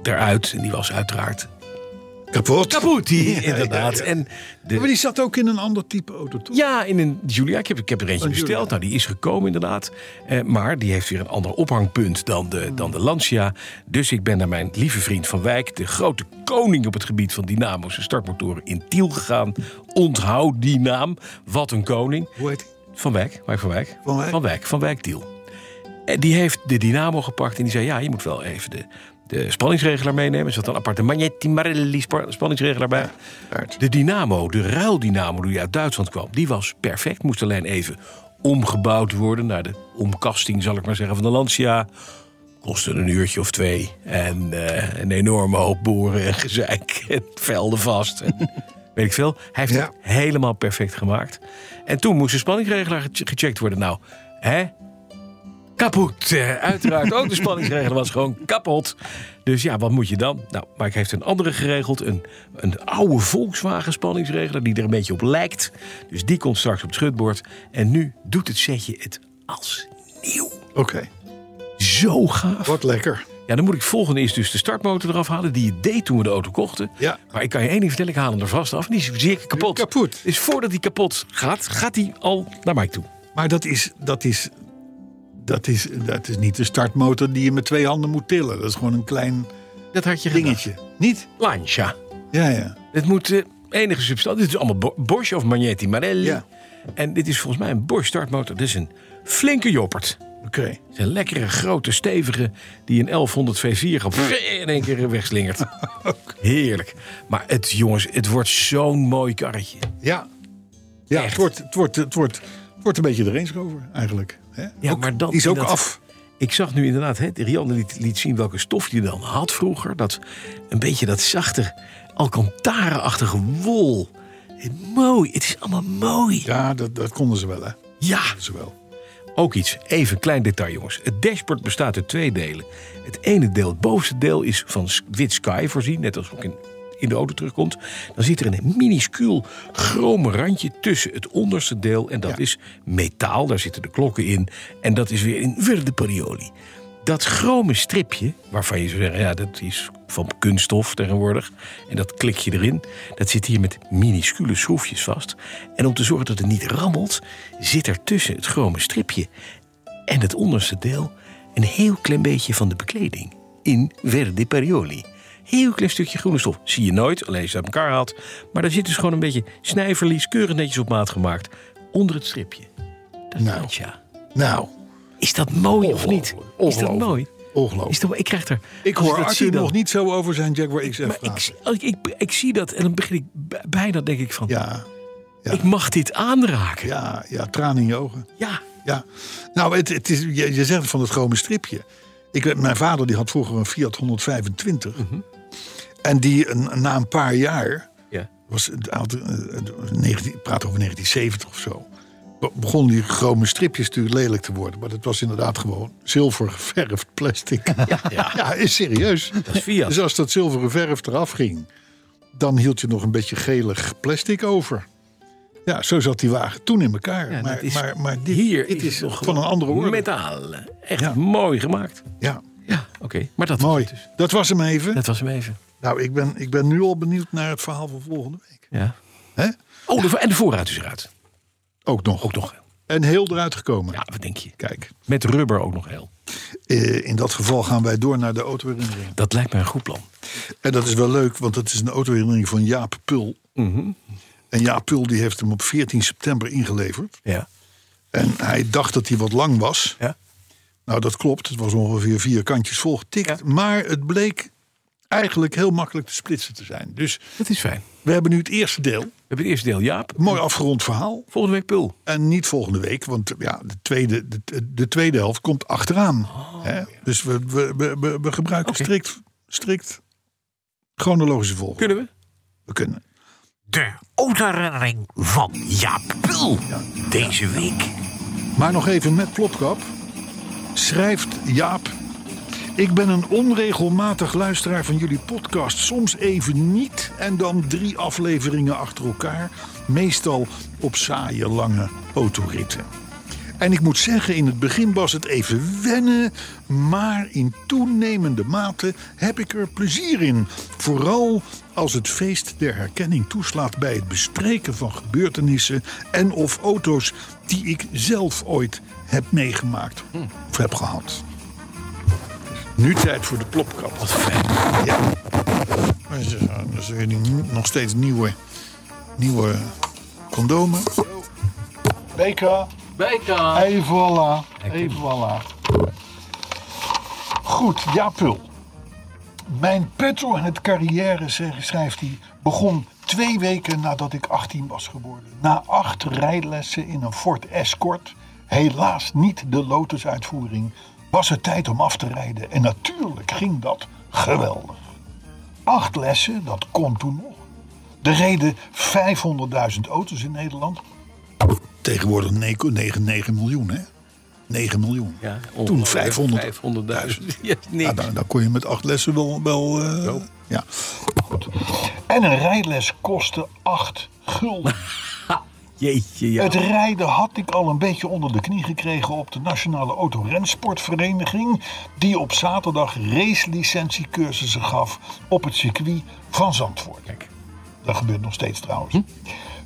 [SPEAKER 3] eruit. En die was uiteraard
[SPEAKER 2] Kapot.
[SPEAKER 3] kapot. Die,
[SPEAKER 2] Ja,
[SPEAKER 3] inderdaad.
[SPEAKER 2] ja, ja.
[SPEAKER 3] En de,
[SPEAKER 2] Maar die zat ook in een ander type auto, toch?
[SPEAKER 3] ja, in een Julia. Ik heb, ik heb er eentje
[SPEAKER 2] Een Oh, Julia.
[SPEAKER 3] besteld. Nou, die is gekomen inderdaad. Eh, maar die heeft weer een ander ophangpunt dan
[SPEAKER 2] Hmm.
[SPEAKER 3] de, dan de Lancia. Dus ik ben naar mijn lieve vriend Van Wijk... de grote koning op het gebied van dynamo's en startmotoren in Tiel gegaan. Onthoud die naam. Wat een koning.
[SPEAKER 2] Hoe heet die?
[SPEAKER 3] Van Wijk, Mark van Wijk.
[SPEAKER 2] Van Wijk.
[SPEAKER 3] Van Wijk, Van Wijk Tiel. En die heeft de dynamo gepakt en die zei... ja, je moet wel even de, de spanningsregelaar meenemen. Er zat een aparte Magnetti Marelli spa- spanningsregelaar bij. de dynamo, de ruildynamo die uit Duitsland kwam... die was perfect, moest alleen even omgebouwd worden... naar de omkasting, zal ik maar zeggen, van de Lancia... Kostte een uurtje of twee. En eh, een enorme hoop boeren en gezeik. En velden vast. En weet ik veel. Hij heeft
[SPEAKER 2] Ja.
[SPEAKER 3] het helemaal perfect gemaakt. En toen moest de spanningregelaar ge- gecheckt worden. Nou, hè? Kapot. Eh, Uiteraard ook de spanningsregelaar was gewoon kapot. Dus ja, wat moet je dan? Nou, Mike heeft een andere geregeld. Een, een oude Volkswagen spanningsregelaar die er een beetje op lijkt. Dus die komt straks op het schutbord. En nu doet het setje het als nieuw.
[SPEAKER 2] Oké,
[SPEAKER 3] Zo gaaf.
[SPEAKER 2] wordt lekker.
[SPEAKER 3] Ja, dan moet ik volgende is dus de startmotor eraf halen. Die je deed toen we de auto kochten.
[SPEAKER 2] Ja.
[SPEAKER 3] Maar ik kan je één ding vertellen, ik haal hem er vast af. En die is zeker kapot.
[SPEAKER 2] Kapot.
[SPEAKER 3] Dus voordat hij kapot gaat, gaat hij al naar mij toe.
[SPEAKER 2] Maar dat is, dat is, dat is, dat is niet de startmotor die je met twee handen moet tillen. Dat is gewoon een klein
[SPEAKER 3] Dat had je
[SPEAKER 2] dingetje. Niet?
[SPEAKER 3] gedaan. Lancia.
[SPEAKER 2] Ja, ja.
[SPEAKER 3] Het moet eh, enige substantie. Dit is allemaal Bo- Bosch of Magnetti Marelli.
[SPEAKER 2] Ja.
[SPEAKER 3] En dit is volgens mij een Bosch startmotor. Dit is een flinke joppert.
[SPEAKER 2] Oké.
[SPEAKER 3] Het is Een lekkere, grote, stevige die een 1100 V4 gaat in één keer wegslingert. Heerlijk. Maar het, jongens, het wordt zo'n mooi karretje.
[SPEAKER 2] Ja. Ja,
[SPEAKER 3] Echt.
[SPEAKER 2] het wordt, het, wordt, het, wordt, het wordt een beetje de Range Rover eigenlijk. Hè?
[SPEAKER 3] Ja, maar dan
[SPEAKER 2] die is ook
[SPEAKER 3] in dat-
[SPEAKER 2] af.
[SPEAKER 3] Ik zag nu inderdaad, hè, Rianne liet, liet zien welke stof die dan had vroeger. Dat, een beetje dat zachte, alcantara-achtige wol. Mooi, het is allemaal mooi. Ja,
[SPEAKER 2] Ja, dat, dat konden ze wel, hè? Dat konden ze wel.
[SPEAKER 3] Ook iets, even een klein detail jongens. Het dashboard bestaat uit twee delen. Het ene deel, het bovenste deel, is van s- wit sky voorzien. Net als ook in, in de auto terugkomt. Dan zit er een minuscuul chrome randje tussen het onderste deel. En dat is metaal, daar zitten de klokken in. En dat is weer in verde perioli. Dat chrome stripje, waarvan je zou zeggen... ja, dat is van kunststof tegenwoordig. En dat klik je erin. Dat zit hier met minuscule schroefjes vast. En om te zorgen dat het niet rammelt... zit er tussen het chrome stripje en het onderste deel... een heel klein beetje van de bekleding. In verde perioli. Heel klein stukje groene stof. Zie je nooit, alleen als je het uit elkaar haalt. Maar daar zit dus gewoon een beetje snijverlies... keurig netjes op maat gemaakt. Onder het stripje. Dat
[SPEAKER 2] Nou.
[SPEAKER 3] is ja.
[SPEAKER 2] Nou,
[SPEAKER 3] Is dat mooi of niet?
[SPEAKER 2] Ongelooflijk,
[SPEAKER 3] Is dat
[SPEAKER 2] ongelooflijk,
[SPEAKER 3] mooi?
[SPEAKER 2] ongelooflijk.
[SPEAKER 3] Is dat, ik krijg er.
[SPEAKER 2] ik
[SPEAKER 3] als
[SPEAKER 2] hoor
[SPEAKER 3] dat zie
[SPEAKER 2] Arthur
[SPEAKER 3] dan-
[SPEAKER 2] nog niet zo over zijn Jaguar
[SPEAKER 3] Maar
[SPEAKER 2] XF
[SPEAKER 3] ik,
[SPEAKER 2] praten.
[SPEAKER 3] zie- als ik, ik, ik zie dat en dan begin ik b- bijna, denk ik van.
[SPEAKER 2] Ja, ja.
[SPEAKER 3] Ik mag dit aanraken. Ja.
[SPEAKER 2] ja, ja, tranen in je ogen. Ja, nou, het, het is, je, je zegt van het chrome stripje. Ik, weet- mijn vader die had vroeger een Fiat 125. En die een- na een paar jaar,
[SPEAKER 3] Ja.
[SPEAKER 2] was het, had, eh, het- 19 ik praat over 1970 of zo, be- begon die chrome stripjes natuurlijk lelijk te worden. Maar dat was inderdaad gewoon zilver geverfd plastic. Ja,
[SPEAKER 3] ja.
[SPEAKER 2] is serieus.
[SPEAKER 3] Dat is Fiat.
[SPEAKER 2] Dus als dat zilver geverfd eraf ging, dan hield je nog een beetje gelig plastic over. Ja, zo zat die wagen toen in elkaar.
[SPEAKER 3] Ja,
[SPEAKER 2] maar,
[SPEAKER 3] dat is-
[SPEAKER 2] maar, maar dit,
[SPEAKER 3] Hier
[SPEAKER 2] dit is
[SPEAKER 3] nog
[SPEAKER 2] van een andere orde.
[SPEAKER 3] Metaal. Echt
[SPEAKER 2] Ja.
[SPEAKER 3] mooi gemaakt.
[SPEAKER 2] Ja,
[SPEAKER 3] Ja, oké. Maar dat,
[SPEAKER 2] mooi. Dat was hem even.
[SPEAKER 3] dat was hem even.
[SPEAKER 2] Nou, ik ben, ik ben nu al benieuwd naar het verhaal van volgende week.
[SPEAKER 3] Ja.
[SPEAKER 2] Hè?
[SPEAKER 3] Oh, de vo- en de voorraad is eruit.
[SPEAKER 2] Ook nog.
[SPEAKER 3] Ook nog.
[SPEAKER 2] En heel eruit gekomen.
[SPEAKER 3] Ja, wat denk je?
[SPEAKER 2] Kijk,
[SPEAKER 3] Met rubber ook nog heel.
[SPEAKER 2] eh, in dat geval gaan wij door naar de autoherinnering.
[SPEAKER 3] Dat lijkt mij een goed plan.
[SPEAKER 2] En dat is wel leuk, want het is een autoherinnering van Jaap Pul. En Jaap Pul die heeft hem op 14 september ingeleverd.
[SPEAKER 3] Ja.
[SPEAKER 2] En hij dacht dat hij wat lang was.
[SPEAKER 3] Ja.
[SPEAKER 2] Nou, dat klopt. Het was ongeveer vier kantjes vol getikt. Maar het bleek eigenlijk heel makkelijk te splitsen te zijn. Dus
[SPEAKER 3] Dat is fijn.
[SPEAKER 2] we hebben nu het eerste deel.
[SPEAKER 3] We hebben het eerste deel, Jaap.
[SPEAKER 2] Mooi afgerond verhaal.
[SPEAKER 3] Volgende week Pul.
[SPEAKER 2] En niet volgende week, want ja, de, tweede, de, de tweede helft komt achteraan. hè? Dus we, we, we, we, we gebruiken
[SPEAKER 3] Oké.
[SPEAKER 2] strikt, strikt chronologische volgorde.
[SPEAKER 3] Kunnen we?
[SPEAKER 2] We kunnen.
[SPEAKER 5] De autoherinnering van Jaap Pul. Deze week.
[SPEAKER 2] Maar nog even met Plopkap. Schrijft Jaap. Ik ben een onregelmatig luisteraar van jullie podcast. Soms even niet en dan drie afleveringen achter elkaar. Meestal op saaie lange autoritten. En ik moet zeggen, in het begin was het even wennen. Maar in toenemende mate heb ik er plezier in. Vooral als het feest der herkenning toeslaat bij het bespreken van gebeurtenissen en of auto's die ik zelf ooit heb meegemaakt of heb gehad. Nu tijd voor de plopkap. Wat fijn. Ja. Maar ze gaan- ze weer die n- nog steeds nieuwe, nieuwe condomen. Beka. Beka. Et voilà. Et voilà. Goed, ja, Pul. Mijn petrolhead carrière, zeg- schrijft hij, begon twee weken nadat ik 18 was geworden. Na acht rijlessen in een Ford Escort, helaas niet de Lotus-uitvoering, was het tijd om af te rijden. En natuurlijk ging dat geweldig. Acht lessen, dat kon toen nog. Er reden 500.000 auto's in Nederland. Tegenwoordig 9 miljoen, hè? 9 miljoen.
[SPEAKER 3] Ja,
[SPEAKER 2] Toen
[SPEAKER 3] ongeveer
[SPEAKER 2] 500.
[SPEAKER 3] 500.000. Ja, niks.
[SPEAKER 2] Ja, dan, dan kon je met acht lessen wel. wel eh, ja. En een rijles kostte 8 gulden.
[SPEAKER 3] Jeetje, ja.
[SPEAKER 2] Het rijden had ik al een beetje onder de knie gekregen op de Nationale Autorensportvereniging, die op zaterdag racelicentiecursussen gaf op het circuit van Zandvoort. Dat gebeurt nog steeds trouwens.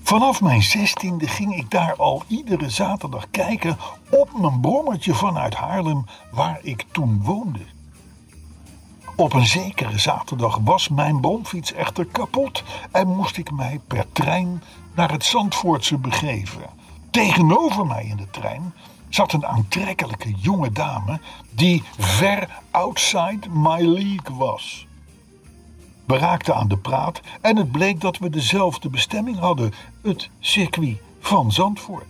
[SPEAKER 2] Vanaf mijn zestiende ging ik daar al iedere zaterdag kijken op mijn brommertje vanuit Haarlem, waar ik toen woonde. Op een zekere zaterdag was mijn bromfiets echter kapot en moest ik mij per trein naar het Zandvoortse begeven. Tegenover mij in de trein zat een aantrekkelijke jonge dame die ver outside my league was. We raakten aan de praat en het bleek dat we dezelfde bestemming hadden: het circuit van Zandvoort.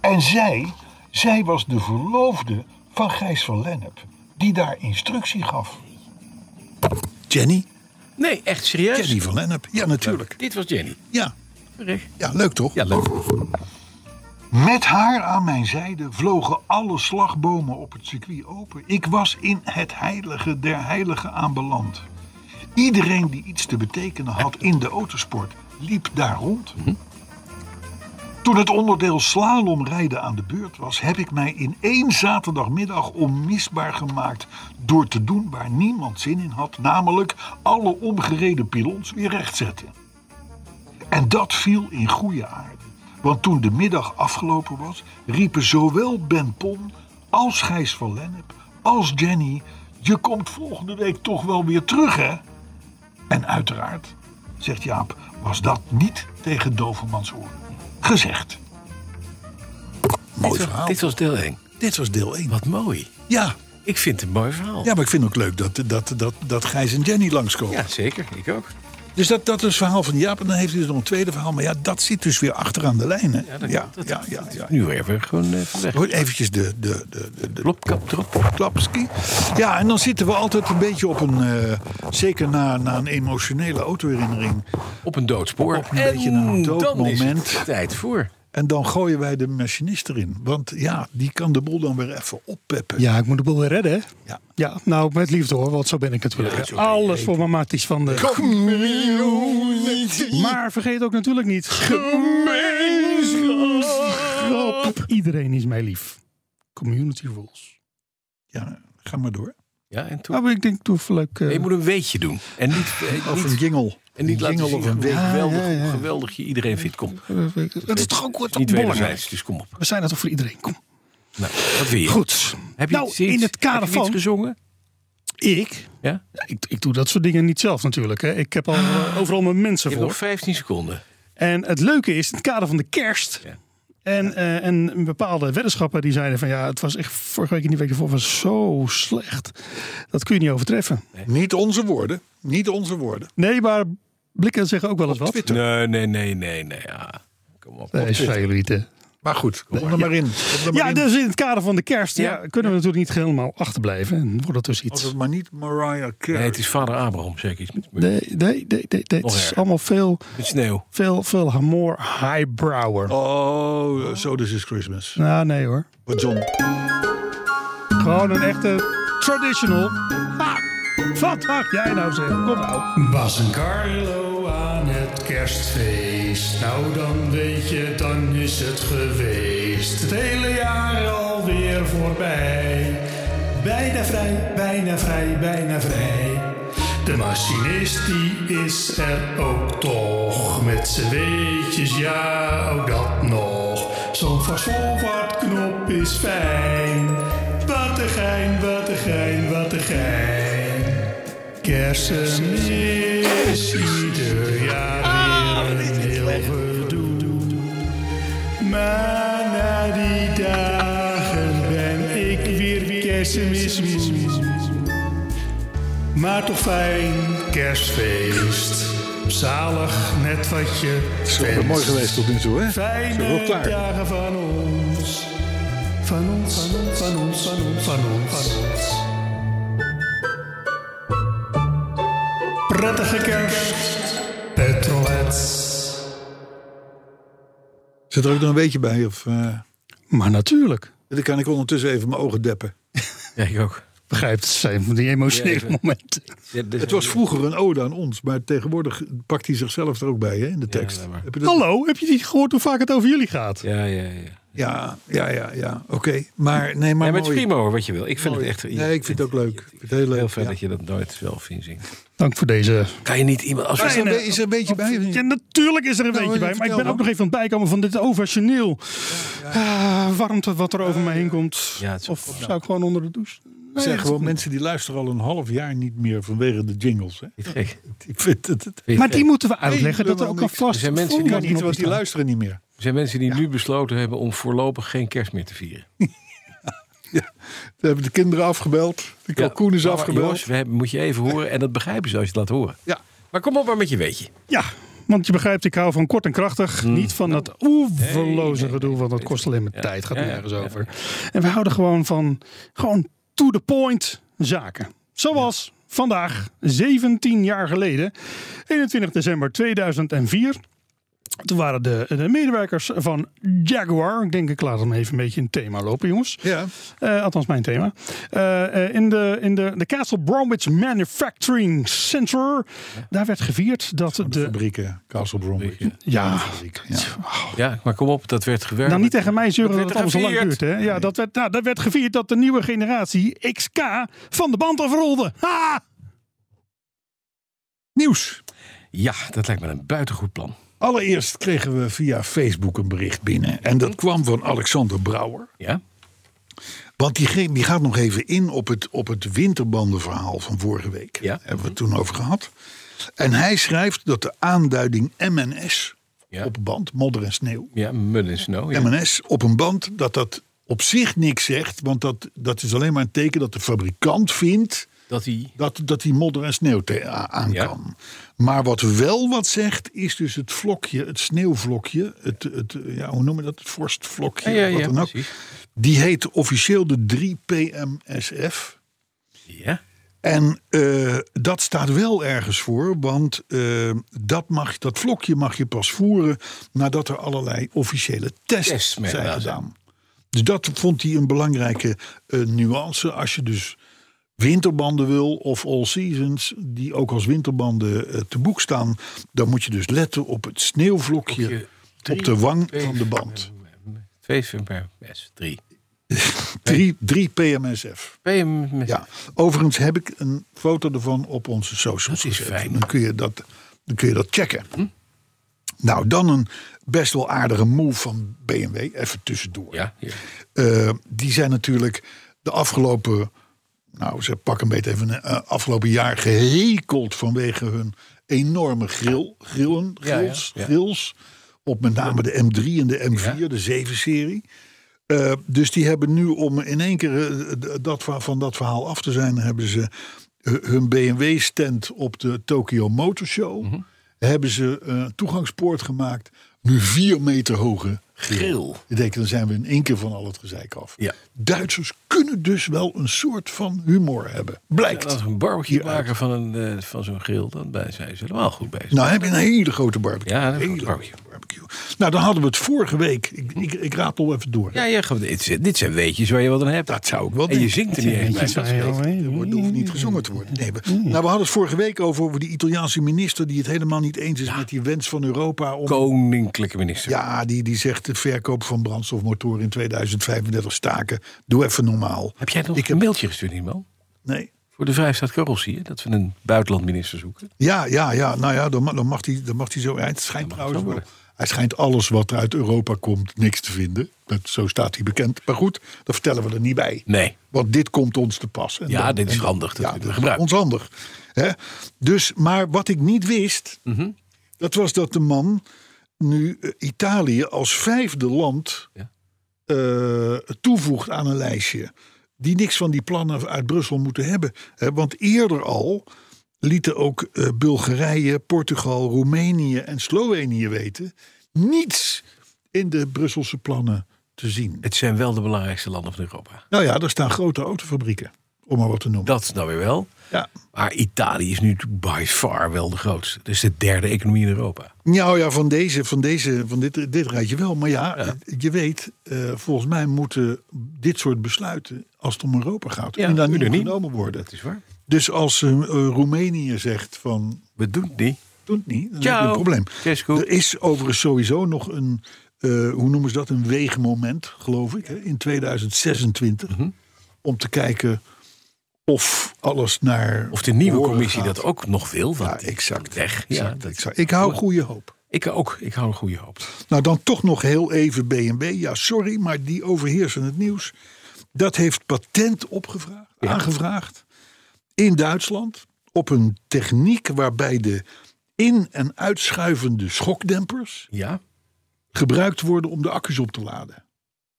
[SPEAKER 2] En zij, zij was de verloofde van Gijs van Lennep, die daar instructie gaf. Jenny?
[SPEAKER 3] Nee, echt serieus.
[SPEAKER 2] Jenny van Lennep. Ja, natuurlijk.
[SPEAKER 3] Dit was Jenny.
[SPEAKER 2] Ja,
[SPEAKER 3] Recht.
[SPEAKER 2] ja leuk toch?
[SPEAKER 3] Ja, leuk.
[SPEAKER 2] Met haar aan mijn zijde vlogen alle slagbomen op het circuit open. Ik was in het heilige der heiligen aanbeland. Iedereen die iets te betekenen had in de autosport liep daar rond. Toen het onderdeel slalomrijden aan de beurt was, heb ik mij in één zaterdagmiddag onmisbaar gemaakt door te doen waar niemand zin in had, namelijk alle omgereden pilons weer rechtzetten. En dat viel in goede aarde. Want toen de middag afgelopen was, riepen zowel Ben Pon als Gijs van Lennep als Jenny... je komt volgende week toch wel weer terug, hè? En uiteraard, zegt Jaap, was dat niet tegen Dovermans oor gezegd. Mooi
[SPEAKER 3] dit, was,
[SPEAKER 2] verhaal.
[SPEAKER 3] dit was deel 1.
[SPEAKER 2] Dit was deel 1.
[SPEAKER 3] Wat mooi.
[SPEAKER 2] Ja,
[SPEAKER 3] Ik vind het een mooi verhaal.
[SPEAKER 2] ja, maar ik vind het ook leuk dat, dat, dat, dat Gijs en Jenny langskomen.
[SPEAKER 3] Ja, zeker. Ik ook.
[SPEAKER 2] Dus dat, dat is het verhaal van Jaap. En dan heeft hij dus nog een tweede verhaal. Maar ja, dat zit dus weer achteraan de lijn. Hè? Ja,
[SPEAKER 3] dat-
[SPEAKER 2] ja,
[SPEAKER 3] dat-
[SPEAKER 2] ja, ja, ja.
[SPEAKER 3] Nu weer weer gewoon eh, van weg.
[SPEAKER 2] Hoor, eventjes de, de, de, de, de
[SPEAKER 3] Klopkap erop.
[SPEAKER 2] klapski. Ja, en dan zitten we altijd een beetje op een... eh, zeker na, na een emotionele autoherinnering.
[SPEAKER 3] Op een doodspoor.
[SPEAKER 2] Op een beetje naar een dood
[SPEAKER 3] dan is
[SPEAKER 2] moment.
[SPEAKER 3] het tijd voor.
[SPEAKER 2] En dan gooien wij de machinist erin. Want ja, die kan de boel dan weer even oppeppen.
[SPEAKER 4] Ja, ik moet de boel weer redden, hè?
[SPEAKER 2] Ja.
[SPEAKER 4] Ja, nou, met liefde hoor, want zo ben ik natuurlijk. Alles voor mamatisch van de... Maar vergeet ook natuurlijk niet... Gemeenschap! Iedereen is mij lief. Community rules.
[SPEAKER 2] Ja, ga maar door.
[SPEAKER 3] Ja, en toen.
[SPEAKER 4] Nou, maar ik denk, doe even leuk... eh,
[SPEAKER 3] Nee, je moet een weetje doen. En niet, eh,
[SPEAKER 2] Oh. Of
[SPEAKER 3] niet-
[SPEAKER 2] een jingle.
[SPEAKER 3] en niet laten
[SPEAKER 2] jingle
[SPEAKER 3] zien
[SPEAKER 2] of
[SPEAKER 3] hoe
[SPEAKER 2] een week.
[SPEAKER 3] geweldig,
[SPEAKER 4] Ja, ja, ja.
[SPEAKER 3] hoe geweldig je iedereen vindt. Kom,
[SPEAKER 4] eh, dat is toch ook wat
[SPEAKER 3] niet
[SPEAKER 4] belangrijk.
[SPEAKER 3] wederzijds, dus kom op.
[SPEAKER 4] We zijn dat toch voor iedereen, kom.
[SPEAKER 3] Nou, wat wil je?
[SPEAKER 4] Goed.
[SPEAKER 3] Heb je
[SPEAKER 4] nou,
[SPEAKER 3] iets, iets-
[SPEAKER 4] in het kader
[SPEAKER 3] heb je iets
[SPEAKER 4] van...
[SPEAKER 3] gezongen?
[SPEAKER 4] Ik?
[SPEAKER 3] Ja?
[SPEAKER 4] Ja, ik, ik doe dat soort dingen niet zelf natuurlijk. Hè. Ik heb al
[SPEAKER 3] Ah,
[SPEAKER 4] eh, overal mijn mensen
[SPEAKER 3] Je hebt
[SPEAKER 4] voor.
[SPEAKER 3] nog 15 seconden.
[SPEAKER 4] En het leuke is, in het kader van de kerst.
[SPEAKER 3] Ja.
[SPEAKER 4] En, eh, en bepaalde weddenschappen die zeiden van ja, het was echt vorige week en die week ervoor was zo slecht. Dat kun je niet overtreffen.
[SPEAKER 2] Niet onze woorden. Niet onze woorden.
[SPEAKER 4] Nee, maar blikken zeggen ook wel eens wat.
[SPEAKER 3] Nee, nee, nee, nee, nee. Ja. Kom op.
[SPEAKER 4] Nee, is veel niet, hè.
[SPEAKER 2] Maar goed, kom er maar in. Kom er maar
[SPEAKER 4] Ja,
[SPEAKER 2] in.
[SPEAKER 4] dus in het kader van de kerst ja,
[SPEAKER 3] Ja.
[SPEAKER 4] kunnen we natuurlijk niet helemaal achterblijven. En wordt dat dus
[SPEAKER 2] Als
[SPEAKER 4] iets.
[SPEAKER 2] het maar niet Mariah Carey.
[SPEAKER 3] Nee, het is vader Abraham, zeg iets. Met, met
[SPEAKER 4] Nee, nee, nee, nee, nee. Het
[SPEAKER 3] Nog
[SPEAKER 4] is
[SPEAKER 3] erger.
[SPEAKER 4] allemaal veel,
[SPEAKER 3] sneeuw.
[SPEAKER 4] veel, veel humor highbrower.
[SPEAKER 2] Oh, eh, So This Is Christmas.
[SPEAKER 4] Nou, nee hoor.
[SPEAKER 2] Van John.
[SPEAKER 4] Gewoon een echte traditional. Ha! Wat mag jij nou zeggen? Kom nou. Was een Carlo aan het kerstfeest? Nou dan weet je, dan is het geweest. Het hele jaar alweer voorbij. Bijna vrij, bijna vrij, bijna vrij. De machinist die is er ook toch. Met zijn weetjes, ja, oh dat nog. Zo'n knop is fijn. Wat een gein, wat een gein, wat een gein. Kerstmis ieder jaar weer een heel gedoe. Maar na die dagen ben ik weer kerstmis moe. Maar toch fijn, kerstfeest. Zalig, net wat je
[SPEAKER 2] Dat is
[SPEAKER 4] wenst.
[SPEAKER 2] mooi geweest tot nu toe, hè? Zijn we
[SPEAKER 4] Fijne
[SPEAKER 2] wel klaar?
[SPEAKER 4] dagen van ons. Van ons, van ons, van ons, van ons, van ons. Prettige kerst, petrolheads.
[SPEAKER 2] Zit er ook nog een beetje bij? Of, eh,
[SPEAKER 4] Maar natuurlijk.
[SPEAKER 2] dan kan ik ondertussen even mijn ogen deppen.
[SPEAKER 3] Ja, ik ook.
[SPEAKER 4] Begrijpt, het zijn van die emotionele momenten.
[SPEAKER 3] Ja, dit is-
[SPEAKER 2] Het was vroeger een ode aan ons, maar tegenwoordig pakt hij zichzelf er ook bij, hè, in de tekst.
[SPEAKER 3] ja, maar-
[SPEAKER 2] Heb je dat-
[SPEAKER 4] Hallo, heb je niet gehoord hoe vaak het over jullie gaat?
[SPEAKER 3] Ja, ja, ja.
[SPEAKER 2] Ja, ja, ja, ja. Oké, maar nee,
[SPEAKER 3] Maar
[SPEAKER 2] maar
[SPEAKER 3] ja, maar het is
[SPEAKER 2] mooi.
[SPEAKER 3] prima hoor, wat je wil. Ik vind het echt...
[SPEAKER 2] Nee, ik vind het ook leuk. Ik vind het heel leuk.
[SPEAKER 3] Heel fijn
[SPEAKER 2] ja.
[SPEAKER 3] dat je dat nooit zelf inzingt.
[SPEAKER 4] Dank voor deze.
[SPEAKER 3] Kan je niet iemand... Als
[SPEAKER 2] Is er,
[SPEAKER 3] we,
[SPEAKER 2] een be- is er een beetje bij? of niet?
[SPEAKER 4] Ja, natuurlijk is er een
[SPEAKER 2] Nou,
[SPEAKER 4] beetje bij, maar ik
[SPEAKER 2] vertel
[SPEAKER 4] ben ook
[SPEAKER 2] dan.
[SPEAKER 4] nog even aan het bijkomen van dit overrationeel. Ah, warmte wat er over me heen komt.
[SPEAKER 3] Ja, het is ook
[SPEAKER 4] of zou ik gewoon onder de douche?
[SPEAKER 2] Het zijn gewoon mensen die luisteren al een half jaar niet meer vanwege de jingles. Hè?
[SPEAKER 3] niet gek.
[SPEAKER 2] Ik vind het, het
[SPEAKER 4] Maar die moeten we uitleggen
[SPEAKER 2] Nee,
[SPEAKER 4] dat er
[SPEAKER 2] helemaal
[SPEAKER 4] ook een
[SPEAKER 2] niks.
[SPEAKER 4] vast
[SPEAKER 3] Er zijn mensen die
[SPEAKER 4] voorkant
[SPEAKER 2] kan niet,
[SPEAKER 4] op
[SPEAKER 2] want die
[SPEAKER 4] staan.
[SPEAKER 2] luisteren niet meer.
[SPEAKER 3] Er zijn mensen die nu besloten hebben om voorlopig geen kerst meer te vieren.
[SPEAKER 2] Ze hebben de kinderen afgebeld, de kalkoen is
[SPEAKER 3] Ja, maar
[SPEAKER 2] afgebeld.
[SPEAKER 3] Nou, jongens, we hebben, moet je even horen. En dat begrijpen ze als je het laat horen.
[SPEAKER 2] Ja.
[SPEAKER 3] Maar kom op maar met je weetje.
[SPEAKER 4] Ja, want je begrijpt, ik hou van kort en krachtig.
[SPEAKER 3] Hmm.
[SPEAKER 4] Niet van
[SPEAKER 3] Nou,
[SPEAKER 4] dat oeverloze gedoe, want dat kost alleen maar tijd. Gaat
[SPEAKER 3] Ja, ja,
[SPEAKER 4] nergens
[SPEAKER 3] ja.
[SPEAKER 4] over. En we houden gewoon van gewoon to the point zaken. Zoals vandaag, 17 jaar geleden, 21 december 2004. Toen waren de, de medewerkers van Jaguar. Ik denk, ik laat hem even een beetje in thema lopen, jongens.
[SPEAKER 2] Ja.
[SPEAKER 4] Eh, althans, mijn thema. Eh, eh, in de, in de, de Castle Bromwich Manufacturing Center. Daar werd gevierd dat de.
[SPEAKER 2] Fabrieken, Castle Bromwich.
[SPEAKER 4] ja,
[SPEAKER 2] Fabriek, ja.
[SPEAKER 3] Ja, maar kom op, dat werd gewerkt.
[SPEAKER 4] nou niet tegen mij zeuren dat
[SPEAKER 3] Dat
[SPEAKER 4] het
[SPEAKER 3] werd
[SPEAKER 4] allemaal zo lang
[SPEAKER 3] gevierd.
[SPEAKER 4] duurt. Hè? Ja, dat werd, nou, dat werd gevierd dat de nieuwe generatie XK van de band afrolde. Ha!
[SPEAKER 2] Nieuws.
[SPEAKER 3] Ja, dat lijkt me een buitengoed plan.
[SPEAKER 2] Allereerst kregen we via Facebook een bericht binnen. En
[SPEAKER 3] Mhm.
[SPEAKER 2] dat kwam van Alexander Brouwer.
[SPEAKER 3] Ja?
[SPEAKER 2] Want die, ge- die gaat nog even in op het, op het winterbandenverhaal van vorige week.
[SPEAKER 3] Ja. Mhm.
[SPEAKER 2] Hebben we het toen over gehad. En hij schrijft dat de aanduiding MNS
[SPEAKER 3] Ja.
[SPEAKER 2] op een band, modder en sneeuw.
[SPEAKER 3] Ja, mud en snow. Ja.
[SPEAKER 2] MNS op een band, dat dat op zich niks zegt. Want dat, dat is alleen maar een teken dat de fabrikant vindt
[SPEAKER 3] Dat die...
[SPEAKER 2] dat, dat die modder en sneeuw te- a- aan
[SPEAKER 3] Ja.
[SPEAKER 2] kan. Maar wat wel wat zegt, is dus het vlokje, het sneeuwvlokje. Het, het, eh, ja, hoe noem je dat? Het vorstvlokje.
[SPEAKER 3] Ja, ja,
[SPEAKER 2] wat
[SPEAKER 3] ja,
[SPEAKER 2] dan ook.
[SPEAKER 3] precies.
[SPEAKER 2] Die heet officieel de 3PMSF.
[SPEAKER 3] Ja?
[SPEAKER 2] En eh, dat staat wel ergens voor, want eh, dat, mag, dat vlokje mag je pas voeren nadat er allerlei officiële tests
[SPEAKER 3] Tests mee
[SPEAKER 2] zijn
[SPEAKER 3] gedaan zijn.
[SPEAKER 2] gedaan. Dus dat vond hij een belangrijke eh, nuance. Als je dus winterbanden wil of all seasons, die ook als winterbanden eh, te boek staan, dan moet je dus letten op het sneeuwvlokje op de wang van de band.
[SPEAKER 3] 2 PMS, 3.
[SPEAKER 2] 3, 3 PMSF.
[SPEAKER 3] PMS.
[SPEAKER 2] Ja, overigens heb ik een foto ervan op onze socials.
[SPEAKER 3] Dat is
[SPEAKER 2] gezet.
[SPEAKER 3] fijn. Hm?
[SPEAKER 2] Dan kun je dat, dan kun je dat checken. Nou, dan een best wel aardige move van BMW. Even tussendoor.
[SPEAKER 3] Ja, ja.
[SPEAKER 2] Eh, die zijn natuurlijk de afgelopen, nou ze pak een beetje even, eh, afgelopen jaar gehekeld vanwege hun enorme grill, grillen,
[SPEAKER 3] Ja, ja,
[SPEAKER 2] grills,
[SPEAKER 3] ja.
[SPEAKER 2] grills. Op met name de M3 en de M4, de 7-serie. Eh, dus die hebben nu om in één keer eh, d- dat, va- van dat verhaal af te zijn, hebben ze eh, hun BMW-stand op de Tokyo Motor Show.
[SPEAKER 3] Mhm.
[SPEAKER 2] Hebben ze een toegangspoort gemaakt. Nu vier meter hoge grill. Ik denk, dan zijn we in één keer van al het gezeik af.
[SPEAKER 3] Ja.
[SPEAKER 2] Duitsers kunnen dus wel een soort van humor hebben. Blijkt.
[SPEAKER 3] Als we een barbecue
[SPEAKER 2] Hieruit.
[SPEAKER 3] maken van, een, eh, van zo'n grill, dan bij- zijn ze helemaal goed bezig.
[SPEAKER 2] Nou heb je een hele grote barbecue.
[SPEAKER 3] Ja, een
[SPEAKER 2] hele
[SPEAKER 3] grote barbecue.
[SPEAKER 2] grote barbecue. Nou, dan hadden we het vorige week. Ik, ik, ik ratel even door.
[SPEAKER 3] Ja, ja, gewoon- dit, zijn- dit zijn weetjes waar je wat aan hebt.
[SPEAKER 2] Dat zou ik wel
[SPEAKER 3] En je
[SPEAKER 2] denken.
[SPEAKER 3] zingt er niet eens bij.
[SPEAKER 4] Jeetje, zei hij
[SPEAKER 2] Er
[SPEAKER 4] al, hè?
[SPEAKER 2] wordt- hoeft niet gezongen te worden. Nee, we,
[SPEAKER 3] Mm.
[SPEAKER 2] nou, we hadden het vorige week over, over die Italiaanse minister... die het helemaal niet eens is met die wens van Europa... om
[SPEAKER 3] Koninklijke minister.
[SPEAKER 2] Ja, die, die zegt de verkoop van brandstofmotoren in 2035 staken. Doe even normaal.
[SPEAKER 3] Heb jij nog
[SPEAKER 2] Ik
[SPEAKER 3] een mailtje gestuurd, iemand?
[SPEAKER 2] Nee.
[SPEAKER 3] Voor de Vrijstaat Korrels zie je dat we een buitenlandminister zoeken.
[SPEAKER 2] Ja, ja, ja. Nou ja, dan, ma- dan mag hij dan mag hij zo. Hij schijnt trouwens
[SPEAKER 3] zo
[SPEAKER 2] wel.
[SPEAKER 3] worden.
[SPEAKER 2] Hij schijnt alles wat er uit Europa komt niks te vinden. Dat, zo staat hij bekend. Maar goed, dat vertellen we er niet bij.
[SPEAKER 3] Nee.
[SPEAKER 2] Want dit komt ons te pas. En
[SPEAKER 3] Ja,
[SPEAKER 2] dan-
[SPEAKER 3] dit is
[SPEAKER 2] en dan-
[SPEAKER 3] handig. Dat
[SPEAKER 2] ja,
[SPEAKER 3] kunnen we
[SPEAKER 2] dit is
[SPEAKER 3] gebruiken.
[SPEAKER 2] ons handig. Hè? Dus, maar wat ik niet wist,
[SPEAKER 3] Mhm.
[SPEAKER 2] dat was dat de man nu eh, Italië als vijfde land
[SPEAKER 3] Ja.
[SPEAKER 2] eh, toevoegt aan een lijstje. Die niks van die plannen uit Brussel moeten hebben. Hè? Want eerder al lieten ook eh, Bulgarije, Portugal, Roemenië en Slovenië weten. Niets in de Brusselse plannen te zien.
[SPEAKER 3] Het zijn wel de belangrijkste landen van Europa.
[SPEAKER 2] Nou ja, daar staan grote autofabrieken. Om maar wat te noemen.
[SPEAKER 3] Dat nou weer wel.
[SPEAKER 2] Ja.
[SPEAKER 3] Maar Italië is nu by far wel de grootste. Dus de derde economie in Europa.
[SPEAKER 2] Nou ja, van, deze, van, deze, van dit, dit rijtje wel. Maar ja, je weet, eh, volgens mij moeten dit soort besluiten, als het om Europa gaat,
[SPEAKER 3] Ja,
[SPEAKER 2] en dan
[SPEAKER 3] nu
[SPEAKER 2] niet
[SPEAKER 3] nog niet.
[SPEAKER 2] genomen worden.
[SPEAKER 3] is waar.
[SPEAKER 2] Dus als eh, eh, Roemenië zegt van,
[SPEAKER 3] We doen het niet.
[SPEAKER 2] doe het niet, dan
[SPEAKER 3] Ciao.
[SPEAKER 2] heb je een probleem.
[SPEAKER 3] Yes, goed.
[SPEAKER 2] Er is overigens sowieso nog een, eh, hoe noemen ze dat, een weegmoment, geloof ik, hè, in 2026.
[SPEAKER 3] Mhm.
[SPEAKER 2] Om te kijken of alles naar...
[SPEAKER 3] Of de nieuwe
[SPEAKER 2] behoren
[SPEAKER 3] commissie
[SPEAKER 2] gaat.
[SPEAKER 3] dat ook nog wil. Want
[SPEAKER 2] Ja,
[SPEAKER 3] die
[SPEAKER 2] exact.
[SPEAKER 3] moet Weg. Ja,
[SPEAKER 2] Exact,
[SPEAKER 3] dat-
[SPEAKER 2] exact. Ik hou goede hoop.
[SPEAKER 3] ik ook. Ik hou een goede hoop.
[SPEAKER 2] Nou, dan toch nog heel even BNB. Ja, sorry, maar die overheersen het nieuws. Dat heeft patent opgevraagd, aangevraagd in Duitsland op een techniek waarbij de in- en uitschuivende schokdempers
[SPEAKER 3] Ja?
[SPEAKER 2] gebruikt worden om de accu's op te laden.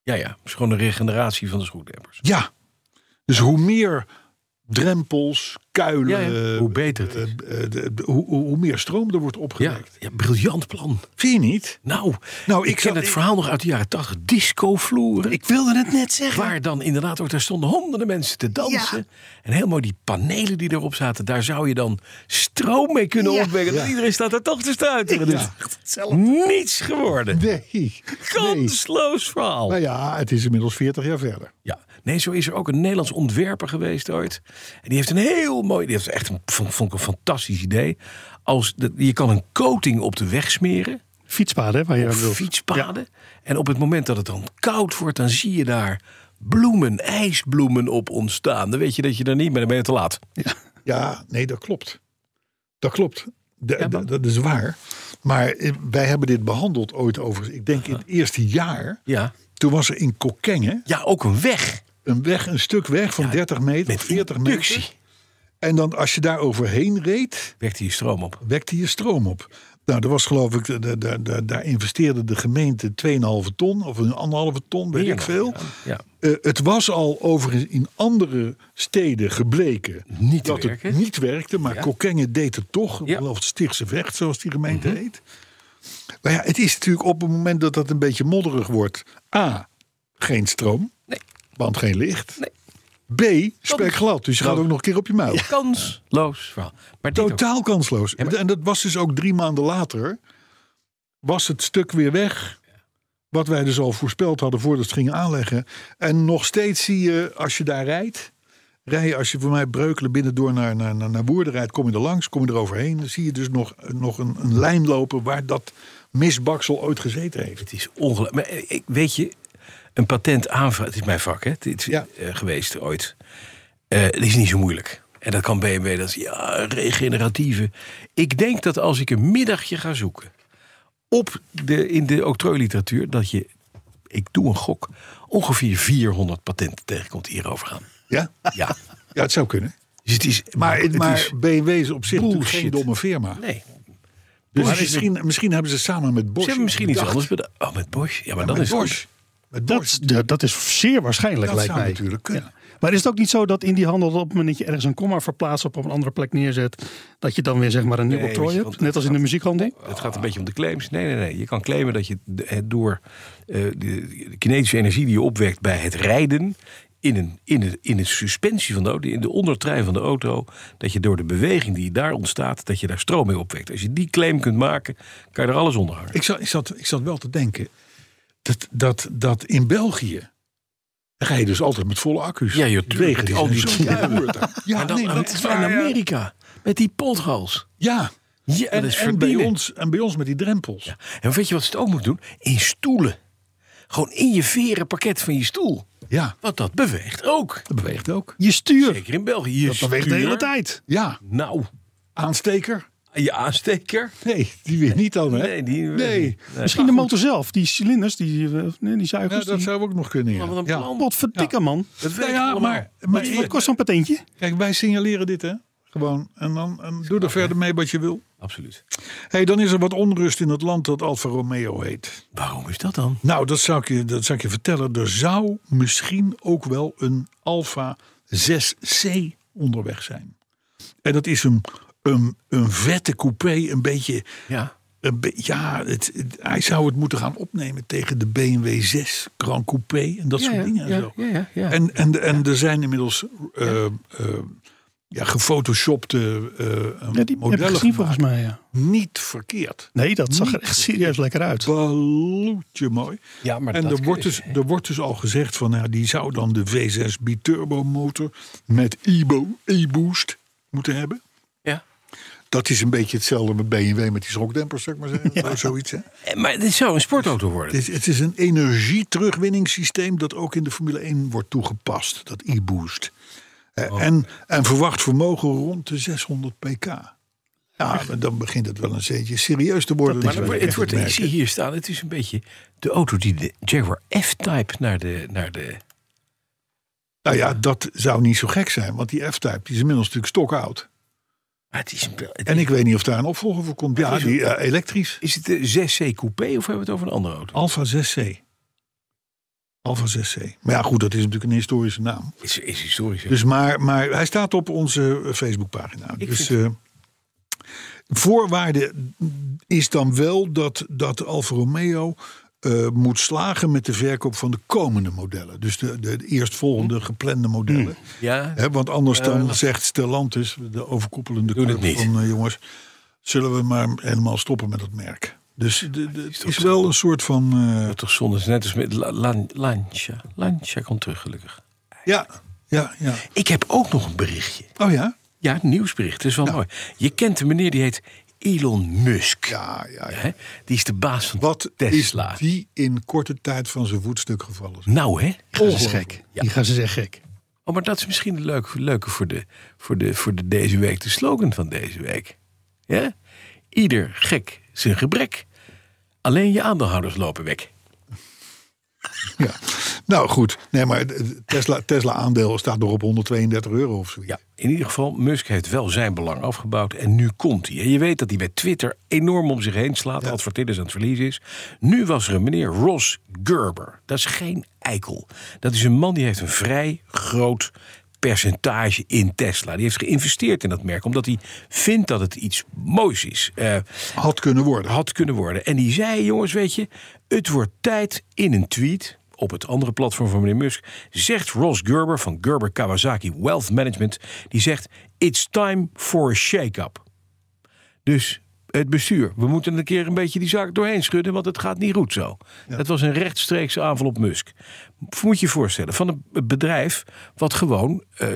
[SPEAKER 3] Ja, ja. Het is gewoon een regeneratie van de schroedempers.
[SPEAKER 2] Ja, dus hoe meer drempels, kuilen.
[SPEAKER 3] Ja, ja.
[SPEAKER 2] eh,
[SPEAKER 3] Hoe beter het is.
[SPEAKER 2] eh, eh, de- de- hoe, hoe hoe meer stroom er wordt
[SPEAKER 3] Ja,
[SPEAKER 2] opgewekt.
[SPEAKER 3] ja, briljant plan.
[SPEAKER 2] Zie je niet?
[SPEAKER 3] Nou,
[SPEAKER 2] Nou,
[SPEAKER 3] ik
[SPEAKER 2] ik
[SPEAKER 3] ken
[SPEAKER 2] zat-
[SPEAKER 3] het
[SPEAKER 2] ik-
[SPEAKER 3] verhaal nog uit de jaren 80. Discovloeren.
[SPEAKER 2] Ik wilde het net zeggen.
[SPEAKER 3] Waar dan inderdaad ook, daar stonden honderden mensen te dansen. En heel mooi die panelen die erop zaten, daar zou je dan stroom mee kunnen
[SPEAKER 2] Ja.
[SPEAKER 3] opwekken.
[SPEAKER 2] Ja.
[SPEAKER 3] Iedereen staat daar toch te stuiteren. Dus
[SPEAKER 2] Ja, hetzelfde.
[SPEAKER 3] niets geworden.
[SPEAKER 2] Nee. nee.
[SPEAKER 3] Kansloos verhaal.
[SPEAKER 2] Nou ja, het is inmiddels 40 jaar verder.
[SPEAKER 3] Ja, nee, zo is er ook een Nederlands ontwerper geweest ooit. En die heeft een heel mooi, die heeft echt een, vond, vond ik een fantastisch idee. Als de- je kan een coating op de weg smeren,
[SPEAKER 4] Fietspaden, hè, waar je
[SPEAKER 3] op
[SPEAKER 4] aan wilt.
[SPEAKER 3] fietspaden. En op het moment dat het dan koud wordt, dan zie je daar bloemen, ijsbloemen op ontstaan. Dan weet je dat je er niet bent, dan ben je te laat.
[SPEAKER 2] Ja, nee, dat klopt. Dat klopt. De- de- dat is waar. Maar eh, wij hebben dit behandeld ooit overigens. Ik denk in het eerste jaar.
[SPEAKER 3] Ja,
[SPEAKER 2] Toen was er in Kokkengen
[SPEAKER 3] ja ook een weg
[SPEAKER 2] een, weg, een stuk weg van 30 meter,
[SPEAKER 3] met
[SPEAKER 2] 40
[SPEAKER 3] inductie.
[SPEAKER 2] meter. En dan als je daar overheen reed,
[SPEAKER 3] Wekt hier stroom op.
[SPEAKER 2] wekte je stroom op. Nou, dat was geloof ik, daar- daar- daar- daar investeerde de gemeente 2,5 ton of een anderhalve ton, weet
[SPEAKER 3] Meer
[SPEAKER 2] ik
[SPEAKER 3] nog,
[SPEAKER 2] veel.
[SPEAKER 3] ja.
[SPEAKER 2] Eh, het was al overigens in andere steden gebleken
[SPEAKER 3] Niet te
[SPEAKER 2] dat het
[SPEAKER 3] werken.
[SPEAKER 2] niet werkte, maar Kokkengen deed het toch.
[SPEAKER 3] Ja. Mhm.
[SPEAKER 2] Of Stichtse Vecht, zoals die gemeente heet. Maar ja, het is natuurlijk op het moment dat dat een beetje modderig wordt: A. Geen stroom,
[SPEAKER 3] Nee,
[SPEAKER 2] want geen licht. B. Spek glad, dus je gaat ook nog een keer op je muil.
[SPEAKER 3] kansloos verhaal. Maar dit ook.
[SPEAKER 2] Totaal kansloos.
[SPEAKER 3] maar-
[SPEAKER 2] En dat was dus ook drie maanden later. Was het stuk weer weg. Wat wij dus al voorspeld hadden voordat ze het gingen aanleggen. En nog steeds zie je, als je daar rijdt. Rij je als je voor mij Breukelen binnendoor naar, naar, naar, naar Woerden rijdt. Kom je er langs, kom je er overheen. Dan zie je dus nog, nog een, een lijn lopen waar dat misbaksel ooit gezeten heeft.
[SPEAKER 3] Het is ongelooflijk. Maar eh, ik, weet je, een patent aanvragen. Het is mijn vak, hè? Het is
[SPEAKER 2] Ja.
[SPEAKER 3] eh, geweest ooit. Eh, het is niet zo moeilijk. En dat kan BMW, dat is ja, regeneratieve. Ik denk dat als ik een middagje ga zoeken. op de, in de octrooiliteratuur. dat je, ik doe een gok. ongeveer 400 patenten tegenkomt die hierover gaan.
[SPEAKER 2] Ja,
[SPEAKER 3] Ja.
[SPEAKER 2] ja het zou kunnen.
[SPEAKER 3] Dus het is.
[SPEAKER 2] Maar,
[SPEAKER 3] het
[SPEAKER 2] maar
[SPEAKER 3] is-
[SPEAKER 2] BMW is op zich natuurlijk geen
[SPEAKER 3] Bullshit.
[SPEAKER 2] domme firma.
[SPEAKER 3] nee.
[SPEAKER 2] Dus
[SPEAKER 3] Bullshit.
[SPEAKER 2] misschien, misschien hebben ze samen met Bosch.
[SPEAKER 3] Ze hebben misschien iets
[SPEAKER 2] bedacht.
[SPEAKER 3] anders bedacht. Oh, met Bosch. Ja, maar dat
[SPEAKER 2] Met
[SPEAKER 3] is. goed.
[SPEAKER 2] Bosch. Met
[SPEAKER 4] Dat,
[SPEAKER 2] Bosch.
[SPEAKER 4] is- dat- dat is zeer waarschijnlijk,
[SPEAKER 2] Dat
[SPEAKER 4] lijkt
[SPEAKER 2] zou
[SPEAKER 4] mij.
[SPEAKER 2] natuurlijk kunnen.
[SPEAKER 4] Maar is het ook niet zo dat in die handel op het moment dat je ergens een komma verplaatst of op een andere plek neerzet, dat je dan weer zeg maar een nieuw
[SPEAKER 3] Nee,
[SPEAKER 4] octrooi
[SPEAKER 3] weet je,
[SPEAKER 4] hebt?
[SPEAKER 3] want-
[SPEAKER 4] Net als in de muziekhandel?
[SPEAKER 3] Het gaat een beetje om de claims. Nee, nee, nee. Je kan claimen dat je de- het door eh, de, de kinetische energie die je opwekt bij het rijden. In, een, in, een, in de suspensie van de auto, in de ondertrein van de auto. dat je door de beweging die daar ontstaat. dat je daar stroom mee opwekt. Als je die claim kunt maken, kan je er alles onder hangen.
[SPEAKER 2] Ik zat, ik, zat, ik zat wel te denken dat, dat, dat in België rij je dus altijd met volle accu's.
[SPEAKER 3] Ja, joh, tuurlijk,
[SPEAKER 2] Wegen
[SPEAKER 3] met
[SPEAKER 2] al
[SPEAKER 3] al
[SPEAKER 2] die
[SPEAKER 3] die
[SPEAKER 2] zo verhuurd. Ja,
[SPEAKER 3] En dan
[SPEAKER 2] nee, maar
[SPEAKER 3] aan-
[SPEAKER 2] dat is
[SPEAKER 3] in
[SPEAKER 2] waar, ja.
[SPEAKER 3] Amerika, met die potholes.
[SPEAKER 2] Ja,
[SPEAKER 3] Ja,
[SPEAKER 2] en,
[SPEAKER 3] dat is
[SPEAKER 2] en, bij
[SPEAKER 3] verbieden.
[SPEAKER 2] ons, en bij ons met die drempels.
[SPEAKER 3] Ja. En weet je wat ze het ook moet doen? In stoelen. Gewoon in je veren pakket van je stoel.
[SPEAKER 2] Ja,
[SPEAKER 3] Want dat beweegt ook.
[SPEAKER 2] dat beweegt ook.
[SPEAKER 4] Je stuur.
[SPEAKER 3] Zeker in België. Je
[SPEAKER 4] dat beweegt de
[SPEAKER 3] stuur.
[SPEAKER 4] hele tijd.
[SPEAKER 2] Ja,
[SPEAKER 3] Nou,
[SPEAKER 2] aansteker?
[SPEAKER 3] je aansteker.
[SPEAKER 2] Nee, die weer niet dan, hè?
[SPEAKER 3] Nee, die-
[SPEAKER 2] Nee.
[SPEAKER 4] Misschien de motor zelf, die cilinders, die, eh, nee, die
[SPEAKER 2] nou Ja,
[SPEAKER 4] zuigers.
[SPEAKER 2] dat
[SPEAKER 4] die...
[SPEAKER 2] zou ook nog kunnen. Ja.
[SPEAKER 3] Wat een
[SPEAKER 2] Ja.
[SPEAKER 3] plan.
[SPEAKER 4] Wat verdikke man.
[SPEAKER 3] Dat weet
[SPEAKER 2] Nou
[SPEAKER 3] ik
[SPEAKER 2] ja,
[SPEAKER 3] allemaal.
[SPEAKER 2] maar, maar
[SPEAKER 4] Wat kost zo'n patentje?
[SPEAKER 2] kijk, wij signaleren dit, hè? Gewoon. En dan en doe er verder mee wat je wil.
[SPEAKER 3] Absoluut.
[SPEAKER 2] hey, dan is er wat onrust in het land dat Alfa Romeo heet.
[SPEAKER 3] Waarom is dat dan?
[SPEAKER 2] Nou, dat zou, ik je, dat zou ik je vertellen. Er zou misschien ook wel een Alfa 6C onderweg zijn. En dat is een, een, een vette coupé. Een beetje.
[SPEAKER 3] Ja.
[SPEAKER 2] Een be- ja, het, het- hij zou het moeten gaan opnemen tegen de BMW 6 Grand Coupé. En dat soort dingen. en zo.
[SPEAKER 3] ja,
[SPEAKER 2] En, en, en er zijn inmiddels. eh eh, ja, gefotoshopte eh,
[SPEAKER 4] Ja, die heb ik
[SPEAKER 2] modellen
[SPEAKER 4] gezien volgens
[SPEAKER 2] gemaakt.
[SPEAKER 4] mij, ja.
[SPEAKER 2] Niet verkeerd.
[SPEAKER 4] Nee, dat zag er
[SPEAKER 2] Niet
[SPEAKER 4] echt serieus lekker uit.
[SPEAKER 2] Baloetje mooi.
[SPEAKER 3] Ja, maar
[SPEAKER 2] en
[SPEAKER 3] dat
[SPEAKER 2] er wordt,
[SPEAKER 3] kun
[SPEAKER 2] dus, er wordt dus al gezegd van nou, die zou dan de V6 biturbo motor met e-bo- e-boost moeten hebben.
[SPEAKER 3] ja.
[SPEAKER 2] Dat is een beetje hetzelfde met BMW met die schokdempers, zou ik maar zeggen. Zo- Zoiets, hè?
[SPEAKER 3] Eh, Maar dit zou een sportauto worden.
[SPEAKER 2] Het is, het is een energieterugwinningssysteem dat ook in de Formule 1 wordt toegepast, dat e-boost. Eh,
[SPEAKER 3] Oh.
[SPEAKER 2] en, en verwacht vermogen rond de 600 pk. Ja, maar dan begint het wel een beetje serieus te worden.
[SPEAKER 3] maar dan wordt- het wordt, ik
[SPEAKER 2] merken.
[SPEAKER 3] zie hier staan, het is een beetje de auto die de Jaguar F-Type naar de, naar de...
[SPEAKER 2] Nou ja, dat zou niet zo gek zijn, want die F-Type die is inmiddels natuurlijk stokoud.
[SPEAKER 3] Maar Ah, het is, een, be- het-
[SPEAKER 2] En ik weet niet of daar een opvolger voor komt. Ja,
[SPEAKER 3] is
[SPEAKER 2] die eh, elektrisch.
[SPEAKER 3] is het de 6C Coupé of hebben we het over een andere auto?
[SPEAKER 2] Alfa 6C. Alfa 6C. Maar ja, goed, dat is natuurlijk een historische naam.
[SPEAKER 3] Is, is historisch. hè?
[SPEAKER 2] Dus maar, maar hij staat op onze eh, Facebookpagina. Dus eh voorwaarde is dan wel dat, dat Alfa Romeo eh, moet slagen met de verkoop van de komende modellen. Dus de, de, de eerstvolgende geplande modellen.
[SPEAKER 3] ja,
[SPEAKER 2] Hè, want anders dan zegt Stellantis, de overkoepelende
[SPEAKER 3] Doe het
[SPEAKER 2] koepel
[SPEAKER 3] niet.
[SPEAKER 2] van eh, jongens, zullen we maar helemaal stoppen met dat merk. Dus de- de- het is wel een soort van... eh,
[SPEAKER 3] dat toch zonde. Het is Net als met La- Lan- Lancia. Lancia komt terug, gelukkig.
[SPEAKER 2] ja, ja, ja.
[SPEAKER 3] Ik heb ook nog een berichtje.
[SPEAKER 2] Oh ja?
[SPEAKER 3] Ja, een nieuwsbericht. Dat is wel mooi. Je kent een meneer die heet Elon Musk.
[SPEAKER 2] Ja, ja, ja.
[SPEAKER 3] Hè? Die is de baas van
[SPEAKER 2] Wat
[SPEAKER 3] Tesla.
[SPEAKER 2] is die in korte tijd van zijn voetstuk gevallen?
[SPEAKER 3] Nou, hè?
[SPEAKER 6] Dat is gek.
[SPEAKER 3] Ja.
[SPEAKER 6] Die gaan ze zeggen gek.
[SPEAKER 3] Oh, maar dat is misschien een leuk, leuke voor, de, voor, de, voor de deze week, de slogan van deze week. Ja? Ieder gek zijn gebrek. Alleen je aandeelhouders lopen weg.
[SPEAKER 2] Ja. Nou goed, nee, maar Tesla, Tesla aandeel staat nog op 132 euro of zoiets.
[SPEAKER 3] Ja, in ieder geval, Musk heeft wel zijn belang afgebouwd en nu komt hij. En je weet dat hij bij Twitter enorm om zich heen slaat, adverteerders aan het verliezen is. Nu was er een meneer Ross Gerber. Dat is geen eikel. Dat is een man die heeft een vrij groot percentage in Tesla. Die heeft geïnvesteerd in dat merk, omdat hij vindt dat het iets moois is. Eh,
[SPEAKER 2] Had kunnen worden.
[SPEAKER 3] had kunnen worden. En die zei, jongens, weet je, het wordt tijd in een tweet. Op het andere platform van meneer Musk zegt Ross Gerber van Gerber Kawasaki Wealth Management. Die zegt: It's time for a shake-up. Dus het bestuur, we moeten een keer een beetje die zaak doorheen schudden, want het gaat niet goed zo. Dat was een rechtstreekse aanval op Musk. Moet je je voorstellen, van een bedrijf wat gewoon eh 60%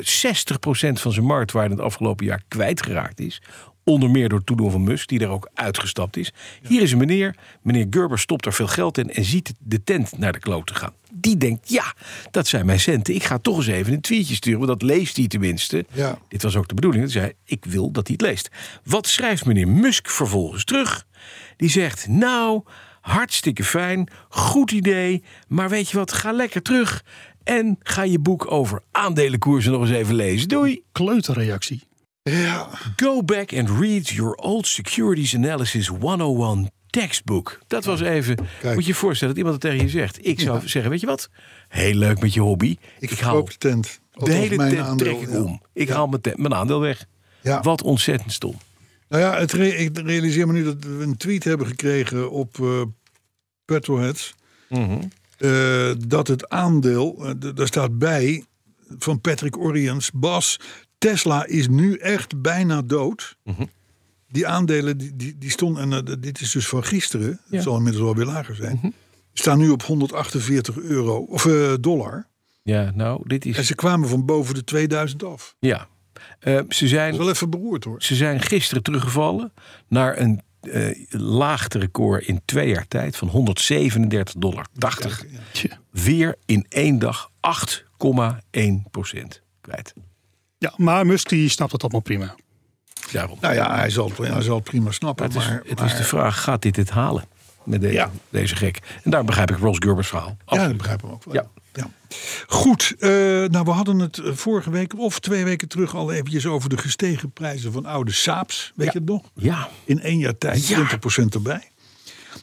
[SPEAKER 3] van zijn marktwaarde het afgelopen jaar kwijtgeraakt is. Onder meer door het toedoen van Musk, die er ook uitgestapt is. Hier is een meneer, meneer Gerber stopt er veel geld in en ziet de tent naar de kloot te gaan. Die denkt, ja, dat zijn mijn centen. Ik ga toch eens even een tweetje sturen, want dat leest hij tenminste.
[SPEAKER 2] Ja.
[SPEAKER 3] Dit was ook de bedoeling. Hij zei, ik wil dat hij het leest. Wat schrijft meneer Musk vervolgens terug? Die zegt, nou, hartstikke fijn, goed idee... maar weet je wat, ga lekker terug... en ga je boek over aandelenkoersen nog eens even lezen. Doei!
[SPEAKER 6] Kleuterreactie.
[SPEAKER 2] Ja,
[SPEAKER 3] Go back and read your old Securities Analysis 101 textbook. Dat was even...
[SPEAKER 2] Kijk.
[SPEAKER 3] Moet je je voorstellen dat iemand dat tegen je zegt. Ik zou zeggen, weet je wat? Heel leuk met je hobby.
[SPEAKER 2] ik,
[SPEAKER 3] haal
[SPEAKER 2] verkoop de tent.
[SPEAKER 3] de
[SPEAKER 2] Althans,
[SPEAKER 3] hele
[SPEAKER 2] mijn
[SPEAKER 3] tent
[SPEAKER 2] aandeel,
[SPEAKER 3] trek ik
[SPEAKER 2] ja.
[SPEAKER 3] om. Ik
[SPEAKER 2] Ja.
[SPEAKER 3] haal mijn, tent- mijn aandeel weg.
[SPEAKER 2] Ja.
[SPEAKER 3] Wat ontzettend stom.
[SPEAKER 2] Nou ja, het re- ik realiseer me nu dat we een tweet hebben gekregen op eh Petroheads.
[SPEAKER 3] Mhm.
[SPEAKER 2] Eh, dat het aandeel, eh, d- daar staat bij, van Patrick Oriens, Bas, Tesla is nu echt bijna dood.
[SPEAKER 3] Mhm.
[SPEAKER 2] Die aandelen, die, die, die stonden, en eh, d- dit is dus van gisteren, het zal inmiddels wel weer lager zijn,
[SPEAKER 3] Mhm.
[SPEAKER 2] staan nu op 148 euro, of eh, dollar.
[SPEAKER 3] Ja, nou, dit
[SPEAKER 2] En
[SPEAKER 3] is.
[SPEAKER 2] ze kwamen van boven de 2000 af.
[SPEAKER 3] Ja. Eh, ze,
[SPEAKER 2] Dat
[SPEAKER 3] zijn,
[SPEAKER 2] is wel even beroerd hoor.
[SPEAKER 3] ze zijn gisteren teruggevallen naar een eh, laagte record in twee jaar tijd van 137,80 dollar.
[SPEAKER 6] Tje.
[SPEAKER 3] Weer in één dag 8,1 kwijt.
[SPEAKER 6] Ja, maar Musk die snapt het allemaal prima.
[SPEAKER 3] Daarom.
[SPEAKER 2] Nou ja, hij zal, het- hij zal het prima snappen.
[SPEAKER 3] het is,
[SPEAKER 2] maar,
[SPEAKER 3] het
[SPEAKER 2] maar-
[SPEAKER 3] is de vraag: gaat dit het halen? Met deze,
[SPEAKER 2] Ja.
[SPEAKER 3] deze gek. En daar begrijp ik Ross Gerbers verhaal.
[SPEAKER 2] Ja, ik
[SPEAKER 3] Absoluut.
[SPEAKER 2] begrijp hem ook wel.
[SPEAKER 3] Ja.
[SPEAKER 2] Ja. Goed, eh, nou we hadden het eh, vorige week of twee weken terug al eventjes over de gestegen prijzen van oude Saaps. Weet je het nog?
[SPEAKER 3] ja.
[SPEAKER 2] In één jaar tijd
[SPEAKER 3] Ja.
[SPEAKER 2] 20% erbij.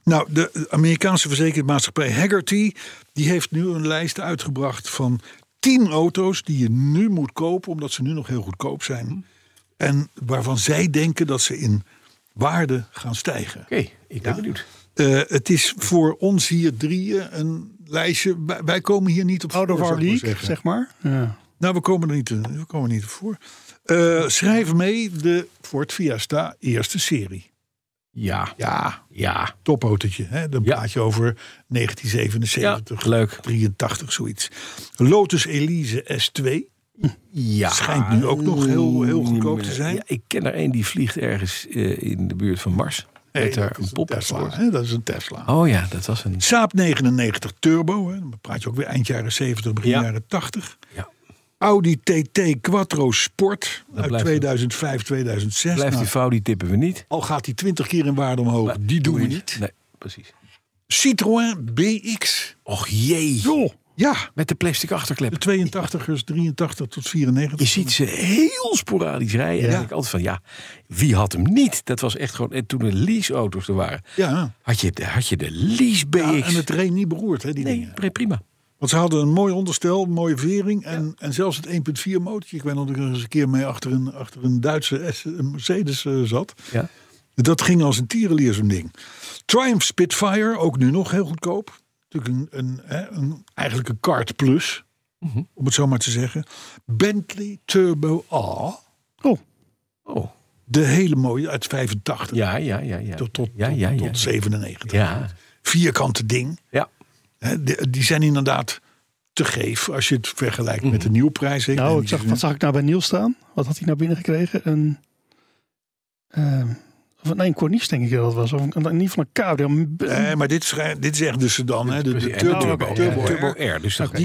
[SPEAKER 2] Nou, de Amerikaanse verzekeringsmaatschappij Haggerty... die heeft nu een lijst uitgebracht van 10 auto's die je nu moet kopen... omdat ze nu nog heel goedkoop
[SPEAKER 3] Hm.
[SPEAKER 2] zijn. En waarvan zij denken dat ze in waarde gaan stijgen.
[SPEAKER 3] Oké, ik ben benieuwd.
[SPEAKER 2] Eh, het is voor ons hier drieën een lijstje. Wij- Wij komen hier niet op
[SPEAKER 6] Out of our
[SPEAKER 2] voor, zou ik maar
[SPEAKER 6] league,
[SPEAKER 2] zeggen.
[SPEAKER 6] zeg maar. Ja.
[SPEAKER 2] Nou, we komen er niet, eh, we komen er niet op voor. Eh, schrijf mee de Ford Fiesta eerste serie.
[SPEAKER 3] Ja.
[SPEAKER 2] Ja,
[SPEAKER 3] Ja.
[SPEAKER 2] topautootje. Hè? Dan
[SPEAKER 3] Ja.
[SPEAKER 2] praat je over
[SPEAKER 3] Ja.
[SPEAKER 2] 1977,
[SPEAKER 3] Leuk.
[SPEAKER 2] 83, zoiets. Lotus Elise S2.
[SPEAKER 3] Ja.
[SPEAKER 2] Schijnt nu ook nog heel, heel goedkoop te zijn.
[SPEAKER 3] Ja, ik ken er een die vliegt ergens eh, in de buurt van Mars.
[SPEAKER 2] Nee,
[SPEAKER 3] met daar
[SPEAKER 2] dat is
[SPEAKER 3] een pop op
[SPEAKER 2] Tesla,
[SPEAKER 3] voor.
[SPEAKER 2] hè? Dat is een Tesla.
[SPEAKER 3] Oh ja, dat was een.
[SPEAKER 2] Saab 99 Turbo. Hè? Dan praat je ook weer eind jaren 70, begin jaren 80.
[SPEAKER 3] Ja.
[SPEAKER 2] Audi TT Quattro Sport uit
[SPEAKER 3] blijft-
[SPEAKER 2] 2005, 2006.
[SPEAKER 3] Blijft die
[SPEAKER 2] Nou,
[SPEAKER 3] vouw, die tippen we niet.
[SPEAKER 2] al gaat die 20 keer in waarde omhoog. die doen we niet.
[SPEAKER 3] Nee, precies.
[SPEAKER 2] Citroën BX.
[SPEAKER 3] Och jee.
[SPEAKER 2] Ja,
[SPEAKER 3] Met de plastic achterklep.
[SPEAKER 2] de 82ers, 83 tot
[SPEAKER 3] Je
[SPEAKER 2] 94.
[SPEAKER 3] ziet ze heel sporadisch rijden. En dan denk ik altijd van ja, wie had hem niet? Dat was echt gewoon. En toen de leaseauto's er waren,
[SPEAKER 2] Ja,
[SPEAKER 3] had je de, had je de lease BX.
[SPEAKER 2] ja en het reed niet beroerd, hè, die
[SPEAKER 3] nee,
[SPEAKER 2] dingen.
[SPEAKER 3] pre- prima.
[SPEAKER 2] Want ze hadden een mooi onderstel, een mooie vering. En, en zelfs het 1.4 motortje. Ik weet nog dat ik er eens een keer mee achter een, achter een Duitse S- een Mercedes eh, zat.
[SPEAKER 3] Ja.
[SPEAKER 2] Dat ging als een tierenlier zo'n ding. Triumph Spitfire, ook nu nog heel goedkoop. Natuurlijk een, een, hè, een, eigenlijk een kart plus.
[SPEAKER 3] Mhm.
[SPEAKER 2] Om het zo maar te zeggen. Bentley Turbo A.
[SPEAKER 6] Oh,
[SPEAKER 3] Oh,
[SPEAKER 2] De hele mooie uit 85
[SPEAKER 3] ja, ja, ja. ja.
[SPEAKER 2] tot, tot,
[SPEAKER 3] ja,
[SPEAKER 2] tot,
[SPEAKER 3] ja, ja.
[SPEAKER 2] tot 97.
[SPEAKER 3] Ja,
[SPEAKER 2] Vierkante ding.
[SPEAKER 3] ja.
[SPEAKER 2] Hè, die, die zijn inderdaad te geef als je het vergelijkt
[SPEAKER 3] Mhm.
[SPEAKER 2] met de nieuwprijs. Ik
[SPEAKER 6] nou,
[SPEAKER 2] denk
[SPEAKER 6] ik
[SPEAKER 2] dat
[SPEAKER 6] zag,
[SPEAKER 2] je-
[SPEAKER 6] wat zag ik nou bij Niels staan? Wat had hij nou binnengekregen? Een, ehm, of nee, een corniche denk ik dat het was. Of een, in ieder geval een cabrio.
[SPEAKER 2] Nee, Eh, maar dit is, ge- dit is echt dus de sedan, hè? De, de
[SPEAKER 3] Precies. En
[SPEAKER 2] turbo,
[SPEAKER 3] turbo, ja,
[SPEAKER 2] turbo,
[SPEAKER 3] turbo
[SPEAKER 2] R.
[SPEAKER 3] R. Dus dat
[SPEAKER 2] Die, die,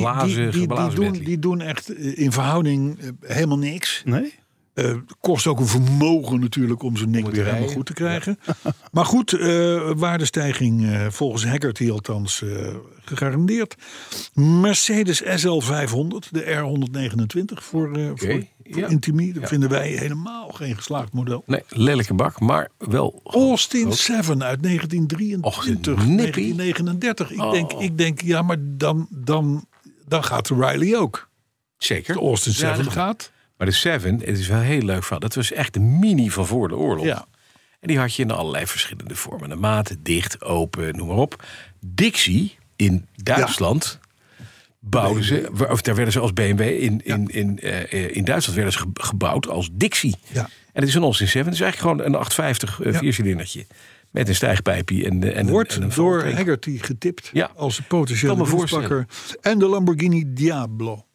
[SPEAKER 2] die,
[SPEAKER 3] glazen,
[SPEAKER 2] die
[SPEAKER 3] glazen
[SPEAKER 2] doen,
[SPEAKER 3] Bentley.
[SPEAKER 2] die doen echt eh, in verhouding eh, helemaal niks.
[SPEAKER 6] Nee?
[SPEAKER 2] Eh, kost ook een vermogen natuurlijk om zo'n ding
[SPEAKER 3] het
[SPEAKER 2] weer
[SPEAKER 3] rijden.
[SPEAKER 2] helemaal goed te krijgen. maar goed, eh, waardestijging eh, volgens Haggard hier althans eh, gegarandeerd. Mercedes SL 500, de R129 voor, eh voor, voor
[SPEAKER 3] ja. Oh,
[SPEAKER 2] Intimi. Dat vinden wij helemaal geen geslaagd model.
[SPEAKER 3] Nee, lelijke bak, maar wel...
[SPEAKER 2] Austin 7 uit 1923,
[SPEAKER 3] Och, een nippie. Oh.
[SPEAKER 2] 1939. Ik, denk, ik denk, ja, maar dan, dan, dan gaat de Riley ook.
[SPEAKER 3] Zeker.
[SPEAKER 2] De Austin
[SPEAKER 3] Ja,
[SPEAKER 2] 7
[SPEAKER 3] dat-
[SPEAKER 2] gaat.
[SPEAKER 3] Maar de Seven, het is wel een heel leuk verhaal. Dat was echt de mini van voor de oorlog.
[SPEAKER 2] Ja.
[SPEAKER 3] En die had je in allerlei verschillende vormen. De maat, dicht, open, noem maar op. Dixie in Duitsland bouwden ze... wa- Of daar werden ze als BMW in, in, in, eh, eh, in Duitsland werden ze ge- gebouwd als Dixie.
[SPEAKER 2] Ja.
[SPEAKER 3] En het is een Austin 7. Het is eigenlijk gewoon een 850 eh,
[SPEAKER 2] Ja.
[SPEAKER 3] viercilindertje. Met een stijgpijpje en, eh, en een-
[SPEAKER 2] Wordt
[SPEAKER 3] en een
[SPEAKER 2] door
[SPEAKER 3] valtank.
[SPEAKER 2] Haggerty getipt
[SPEAKER 3] Ja.
[SPEAKER 2] als de
[SPEAKER 3] Kan
[SPEAKER 2] potentiële
[SPEAKER 3] me voorstellen.
[SPEAKER 2] roesbakker. En de Lamborghini Diablo.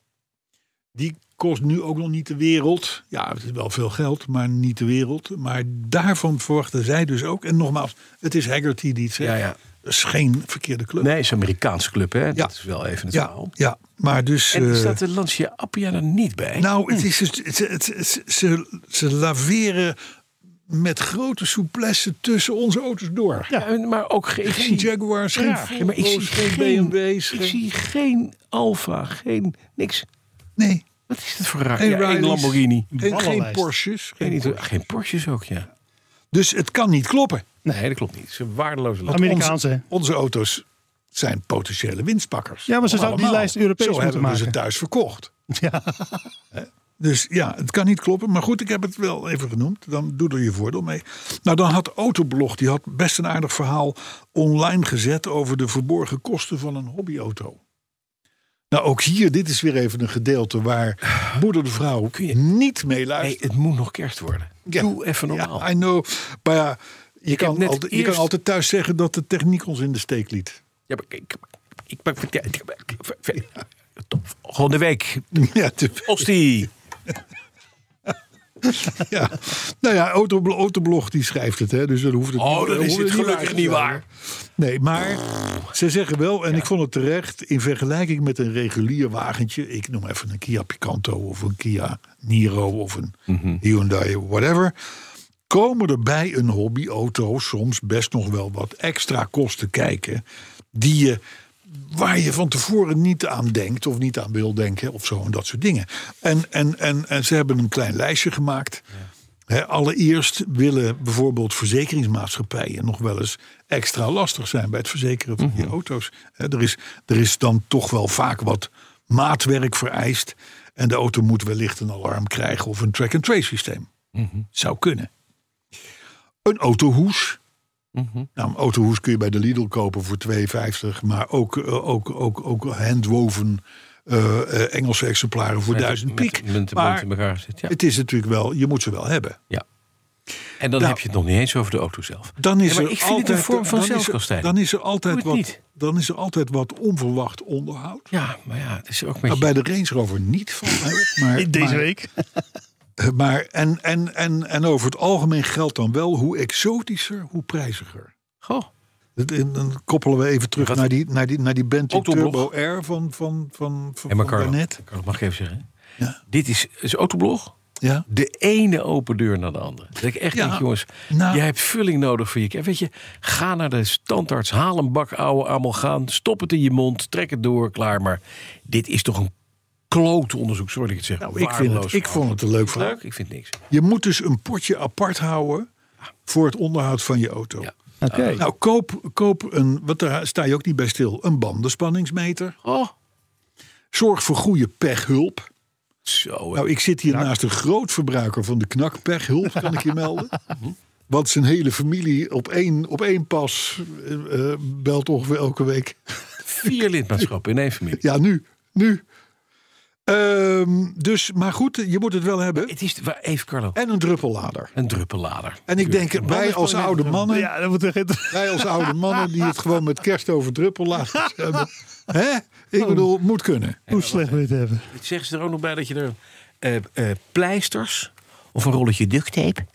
[SPEAKER 2] Die kost nu ook nog niet de wereld. Ja, het is wel veel geld, maar niet de wereld. Maar daarvan verwachten zij dus ook. En nogmaals, het is Haggerty die het zegt.
[SPEAKER 3] Ja, ja.
[SPEAKER 2] Dat is geen verkeerde club.
[SPEAKER 3] Nee, het is een Amerikaanse club, hè? Dat is wel even het
[SPEAKER 2] ja,
[SPEAKER 3] verhaal.
[SPEAKER 2] ja, maar dus...
[SPEAKER 3] En
[SPEAKER 2] eh,
[SPEAKER 3] staat de Lancia Appia er niet bij?
[SPEAKER 2] Nou, het is, dus- het, het, het- ze, ze laveren met grote souplesse tussen onze auto's door.
[SPEAKER 3] Ja, en- maar ook geen, ik
[SPEAKER 2] Geen
[SPEAKER 3] zie-
[SPEAKER 2] Jaguars, geen
[SPEAKER 3] Ja, maar ik zie
[SPEAKER 2] Volvo's, geen BMW's.
[SPEAKER 3] Ik
[SPEAKER 2] geen-
[SPEAKER 3] zie geen Alfa, geen niks.
[SPEAKER 2] Nee,
[SPEAKER 3] Wat is dat voor raar?
[SPEAKER 2] geen
[SPEAKER 3] Ja, één
[SPEAKER 2] Rileys,
[SPEAKER 3] Lamborghini.
[SPEAKER 2] Geen, geen
[SPEAKER 6] Ballenlijst.
[SPEAKER 2] Porsches.
[SPEAKER 3] Geen,
[SPEAKER 2] geen-
[SPEAKER 3] geen Porsches ook, ja.
[SPEAKER 2] dus het kan niet kloppen.
[SPEAKER 3] Nee, dat klopt niet. Het is een waardeloze land.
[SPEAKER 6] Amerikaanse.
[SPEAKER 2] Onze, onze auto's zijn potentiële winstpakkers.
[SPEAKER 6] Ja, maar ze zouden die
[SPEAKER 2] Allemaal.
[SPEAKER 6] lijst Europees
[SPEAKER 2] Zo
[SPEAKER 6] moeten
[SPEAKER 2] hebben we ze
[SPEAKER 6] maken.
[SPEAKER 2] thuis verkocht.
[SPEAKER 6] Ja.
[SPEAKER 2] Dus ja, het kan niet kloppen. Maar goed, ik heb het wel even genoemd. Dan doe er je voordeel mee. Nou, dan had Autoblog, die had best een aardig verhaal online gezet... over de verborgen kosten van een hobbyauto. Nou, ook hier, dit is weer even een gedeelte waar moeder de vrouw
[SPEAKER 3] Kun je-
[SPEAKER 2] niet mee
[SPEAKER 3] Nee,
[SPEAKER 2] luistert.
[SPEAKER 3] het moet nog kerst worden.
[SPEAKER 2] Ja.
[SPEAKER 3] Doe even normaal.
[SPEAKER 2] Ja, I know. Maar ja, je,
[SPEAKER 3] heb
[SPEAKER 2] kan
[SPEAKER 3] net
[SPEAKER 2] altijd, je
[SPEAKER 3] eerst-
[SPEAKER 2] kan altijd thuis zeggen dat de techniek ons in de steek liet.
[SPEAKER 3] Ja, maar ik... ik, ik, ik, ik- ik- Top. Volgende week.
[SPEAKER 2] Ja, de-
[SPEAKER 3] Osti.
[SPEAKER 2] ja. Nou ja, Autoblo- Autoblog die schrijft het, hè, dus dan hoeft het
[SPEAKER 3] Oh, dan is
[SPEAKER 2] hoeft
[SPEAKER 3] het
[SPEAKER 2] niet
[SPEAKER 3] gelukkig
[SPEAKER 2] te
[SPEAKER 3] niet
[SPEAKER 2] zijn.
[SPEAKER 3] waar. Oh.
[SPEAKER 2] Nee, maar ze zeggen wel, en ik vond het terecht, in vergelijking met een regulier wagentje, ik noem even een Kia Picanto of een Kia Niro of een
[SPEAKER 3] Mhm.
[SPEAKER 2] Hyundai, whatever, komen er bij een hobbyauto soms best nog wel wat extra kosten kijken die je waar je van tevoren niet aan denkt of niet aan wil denken of zo en dat soort dingen. En, en, en, en ze hebben een klein lijstje gemaakt. Hè, allereerst willen bijvoorbeeld verzekeringsmaatschappijen nog wel eens extra lastig zijn bij het verzekeren van
[SPEAKER 3] Mhm.
[SPEAKER 2] je auto's. Hè, er, is, er is dan toch wel vaak wat maatwerk vereist. En de auto moet wellicht een alarm krijgen of een track-and-trace systeem.
[SPEAKER 3] Mhm.
[SPEAKER 2] Zou kunnen. Een autohoes.
[SPEAKER 3] Mhm.
[SPEAKER 2] Nou, een autohoes kun je bij de Lidl kopen voor 2,50. Maar ook, eh, ook, ook, ook handwoven eh, eh, Engelse exemplaren voor 1000 piek.
[SPEAKER 3] Met, met,
[SPEAKER 2] maar
[SPEAKER 3] in elkaar zit, ja.
[SPEAKER 2] het is natuurlijk wel, je moet ze wel hebben.
[SPEAKER 3] ja. En dan
[SPEAKER 2] Nou.
[SPEAKER 3] heb je het nog niet eens over de auto zelf.
[SPEAKER 2] Dan is
[SPEAKER 3] Ja, maar
[SPEAKER 2] er
[SPEAKER 3] ik vind
[SPEAKER 2] altijd,
[SPEAKER 3] het een vorm van
[SPEAKER 2] dan is er-
[SPEAKER 3] zelfkastijding.
[SPEAKER 2] Dan is er altijd
[SPEAKER 3] Doe het niet.
[SPEAKER 2] wat, dan is er altijd wat onverwacht onderhoud.
[SPEAKER 3] Ja, maar ja, het is ook met
[SPEAKER 2] Nou,
[SPEAKER 3] je-
[SPEAKER 2] bij de Range Rover niet van mij. op, Maar,
[SPEAKER 6] Deze
[SPEAKER 2] maar,
[SPEAKER 6] week.
[SPEAKER 2] Maar en, en, en, en over het algemeen geldt dan wel hoe exotischer, hoe prijziger.
[SPEAKER 3] Goh.
[SPEAKER 2] Dat- en Dan koppelen we even terug
[SPEAKER 3] Wat-
[SPEAKER 2] naar die, naar die, naar die Bentley
[SPEAKER 3] Autoblog.
[SPEAKER 2] Turbo R van, van, van, van,
[SPEAKER 3] En maar
[SPEAKER 2] van
[SPEAKER 3] Carlo,
[SPEAKER 2] daarnet.
[SPEAKER 3] Carlo, mag ik even zeggen?
[SPEAKER 2] Ja.
[SPEAKER 3] Dit is, is Autoblog.
[SPEAKER 2] Ja.
[SPEAKER 3] De ene open deur naar de andere. Dat ik echt
[SPEAKER 2] Ja,
[SPEAKER 3] denk, jongens,
[SPEAKER 2] nou-
[SPEAKER 3] jij hebt vulling nodig voor je kerk. Weet je, ga naar de standaards, haal een bak oude amalgaan, stop het in je mond, trek het door, klaar. Maar dit is toch een klote onderzoek, sorry dat ik het zeg.
[SPEAKER 2] Nou, ik, vind het,
[SPEAKER 3] Waardeloos
[SPEAKER 2] ik vond het een leuk verhaal.
[SPEAKER 3] leuk, ik vind niks.
[SPEAKER 2] Je moet dus een potje apart houden voor het onderhoud van je auto.
[SPEAKER 3] Ja.
[SPEAKER 6] Oké.
[SPEAKER 2] Nou, koop, koop een, want daar sta je ook niet bij stil, een bandenspanningsmeter.
[SPEAKER 3] Oh,
[SPEAKER 2] Zorg voor goede pechhulp.
[SPEAKER 3] Zo,
[SPEAKER 2] Nou, ik zit hier naast een groot verbruiker van de knakpechhulp, kan ik je melden. Want zijn hele familie op één, op één pas eh, eh, belt ongeveer elke week.
[SPEAKER 3] vier lidmaatschappen in één familie.
[SPEAKER 2] Ja, nu. Nu. Ehm, dus, maar goed, je moet het wel hebben.
[SPEAKER 3] Het is, wa- even Carlo,
[SPEAKER 2] En een druppellader.
[SPEAKER 3] een druppellader.
[SPEAKER 2] En ik denk, wij als oude mannen,
[SPEAKER 6] Ja, dat wordt echt...
[SPEAKER 2] wij als oude mannen die het gewoon met kerst over druppeladers hebben. Hè? Ik bedoel, moet kunnen.
[SPEAKER 6] Hoe slecht we het hebben.
[SPEAKER 3] Zeggen ze er ook nog bij dat je er eh, eh, pleisters of een rolletje duct tape...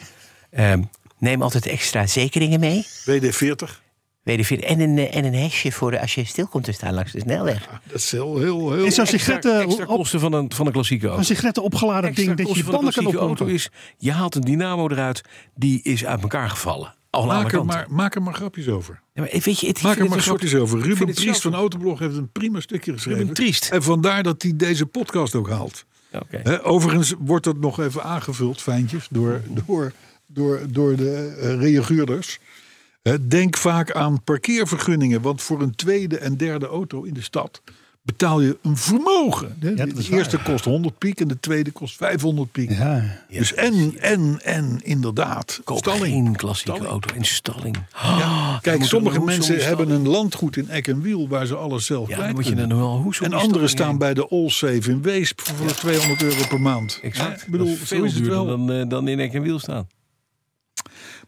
[SPEAKER 3] ehm,
[SPEAKER 7] Neem altijd extra zekeringen mee.
[SPEAKER 2] WD-40.
[SPEAKER 7] Weet je, vind- en, een, eh, en een hesje voor de, als je stil komt te staan langs de snelweg.
[SPEAKER 2] Dat is heel, heel, heel...
[SPEAKER 6] Is zo'n
[SPEAKER 2] eh,
[SPEAKER 3] extra,
[SPEAKER 6] sigaretten,
[SPEAKER 3] extra
[SPEAKER 6] op,
[SPEAKER 3] kosten van een, van een klassieke auto.
[SPEAKER 6] een sigaretten opgeladen
[SPEAKER 3] Extra
[SPEAKER 6] ding dat je je
[SPEAKER 3] kosten van een
[SPEAKER 6] tanden kan
[SPEAKER 3] klassieke auto
[SPEAKER 6] oppompen.
[SPEAKER 3] is... je haalt een dynamo eruit, die is uit elkaar gevallen. Al aan alle
[SPEAKER 2] Maak er,
[SPEAKER 3] kanten.
[SPEAKER 2] maar, maak er maar grapjes over.
[SPEAKER 3] Ja, maar weet je, het,
[SPEAKER 2] Maak
[SPEAKER 3] ik
[SPEAKER 2] er
[SPEAKER 3] vind
[SPEAKER 2] maar
[SPEAKER 3] het wel
[SPEAKER 2] grapjes over.
[SPEAKER 3] vind
[SPEAKER 2] Ruben
[SPEAKER 3] het
[SPEAKER 2] Priest
[SPEAKER 3] zo-
[SPEAKER 2] van Autoblog heeft een prima stukje geschreven.
[SPEAKER 3] Ruben Triest.
[SPEAKER 2] En vandaar dat hij deze podcast ook haalt.
[SPEAKER 3] Oké.
[SPEAKER 2] Hè, overigens wordt dat nog even aangevuld, fijntjes, door, door, door, door de eh, reaguurders. Hè, denk vaak aan parkeervergunningen. Want voor een tweede en derde auto in de stad betaal je een vermogen. hè.
[SPEAKER 6] Ja, dat
[SPEAKER 2] de
[SPEAKER 6] is waar.
[SPEAKER 2] eerste kost 100 piek en de tweede kost 500 piek.
[SPEAKER 6] Ja.
[SPEAKER 2] Dus en, en, en, inderdaad.
[SPEAKER 3] Koop
[SPEAKER 2] stalling.
[SPEAKER 3] geen klassieke auto in stalling. Ah, dan moet
[SPEAKER 2] Kijk,
[SPEAKER 3] er
[SPEAKER 2] sommige
[SPEAKER 3] een hoes om
[SPEAKER 2] mensen
[SPEAKER 3] die
[SPEAKER 2] hebben
[SPEAKER 3] stalling.
[SPEAKER 2] een landgoed in Eck en Wiel waar ze alles zelf
[SPEAKER 3] Ja,
[SPEAKER 2] kwijt
[SPEAKER 3] dan moet je
[SPEAKER 2] kunnen.
[SPEAKER 3] dan wel hoe
[SPEAKER 2] En anderen staan bij de Allsafe in Weesp voor 200 euro per maand.
[SPEAKER 3] Exact.
[SPEAKER 2] Ja, Ik bedoel,
[SPEAKER 3] dat is
[SPEAKER 2] zo
[SPEAKER 3] veel
[SPEAKER 2] is het
[SPEAKER 3] duurder
[SPEAKER 2] wel.
[SPEAKER 3] dan, eh, dan in Eck en Wiel staan.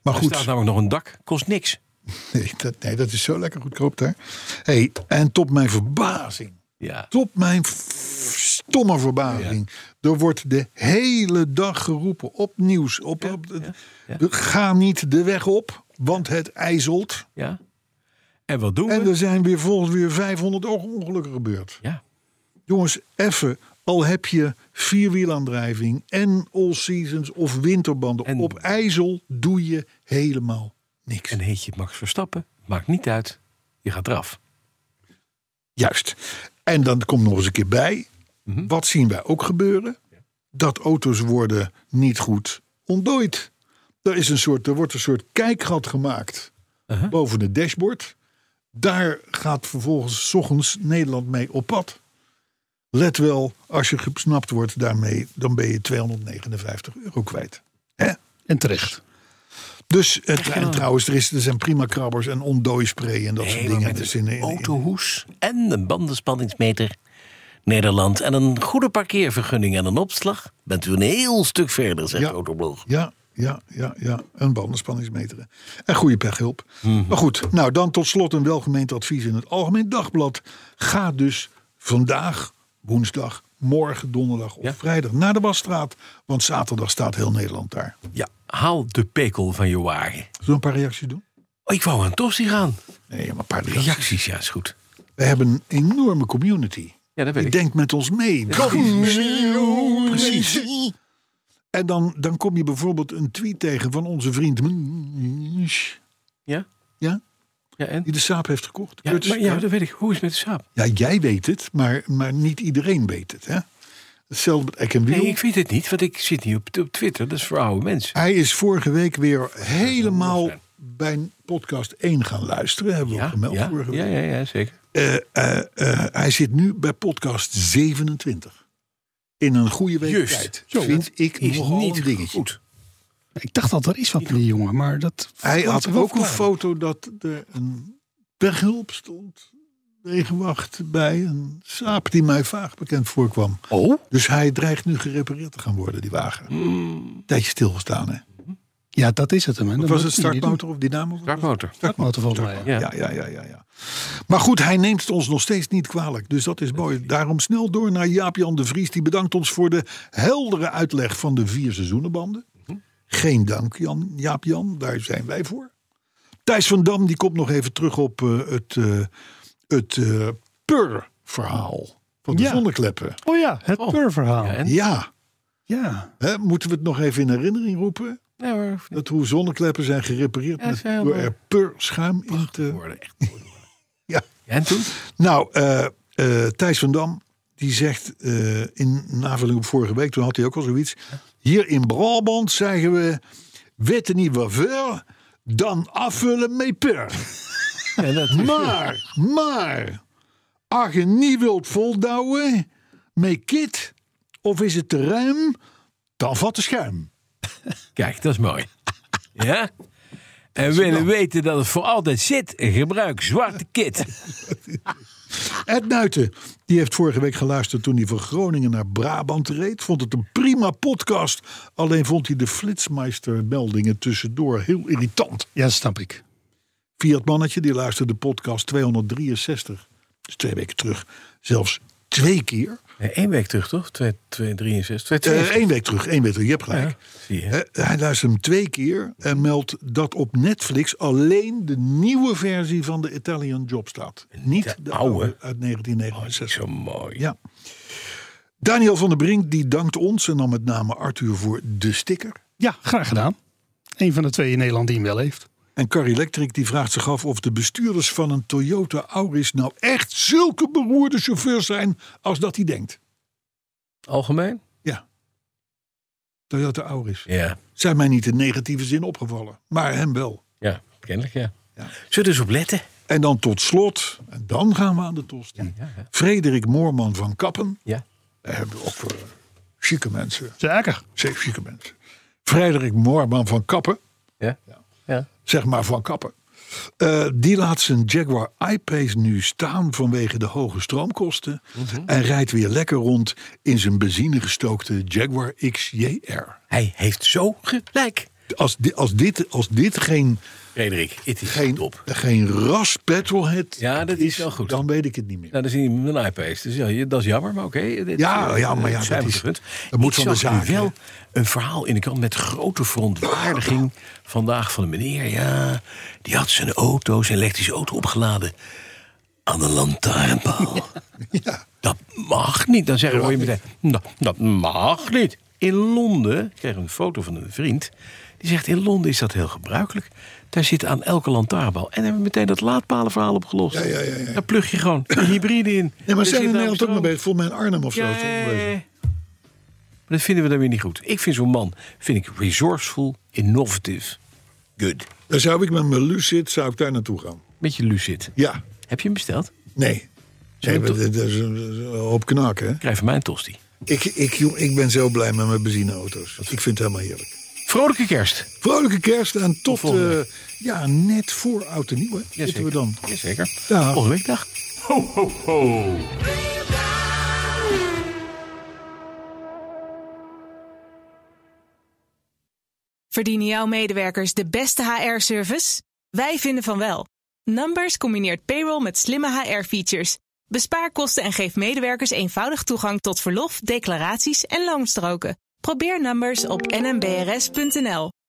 [SPEAKER 2] maar
[SPEAKER 3] Er
[SPEAKER 2] goed,
[SPEAKER 3] staat nou- namelijk nog een dak, kost niks.
[SPEAKER 2] nee, dat, nee, dat is zo lekker goedkoop daar. Hey, en tot mijn verbazing,
[SPEAKER 3] Ja.
[SPEAKER 2] tot mijn f- stomme verbazing. Er wordt de hele dag geroepen op nieuws. Op, op,
[SPEAKER 3] ja.
[SPEAKER 2] de- Ga niet de weg op, want het ijzelt.
[SPEAKER 3] ja. En wat doen we?
[SPEAKER 2] En dus- er zijn weer volgens weer 500 ongelukken gebeurd.
[SPEAKER 3] Ja.
[SPEAKER 2] Jongens, even. Al heb je vierwielaandrijving en all seasons of winterbanden.
[SPEAKER 3] En-
[SPEAKER 2] Op ijzel doe je helemaal niks.
[SPEAKER 3] En heet je Max Verstappen, maakt niet uit. Je gaat eraf.
[SPEAKER 2] Juist. En dan komt nog eens een keer bij.
[SPEAKER 7] Mhm.
[SPEAKER 2] Wat zien wij ook gebeuren? Dat auto's worden niet goed ontdooid. Er, is een soort, er wordt een soort kijkgat gemaakt
[SPEAKER 7] Uh-huh.
[SPEAKER 2] boven het dashboard. Daar gaat vervolgens 's ochtends Nederland mee op pad. Let wel, als je gesnapt wordt daarmee, dan ben je 259 euro kwijt. Hè?
[SPEAKER 6] En terecht.
[SPEAKER 2] Dus, het, en trouwens, er, is, er zijn prima krabbers en ontdooispray en dat
[SPEAKER 7] Nee,
[SPEAKER 2] soort
[SPEAKER 7] maar
[SPEAKER 2] dingen.
[SPEAKER 7] met
[SPEAKER 2] Dus in, in- in-
[SPEAKER 7] Autohoes en een bandenspanningsmeter. Nederland en een goede parkeervergunning en een opslag. Bent u een heel stuk verder, zegt
[SPEAKER 2] Ja.
[SPEAKER 7] Autoblog.
[SPEAKER 2] Ja, ja, ja, ja. Een bandenspanningsmeter. En goede pechhulp.
[SPEAKER 3] Mhm.
[SPEAKER 2] Maar goed, nou dan tot slot een welgemeend advies in het Algemeen Dagblad. Ga dus vandaag, woensdag, morgen, donderdag of
[SPEAKER 3] Ja.
[SPEAKER 2] vrijdag naar de Wasstraat. Want zaterdag staat heel Nederland daar.
[SPEAKER 3] Ja. Haal de pekel van je wagen.
[SPEAKER 2] Zullen we een paar reacties doen?
[SPEAKER 3] Oh, ik wou aan Tosti gaan.
[SPEAKER 2] Nee, maar een paar reacties.
[SPEAKER 3] Reacties, ja, is goed.
[SPEAKER 2] We hebben een enorme community.
[SPEAKER 3] Ja, dat weet
[SPEAKER 2] Die
[SPEAKER 3] ik.
[SPEAKER 2] denkt met ons mee. Precies. En dan, dan kom je bijvoorbeeld een tweet tegen van onze vriend.
[SPEAKER 3] Ja?
[SPEAKER 2] Ja?
[SPEAKER 3] Ja, en?
[SPEAKER 2] Die de saap heeft gekocht.
[SPEAKER 3] Ja,
[SPEAKER 2] Curtis.
[SPEAKER 3] maar, ja, dat weet ik. Hoe is het met de saap?
[SPEAKER 2] Ja, jij weet het, maar, maar niet iedereen weet het. Hè? Hetzelfde met Eck en Wiel.
[SPEAKER 3] Nee, ik weet het niet, want ik zit niet op, op Twitter. Dat is voor oude mensen.
[SPEAKER 2] Hij is vorige week weer helemaal
[SPEAKER 3] zijn.
[SPEAKER 2] bij podcast 1 gaan luisteren. Hebben we
[SPEAKER 3] Ja,
[SPEAKER 2] ook gemeld
[SPEAKER 3] ja,
[SPEAKER 2] vorige week.
[SPEAKER 3] ja, ja, ja, zeker.
[SPEAKER 2] Eh, eh, eh, hij zit nu bij podcast 27. In een goede week
[SPEAKER 3] Juist.
[SPEAKER 2] tijd.
[SPEAKER 3] Zo,
[SPEAKER 2] vind ik
[SPEAKER 3] Is
[SPEAKER 2] nogal
[SPEAKER 3] niet
[SPEAKER 2] een dingetje.
[SPEAKER 3] goed.
[SPEAKER 6] Ik dacht al, er is wat met die jongen, maar dat...
[SPEAKER 2] Hij
[SPEAKER 6] laat
[SPEAKER 2] had
[SPEAKER 6] zich wel
[SPEAKER 2] ook een
[SPEAKER 6] verklaren.
[SPEAKER 2] foto dat er een pechhulp stond. Regenwacht bij een saap die mij vaag bekend voorkwam.
[SPEAKER 6] Oh?
[SPEAKER 2] Dus hij dreigt nu gerepareerd te gaan worden, die wagen. Tijdje stilgestaan, hè?
[SPEAKER 6] Ja, dat is het hem. hè.
[SPEAKER 2] Wat
[SPEAKER 6] Dat
[SPEAKER 2] Hmm. was
[SPEAKER 6] moet
[SPEAKER 2] het
[SPEAKER 6] hij niet
[SPEAKER 2] startmotor of dynamo?
[SPEAKER 3] Startmotor.
[SPEAKER 6] doen. Startmotor volgens mij. ja.
[SPEAKER 3] Ja.
[SPEAKER 2] Ja, ja, ja, ja, ja. Maar goed, hij neemt het ons nog steeds niet kwalijk. Dus dat is mooi. Daarom snel door naar Jaap-Jan de Vries. Die bedankt ons voor de heldere uitleg van de vier seizoenenbanden. Geen dank, Jan, Jaap-Jan. Daar zijn wij voor. Thijs van Dam die komt nog even terug op eh, het, eh, het eh, pur-verhaal van de
[SPEAKER 6] Ja.
[SPEAKER 2] zonnekleppen.
[SPEAKER 6] Oh ja, het purverhaal.
[SPEAKER 3] Ja, en?
[SPEAKER 2] Ja,
[SPEAKER 6] Ja.
[SPEAKER 2] hè, moeten we het nog even in herinnering roepen?
[SPEAKER 3] Nee, Nou, maar hoeft niet
[SPEAKER 2] Dat hoe zonnekleppen zijn gerepareerd
[SPEAKER 3] Ja, dat is
[SPEAKER 2] met-
[SPEAKER 3] heel
[SPEAKER 2] door
[SPEAKER 3] mooi.
[SPEAKER 2] er pur schuim in te...
[SPEAKER 3] te worden. Echt mooi worden.
[SPEAKER 2] Ja.
[SPEAKER 3] En toen?
[SPEAKER 2] Nou, eh, eh, Thijs van Dam, die zegt eh, in navelling op vorige week, toen had hij ook al zoiets. Hier in Brabant zeggen we, weten niet wat voor, dan afvullen met per.
[SPEAKER 3] Ja, dat
[SPEAKER 2] Maar, maar, als je niet wilt voldouwen, Make it. Of is het te ruim? Dan vat de schuim.
[SPEAKER 3] Kijk, dat is mooi. Ja? En willen weten dat het voor altijd zit, gebruik zwarte kit.
[SPEAKER 2] Ed Nuiten, die heeft vorige week geluisterd toen hij van Groningen naar Brabant reed. Vond het een prima podcast. Alleen vond hij de flitsmeistermeldingen tussendoor heel irritant.
[SPEAKER 4] Ja, dat snap ik.
[SPEAKER 2] Fiat Mannetje, die luisterde podcast 263. Dat is twee weken terug. Zelfs twee keer.
[SPEAKER 3] Eén week terug, toch? 263.
[SPEAKER 2] Eén week terug, Eh, één week terug. Je hebt gelijk.
[SPEAKER 3] zie je.
[SPEAKER 2] Hè, hij luistert hem twee keer en meldt dat op Netflix alleen de nieuwe versie van de Italian Job staat. Niet de,
[SPEAKER 3] oude.
[SPEAKER 2] oude. uit 1969.
[SPEAKER 3] Zo mooi.
[SPEAKER 2] Ja. Daniel van der Brink die dankt ons en dan met name Arthur voor de sticker.
[SPEAKER 4] Ja, graag gedaan. Eén van de twee in Nederland die hem wel heeft.
[SPEAKER 2] En Car Electric die vraagt zich af of de bestuurders van een Toyota Auris nou echt zulke beroerde chauffeurs zijn als dat hij denkt.
[SPEAKER 3] Algemeen?
[SPEAKER 2] Ja. Toyota Auris.
[SPEAKER 3] Ja.
[SPEAKER 2] Zijn mij niet in negatieve zin opgevallen, maar hem wel.
[SPEAKER 3] Ja, kennelijk ja.
[SPEAKER 2] Ja.
[SPEAKER 3] Zullen we dus op letten?
[SPEAKER 2] En dan tot slot, en dan gaan we aan de tost. Frederik Moorman van Kappen.
[SPEAKER 3] Ja.
[SPEAKER 2] Daar hebben we ook voor chique mensen.
[SPEAKER 4] Zeker.
[SPEAKER 2] Zeker chique mensen. Frederik Moorman van Kappen.
[SPEAKER 3] Ja. Ja.
[SPEAKER 2] zeg maar van kappen. Eh, die laat zijn Jaguar I-Pace nu staan vanwege de hoge stroomkosten. En rijdt weer lekker rond in zijn benzine gestookte Jaguar XJR.
[SPEAKER 3] Hij heeft zo gelijk.
[SPEAKER 2] Als, di- als, dit, als dit geen,
[SPEAKER 3] Frederik, het is
[SPEAKER 2] geen,
[SPEAKER 3] top.
[SPEAKER 2] geen ras petrolhead
[SPEAKER 3] Ja, dat is wel goed.
[SPEAKER 2] dan weet ik het niet meer.
[SPEAKER 3] Nou, dat is niet mijn iPace. Dus ja, je- dat is jammer, maar oké. dit-
[SPEAKER 2] Ja,
[SPEAKER 3] eh,
[SPEAKER 2] ja, maar ja,
[SPEAKER 3] het zijn
[SPEAKER 2] dat
[SPEAKER 3] we
[SPEAKER 2] is-
[SPEAKER 3] gewend.
[SPEAKER 2] dat moet
[SPEAKER 3] Ik
[SPEAKER 2] van de
[SPEAKER 3] zag nu
[SPEAKER 2] zaak, hè?
[SPEAKER 3] wel een verhaal in de krant met grote verontwaardiging vandaag van de meneer. Ja, die had zijn auto, zijn elektrische auto opgeladen aan een lantaarnpaal.
[SPEAKER 2] Ja.
[SPEAKER 3] Dat mag niet. Dan zeggen we meteen, nou, dat mag niet. In Londen, ik kreeg een foto van een vriend, die zegt in Londen is dat heel gebruikelijk. Daar zit aan elke lantaarnbal. En dan hebben we meteen dat laadpalenverhaal opgelost.
[SPEAKER 2] ja, ja, ja.
[SPEAKER 3] Daar plug je gewoon een hybride in.
[SPEAKER 2] Nee, maar
[SPEAKER 3] Er
[SPEAKER 2] ze zijn
[SPEAKER 3] zit
[SPEAKER 2] in
[SPEAKER 3] namelijk
[SPEAKER 2] Nederland ook mee
[SPEAKER 3] stroom.
[SPEAKER 2] bezig. Volgens mij in Arnhem of zo.
[SPEAKER 3] Ja, ja, ja, ja. Maar dat vinden we dan weer niet goed. Ik vind zo'n man, vind ik resourceful, innovative, good.
[SPEAKER 2] Dan zou ik met mijn Lucid zou ik daar naartoe gaan.
[SPEAKER 3] Beetje lucid.
[SPEAKER 2] Ja,
[SPEAKER 3] Heb je hem besteld?
[SPEAKER 2] nee.
[SPEAKER 3] Zou je
[SPEAKER 2] Nee,
[SPEAKER 3] hem
[SPEAKER 2] maar dat dat is een- dat is een hoop knaken, hè?
[SPEAKER 3] Krijg van mij een tosti.
[SPEAKER 2] Ik, ik, jong, ik ben zo blij met mijn benzineauto's. Ik vind het helemaal heerlijk.
[SPEAKER 3] Vrolijke kerst.
[SPEAKER 2] Vrolijke kerst en tot
[SPEAKER 3] volgende
[SPEAKER 2] eh, ja, net voor oud en nieuw. hè, Zitten we dan.
[SPEAKER 3] Jazeker.
[SPEAKER 2] Ja.
[SPEAKER 3] Volgende week dag.
[SPEAKER 8] Verdienen jouw medewerkers de beste HR-service? Wij vinden van wel. Numbers combineert payroll met slimme HR-features. Bespaar kosten en geef medewerkers eenvoudig toegang tot verlof, declaraties en loonstroken. Probeer Numbers op nmbrs.nl.